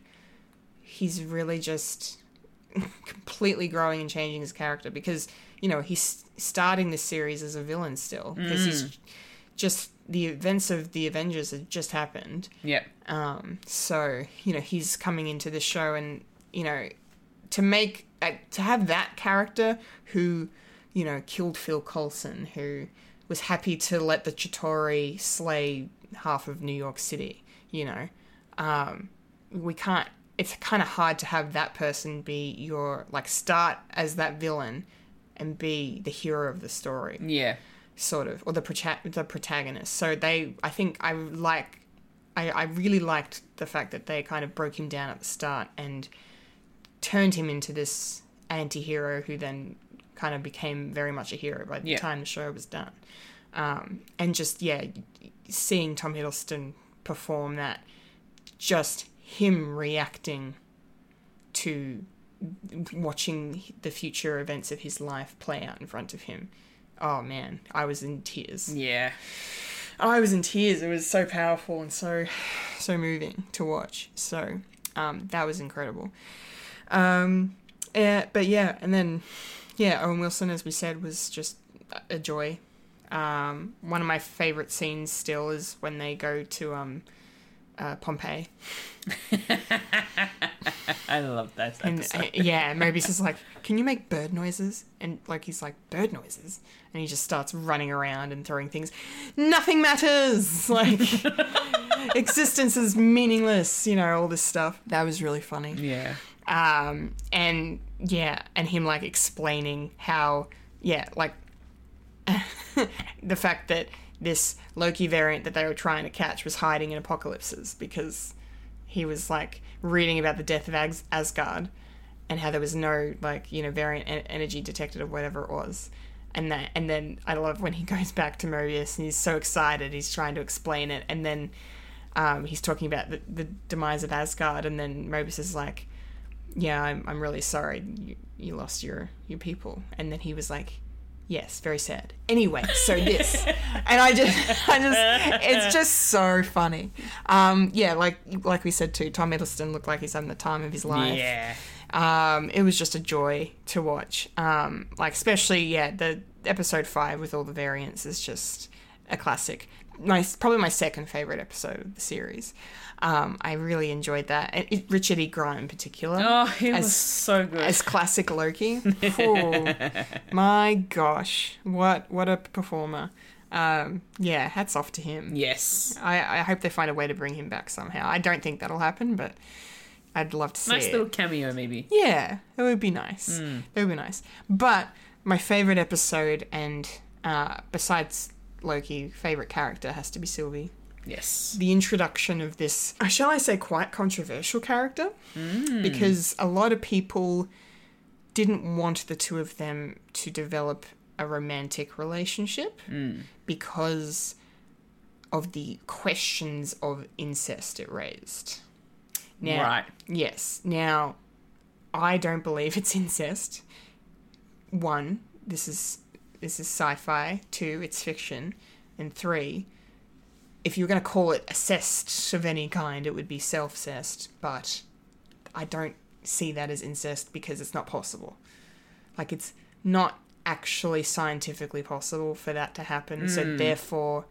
Speaker 1: he's really just completely growing and changing his character because you know he's starting this series as a villain still because he's just the events of the Avengers had just happened.
Speaker 2: Yeah.
Speaker 1: Um, so you know he's coming into the show, and you know to make uh, to have that character who you know killed Phil Coulson, who was happy to let the Chitauri slay half of New York City. You know, um, we can't. It's kind of hard to have that person be your like start as that villain and be the hero of the story
Speaker 2: Yeah.
Speaker 1: sort of, or the prota- the protagonist. So they, I think, I like, I, I really liked the fact that they kind of broke him down at the start and turned him into this anti-hero who then kind of became very much a hero by the
Speaker 2: Yeah.
Speaker 1: time the show was done. Um, and just yeah, seeing Tom Hiddleston perform that, just him reacting to watching the future events of his life play out in front of him. Oh man, I was in tears.
Speaker 2: Yeah.
Speaker 1: I was in tears. It was so powerful and so so moving to watch. So um, that was incredible. Um, eh, but yeah, and then yeah, Owen Wilson, as we said, was just a joy. Um, one of my favorite scenes still is when they go to um, uh, Pompeii,
Speaker 2: I love that.
Speaker 1: and
Speaker 2: episode.
Speaker 1: uh, yeah, Mobius is like, "Can you make bird noises?" And like he's like, "Bird noises," and he just starts running around and throwing things. Nothing matters. Like existence is meaningless. You know all this stuff. That was really funny.
Speaker 2: yeah.
Speaker 1: Um, and yeah, and him like explaining how yeah, like the fact that this Loki variant that they were trying to catch was hiding in apocalypses because he was like reading about the death of As- Asgard and how there was no like you know variant en- energy detected or whatever it was. And that, and then I love when he goes back to Mobius and he's so excited. He's trying to explain it, and then um, he's talking about the, the demise of Asgard, and then Mobius is like, "Yeah, I'm, I'm really sorry you, you lost your your people." And then he was like, "Yes, very sad." Anyway, so this, and I just, I just, it's just so funny. Um, yeah, like like we said too, Tom Hiddleston looked like he's having the time of his life
Speaker 2: Yeah.
Speaker 1: um, it was just a joy to watch. Um, like especially yeah, the episode five with all the variants is just a classic. My probably my second favorite episode of the series. Um, I really enjoyed that. And it, Richard E. Grant in particular
Speaker 2: Oh, he was
Speaker 1: As-
Speaker 2: so good.
Speaker 1: as classic Loki. Phew. my gosh, what what a performer! Um, yeah, hats off to him.
Speaker 2: yes.
Speaker 1: I, I hope they find a way to bring him back somehow. I don't think that'll happen, but I'd love to see.
Speaker 2: Nice
Speaker 1: it.
Speaker 2: little Hmm. cameo, maybe.
Speaker 1: Yeah, it would be nice. It would be nice. But my favorite episode, and uh, besides Loki, favorite character has to be Sylvie.
Speaker 2: Yes.
Speaker 1: the introduction of this, uh, shall I say, quite controversial character, because a lot of people didn't want the two of them to develop a romantic relationship because of the questions of incest it raised. Now,
Speaker 2: Right.
Speaker 1: Yes. Now, I don't believe it's incest. One, this is this is sci-fi. Two, it's fiction, and three, if you were going to call it a cest of any kind, it would be self-cest. But I don't see that as incest because it's not possible. Like it's not actually scientifically possible for that to happen.
Speaker 2: Mm.
Speaker 1: So therefore,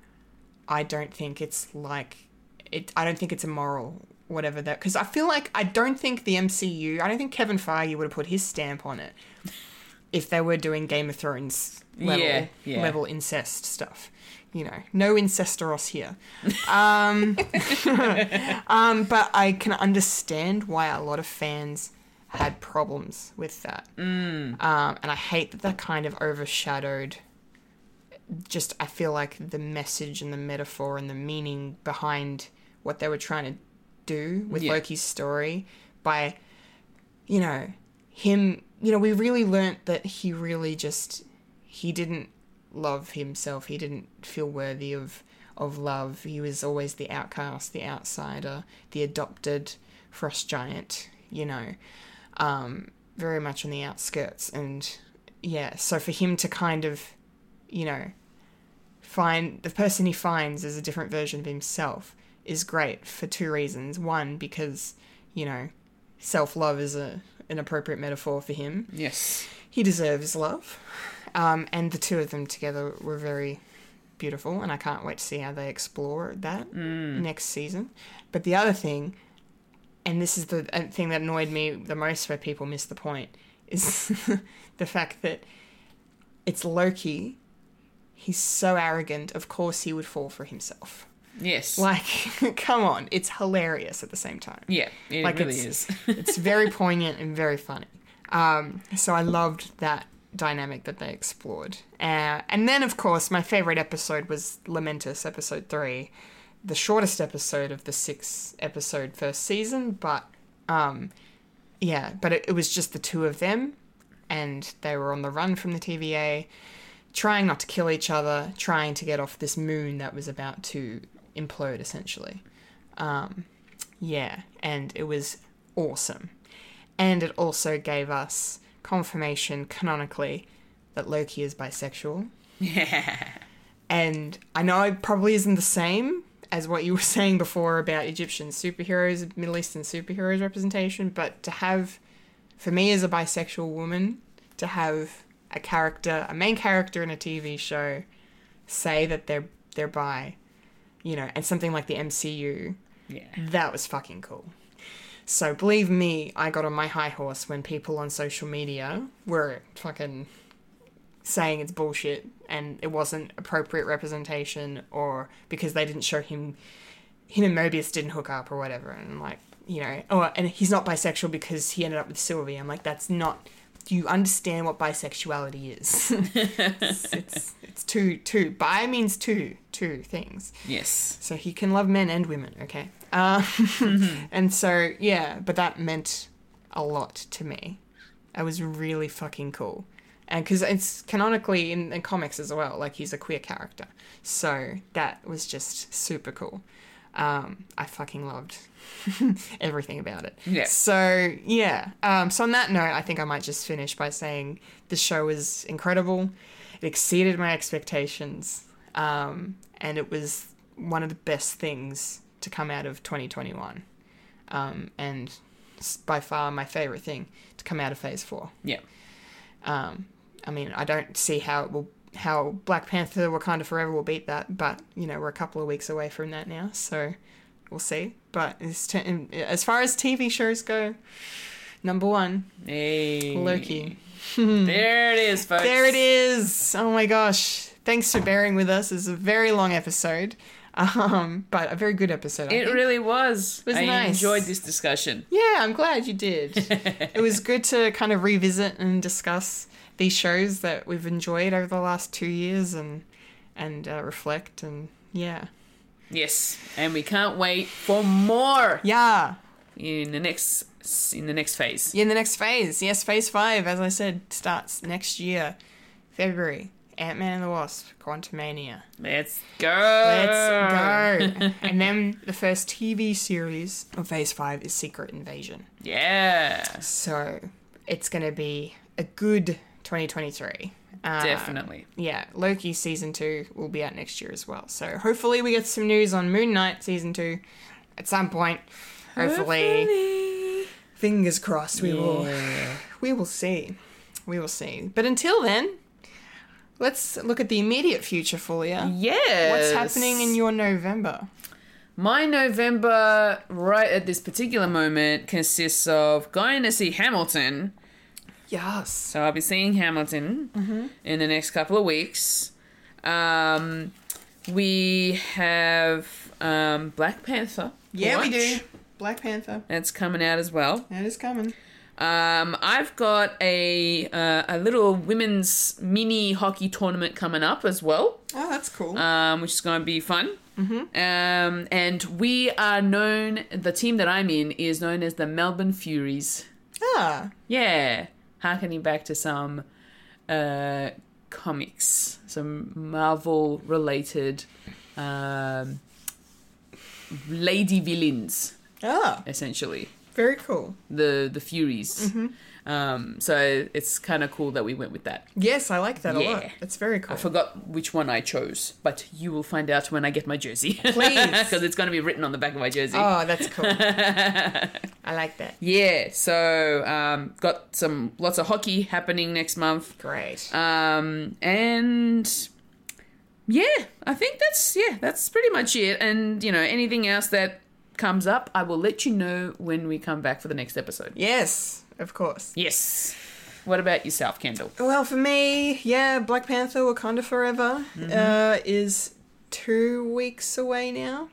Speaker 1: I don't think it's like it. I don't think it's immoral, whatever that. Because I feel like I don't think the MCU. I don't think Kevin Feige would have put his stamp on it if they were doing Game of Thrones level
Speaker 2: Yeah, yeah.
Speaker 1: level incest stuff. You know, no incestoros here. Um, but I can understand why a lot of fans had problems with that. Um, and I hate that that kind of overshadowed. Just, I feel like the message and the metaphor and the meaning behind what they were trying to do with
Speaker 2: Yeah.
Speaker 1: Loki's story by, you know, him. You know, we really learnt that he really just he didn't love himself. He didn't feel worthy of of love. He was always the outcast, the outsider, the adopted frost giant. You know, um, very much on the outskirts. And yeah, so for him to kind of, you know, find the person he finds is a different version of himself is great for two reasons. One, because you know, self love is a an appropriate metaphor for him
Speaker 2: Yes.
Speaker 1: he deserves love. Um, and the two of them together were very beautiful, and I can't wait to see how they explore that next season. But the other thing, and this is the uh, thing that annoyed me the most where people miss the point, is the fact that it's Loki. He's so arrogant, of course he would fall for himself.
Speaker 2: Yes.
Speaker 1: Like, come on, it's hilarious at the same time
Speaker 2: yeah, it
Speaker 1: like
Speaker 2: really
Speaker 1: it's-
Speaker 2: is.
Speaker 1: it's very poignant and very funny. Um, so I loved that dynamic that they explored. Uh, and then, of course, my favorite episode was Lamentus, episode three, the shortest episode of the six episode first season. But um, yeah, but it, it was just the two of them, and they were on the run from the TVA, trying not to kill each other, trying to get off this moon that was about to implode, essentially. Yeah, and it was awesome. And it also gave us confirmation canonically that Loki is bisexual.
Speaker 2: yeah.
Speaker 1: And I know it probably isn't the same as what you were saying before about Egyptian superheroes, Middle Eastern superheroes representation, but to have, for me as a bisexual woman, to have a character, a main character in a TV show, say that they're they're bi, you know, and something like the MCU
Speaker 2: Yeah.
Speaker 1: that was fucking cool. So believe me, I got on my high horse when people on social media were fucking saying it's bullshit and it wasn't appropriate representation or because they didn't show him him and Mobius didn't hook up or whatever and I'm like, you know, oh and he's not bisexual because he ended up with Sylvie. I'm like, that's not do you understand what bisexuality is? it's, it's it's two two bi means two two things.
Speaker 2: Yes.
Speaker 1: So he can love men and women, okay? Um, And so, yeah, but that meant a lot to me. That was really fucking cool. And because it's canonically in, in comics as well, like he's a queer character. So that was just super cool. Um, I fucking loved everything about it.
Speaker 2: Yeah.
Speaker 1: So, yeah. Um, so, on that note, I think I might just finish by saying the show was incredible. It exceeded my expectations. Um, and it was one of the best things to come out of 2021. Um, and s- by far my favorite thing to come out of phase four.
Speaker 2: Yeah.
Speaker 1: Um, I mean, I don't see how it will how Black Panther Wakanda Forever will beat that, but you know we're a couple of weeks away from that now, so we'll see. But as, t- in- as far as TV shows go, number one,
Speaker 2: Hey. Hmm.
Speaker 1: Loki.
Speaker 2: There it is, folks.
Speaker 1: There it is. Oh my gosh! Thanks for bearing with us. It's a very long episode, um, but a very good episode. I
Speaker 2: It
Speaker 1: think.
Speaker 2: really was.
Speaker 1: was
Speaker 2: I
Speaker 1: nice.
Speaker 2: enjoyed this discussion.
Speaker 1: Yeah, I'm glad you did. it was good to kind of revisit and discuss these shows that we've enjoyed over the last two years and and uh, reflect and yeah,
Speaker 2: Yes, and we can't wait for more
Speaker 1: Yeah.
Speaker 2: in the next in the next phase.
Speaker 1: In the next phase, yes, phase five, as I said, starts next year, February. Ant Man and the Wasp, Quantumania.
Speaker 2: Let's go.
Speaker 1: Let's go. and then the first TV series of Phase 5 is Secret Invasion.
Speaker 2: Yeah,
Speaker 1: So it's going to be a good 2023. Uh,
Speaker 2: definitely.
Speaker 1: Yeah, Loki season 2 will be out next year as well. So hopefully we get some news on Moon Knight season 2 at some point. Hopefully,
Speaker 2: Hopefully.
Speaker 1: fingers crossed we will
Speaker 2: Yeah.
Speaker 1: we will see. We will see. But until then, let's look at the immediate future for you. What's
Speaker 2: Yes.
Speaker 1: happening in your November?
Speaker 2: My November, right at this particular moment, consists of going to see Hamilton.
Speaker 1: Yes.
Speaker 2: So I'll be seeing Hamilton
Speaker 1: Mm-hmm.
Speaker 2: in the next couple of weeks. Um, we have um, Black Panther. to
Speaker 1: Yeah, we
Speaker 2: watch.
Speaker 1: do. Black Panther.
Speaker 2: That's coming out as well.
Speaker 1: That is coming.
Speaker 2: Um, I've got a uh, a little women's mini hockey tournament coming up as well
Speaker 1: Oh, that's cool.
Speaker 2: um, which is going to be fun. Um, and we are known, the team that I'm in is known as the Melbourne Furies.
Speaker 1: ah,
Speaker 2: Yeah, harkening back to some uh, comics, some Marvel related um, lady villains,
Speaker 1: ah,
Speaker 2: essentially.
Speaker 1: very cool.
Speaker 2: The, the Furies. Um, so it's kind of cool that we went with that.
Speaker 1: Yes, I like that a lot.
Speaker 2: Yeah.
Speaker 1: It's very
Speaker 2: I
Speaker 1: cool.
Speaker 2: forgot which one I chose, but you will find out when I get my jersey.
Speaker 1: Please.
Speaker 2: Because it's going to be written on the back of my jersey.
Speaker 1: Oh, that's cool. I like that.
Speaker 2: Yeah, so um, got some lots of hockey happening next month.
Speaker 1: Great.
Speaker 2: Um, and yeah, I think that's yeah, that's pretty much it. And you know, anything else that comes up, I will let you know when we come back for the next episode.
Speaker 1: Yes, of course.
Speaker 2: Yes. What about yourself, Kendall?
Speaker 1: Well, for me, yeah, Black Panther Wakanda Forever uh, is two weeks away now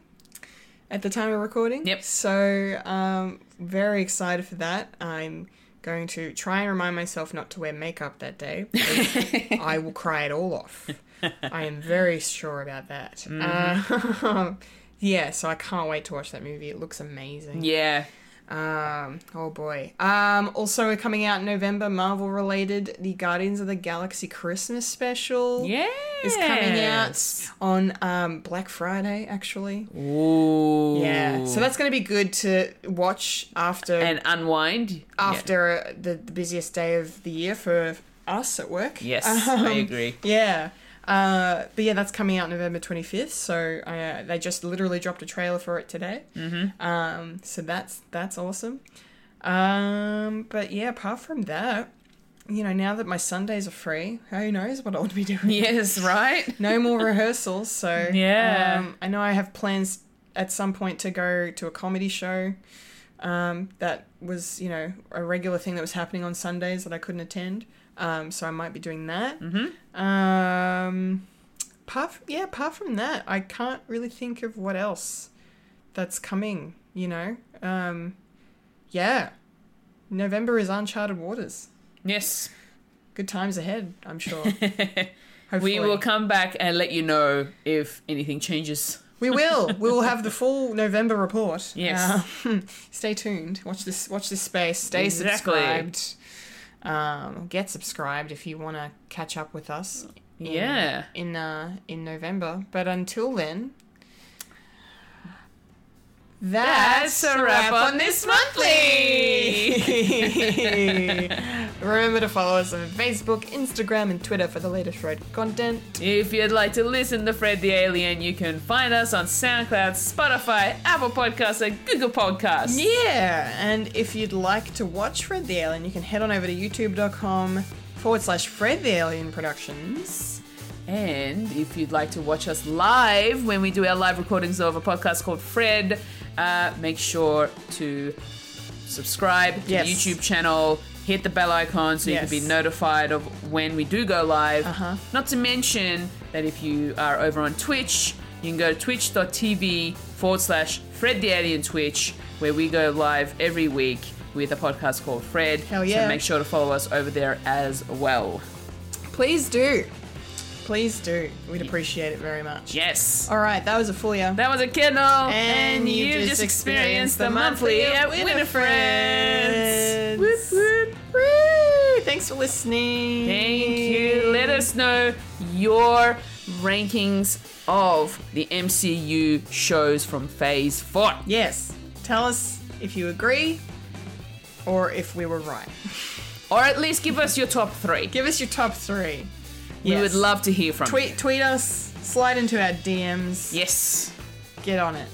Speaker 1: at the time of recording.
Speaker 2: Yep.
Speaker 1: So, um, very excited for that. I'm going to try and remind myself not to wear makeup that day. because I will cry it all off. I am very sure about that. Uh, yeah, so I can't wait to watch that movie. It looks amazing.
Speaker 2: Yeah.
Speaker 1: Um, oh boy. Um, also coming out in November, Marvel related, the Guardians of the Galaxy Christmas special
Speaker 2: Yeah.
Speaker 1: is coming out on um, Black Friday, actually.
Speaker 2: Ooh.
Speaker 1: Yeah. So that's going to be good to watch after
Speaker 2: and unwind
Speaker 1: after uh the, the busiest day of the year for us at work.
Speaker 2: Yeah. Yes,
Speaker 1: Um,
Speaker 2: I agree.
Speaker 1: yeah. Uh, but yeah, that's coming out November 25th. So uh, they just literally dropped a trailer for it today. Mm-hmm. Um, so that's that's awesome. Um, but yeah, apart from that, you know, now that my Sundays are free, who knows what I'll be doing?
Speaker 2: Yes, right?
Speaker 1: No more rehearsals. So
Speaker 2: Yeah.
Speaker 1: um, I know I have plans at some point to go to a comedy show. Um, that was you know a regular thing that was happening on Sundays that I couldn't attend. Um, so I might be doing that.
Speaker 2: Mm-hmm.
Speaker 1: Um, apart from, yeah, apart from that, I can't really think of what else that's coming. You know, um, yeah, November is uncharted waters.
Speaker 2: Yes.
Speaker 1: Good times ahead, I'm sure.
Speaker 2: We
Speaker 1: Hopefully.
Speaker 2: will come back and let you know if anything changes.
Speaker 1: We will. We will have the full November report.
Speaker 2: Yes.
Speaker 1: Um, stay tuned. Watch this. Watch this space. Stay
Speaker 2: Exactly.
Speaker 1: subscribed. Um, get subscribed if you want to catch up with us. in-
Speaker 2: Yeah.
Speaker 1: In uh, in November. But until then. That's a wrap on this monthly. Remember to follow us on Facebook, Instagram, and Twitter for the latest road content.
Speaker 2: If you'd like to listen to Fred the Alien, you can find us on SoundCloud, Spotify, Apple Podcasts, and Google Podcasts.
Speaker 1: Yeah, and if you'd like to watch Fred the Alien, you can head on over to youtube.com forward slash Fred the Alien Productions.
Speaker 2: And if you'd like to watch us live when we do our live recordings of a podcast called Fred, uh, make sure to subscribe to
Speaker 1: Yes.
Speaker 2: the YouTube channel, hit the bell icon so you
Speaker 1: Yes.
Speaker 2: can be notified of when we do go live.
Speaker 1: Uh-huh.
Speaker 2: Not to mention that if you are over on Twitch, you can go to twitch.tv forward slash Fred the Alien Twitch, where we go live every week with a podcast called Fred.
Speaker 1: Hell
Speaker 2: So
Speaker 1: yeah.
Speaker 2: make sure to follow us over there as well.
Speaker 1: Please do. Please do. We'd appreciate it very much.
Speaker 2: Yes.
Speaker 1: All right, that was a full year.
Speaker 2: That was a Kindle,
Speaker 1: And you just experienced the monthly at Winifred's.
Speaker 2: Whoop, whoop.
Speaker 1: Woo! Thanks for listening.
Speaker 2: Thank you. Let us know your rankings of the MCU shows from Phase Four.
Speaker 1: Yes. Tell us if you agree or if we were right.
Speaker 2: or at least give us your top three.
Speaker 1: Give us your top three.
Speaker 2: We would love to hear from you.
Speaker 1: Tweet, tweet us. Slide into our DMs.
Speaker 2: Yes,
Speaker 1: Get on it,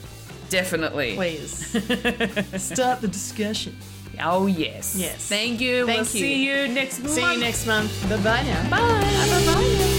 Speaker 2: definitely.
Speaker 1: please. Start the discussion.
Speaker 2: Oh yes.
Speaker 1: Yes.
Speaker 2: Thank you.
Speaker 1: Thank you.
Speaker 2: we'll See you next month.
Speaker 1: See you next month. Bye bye now.
Speaker 2: Bye. Bye. Bye.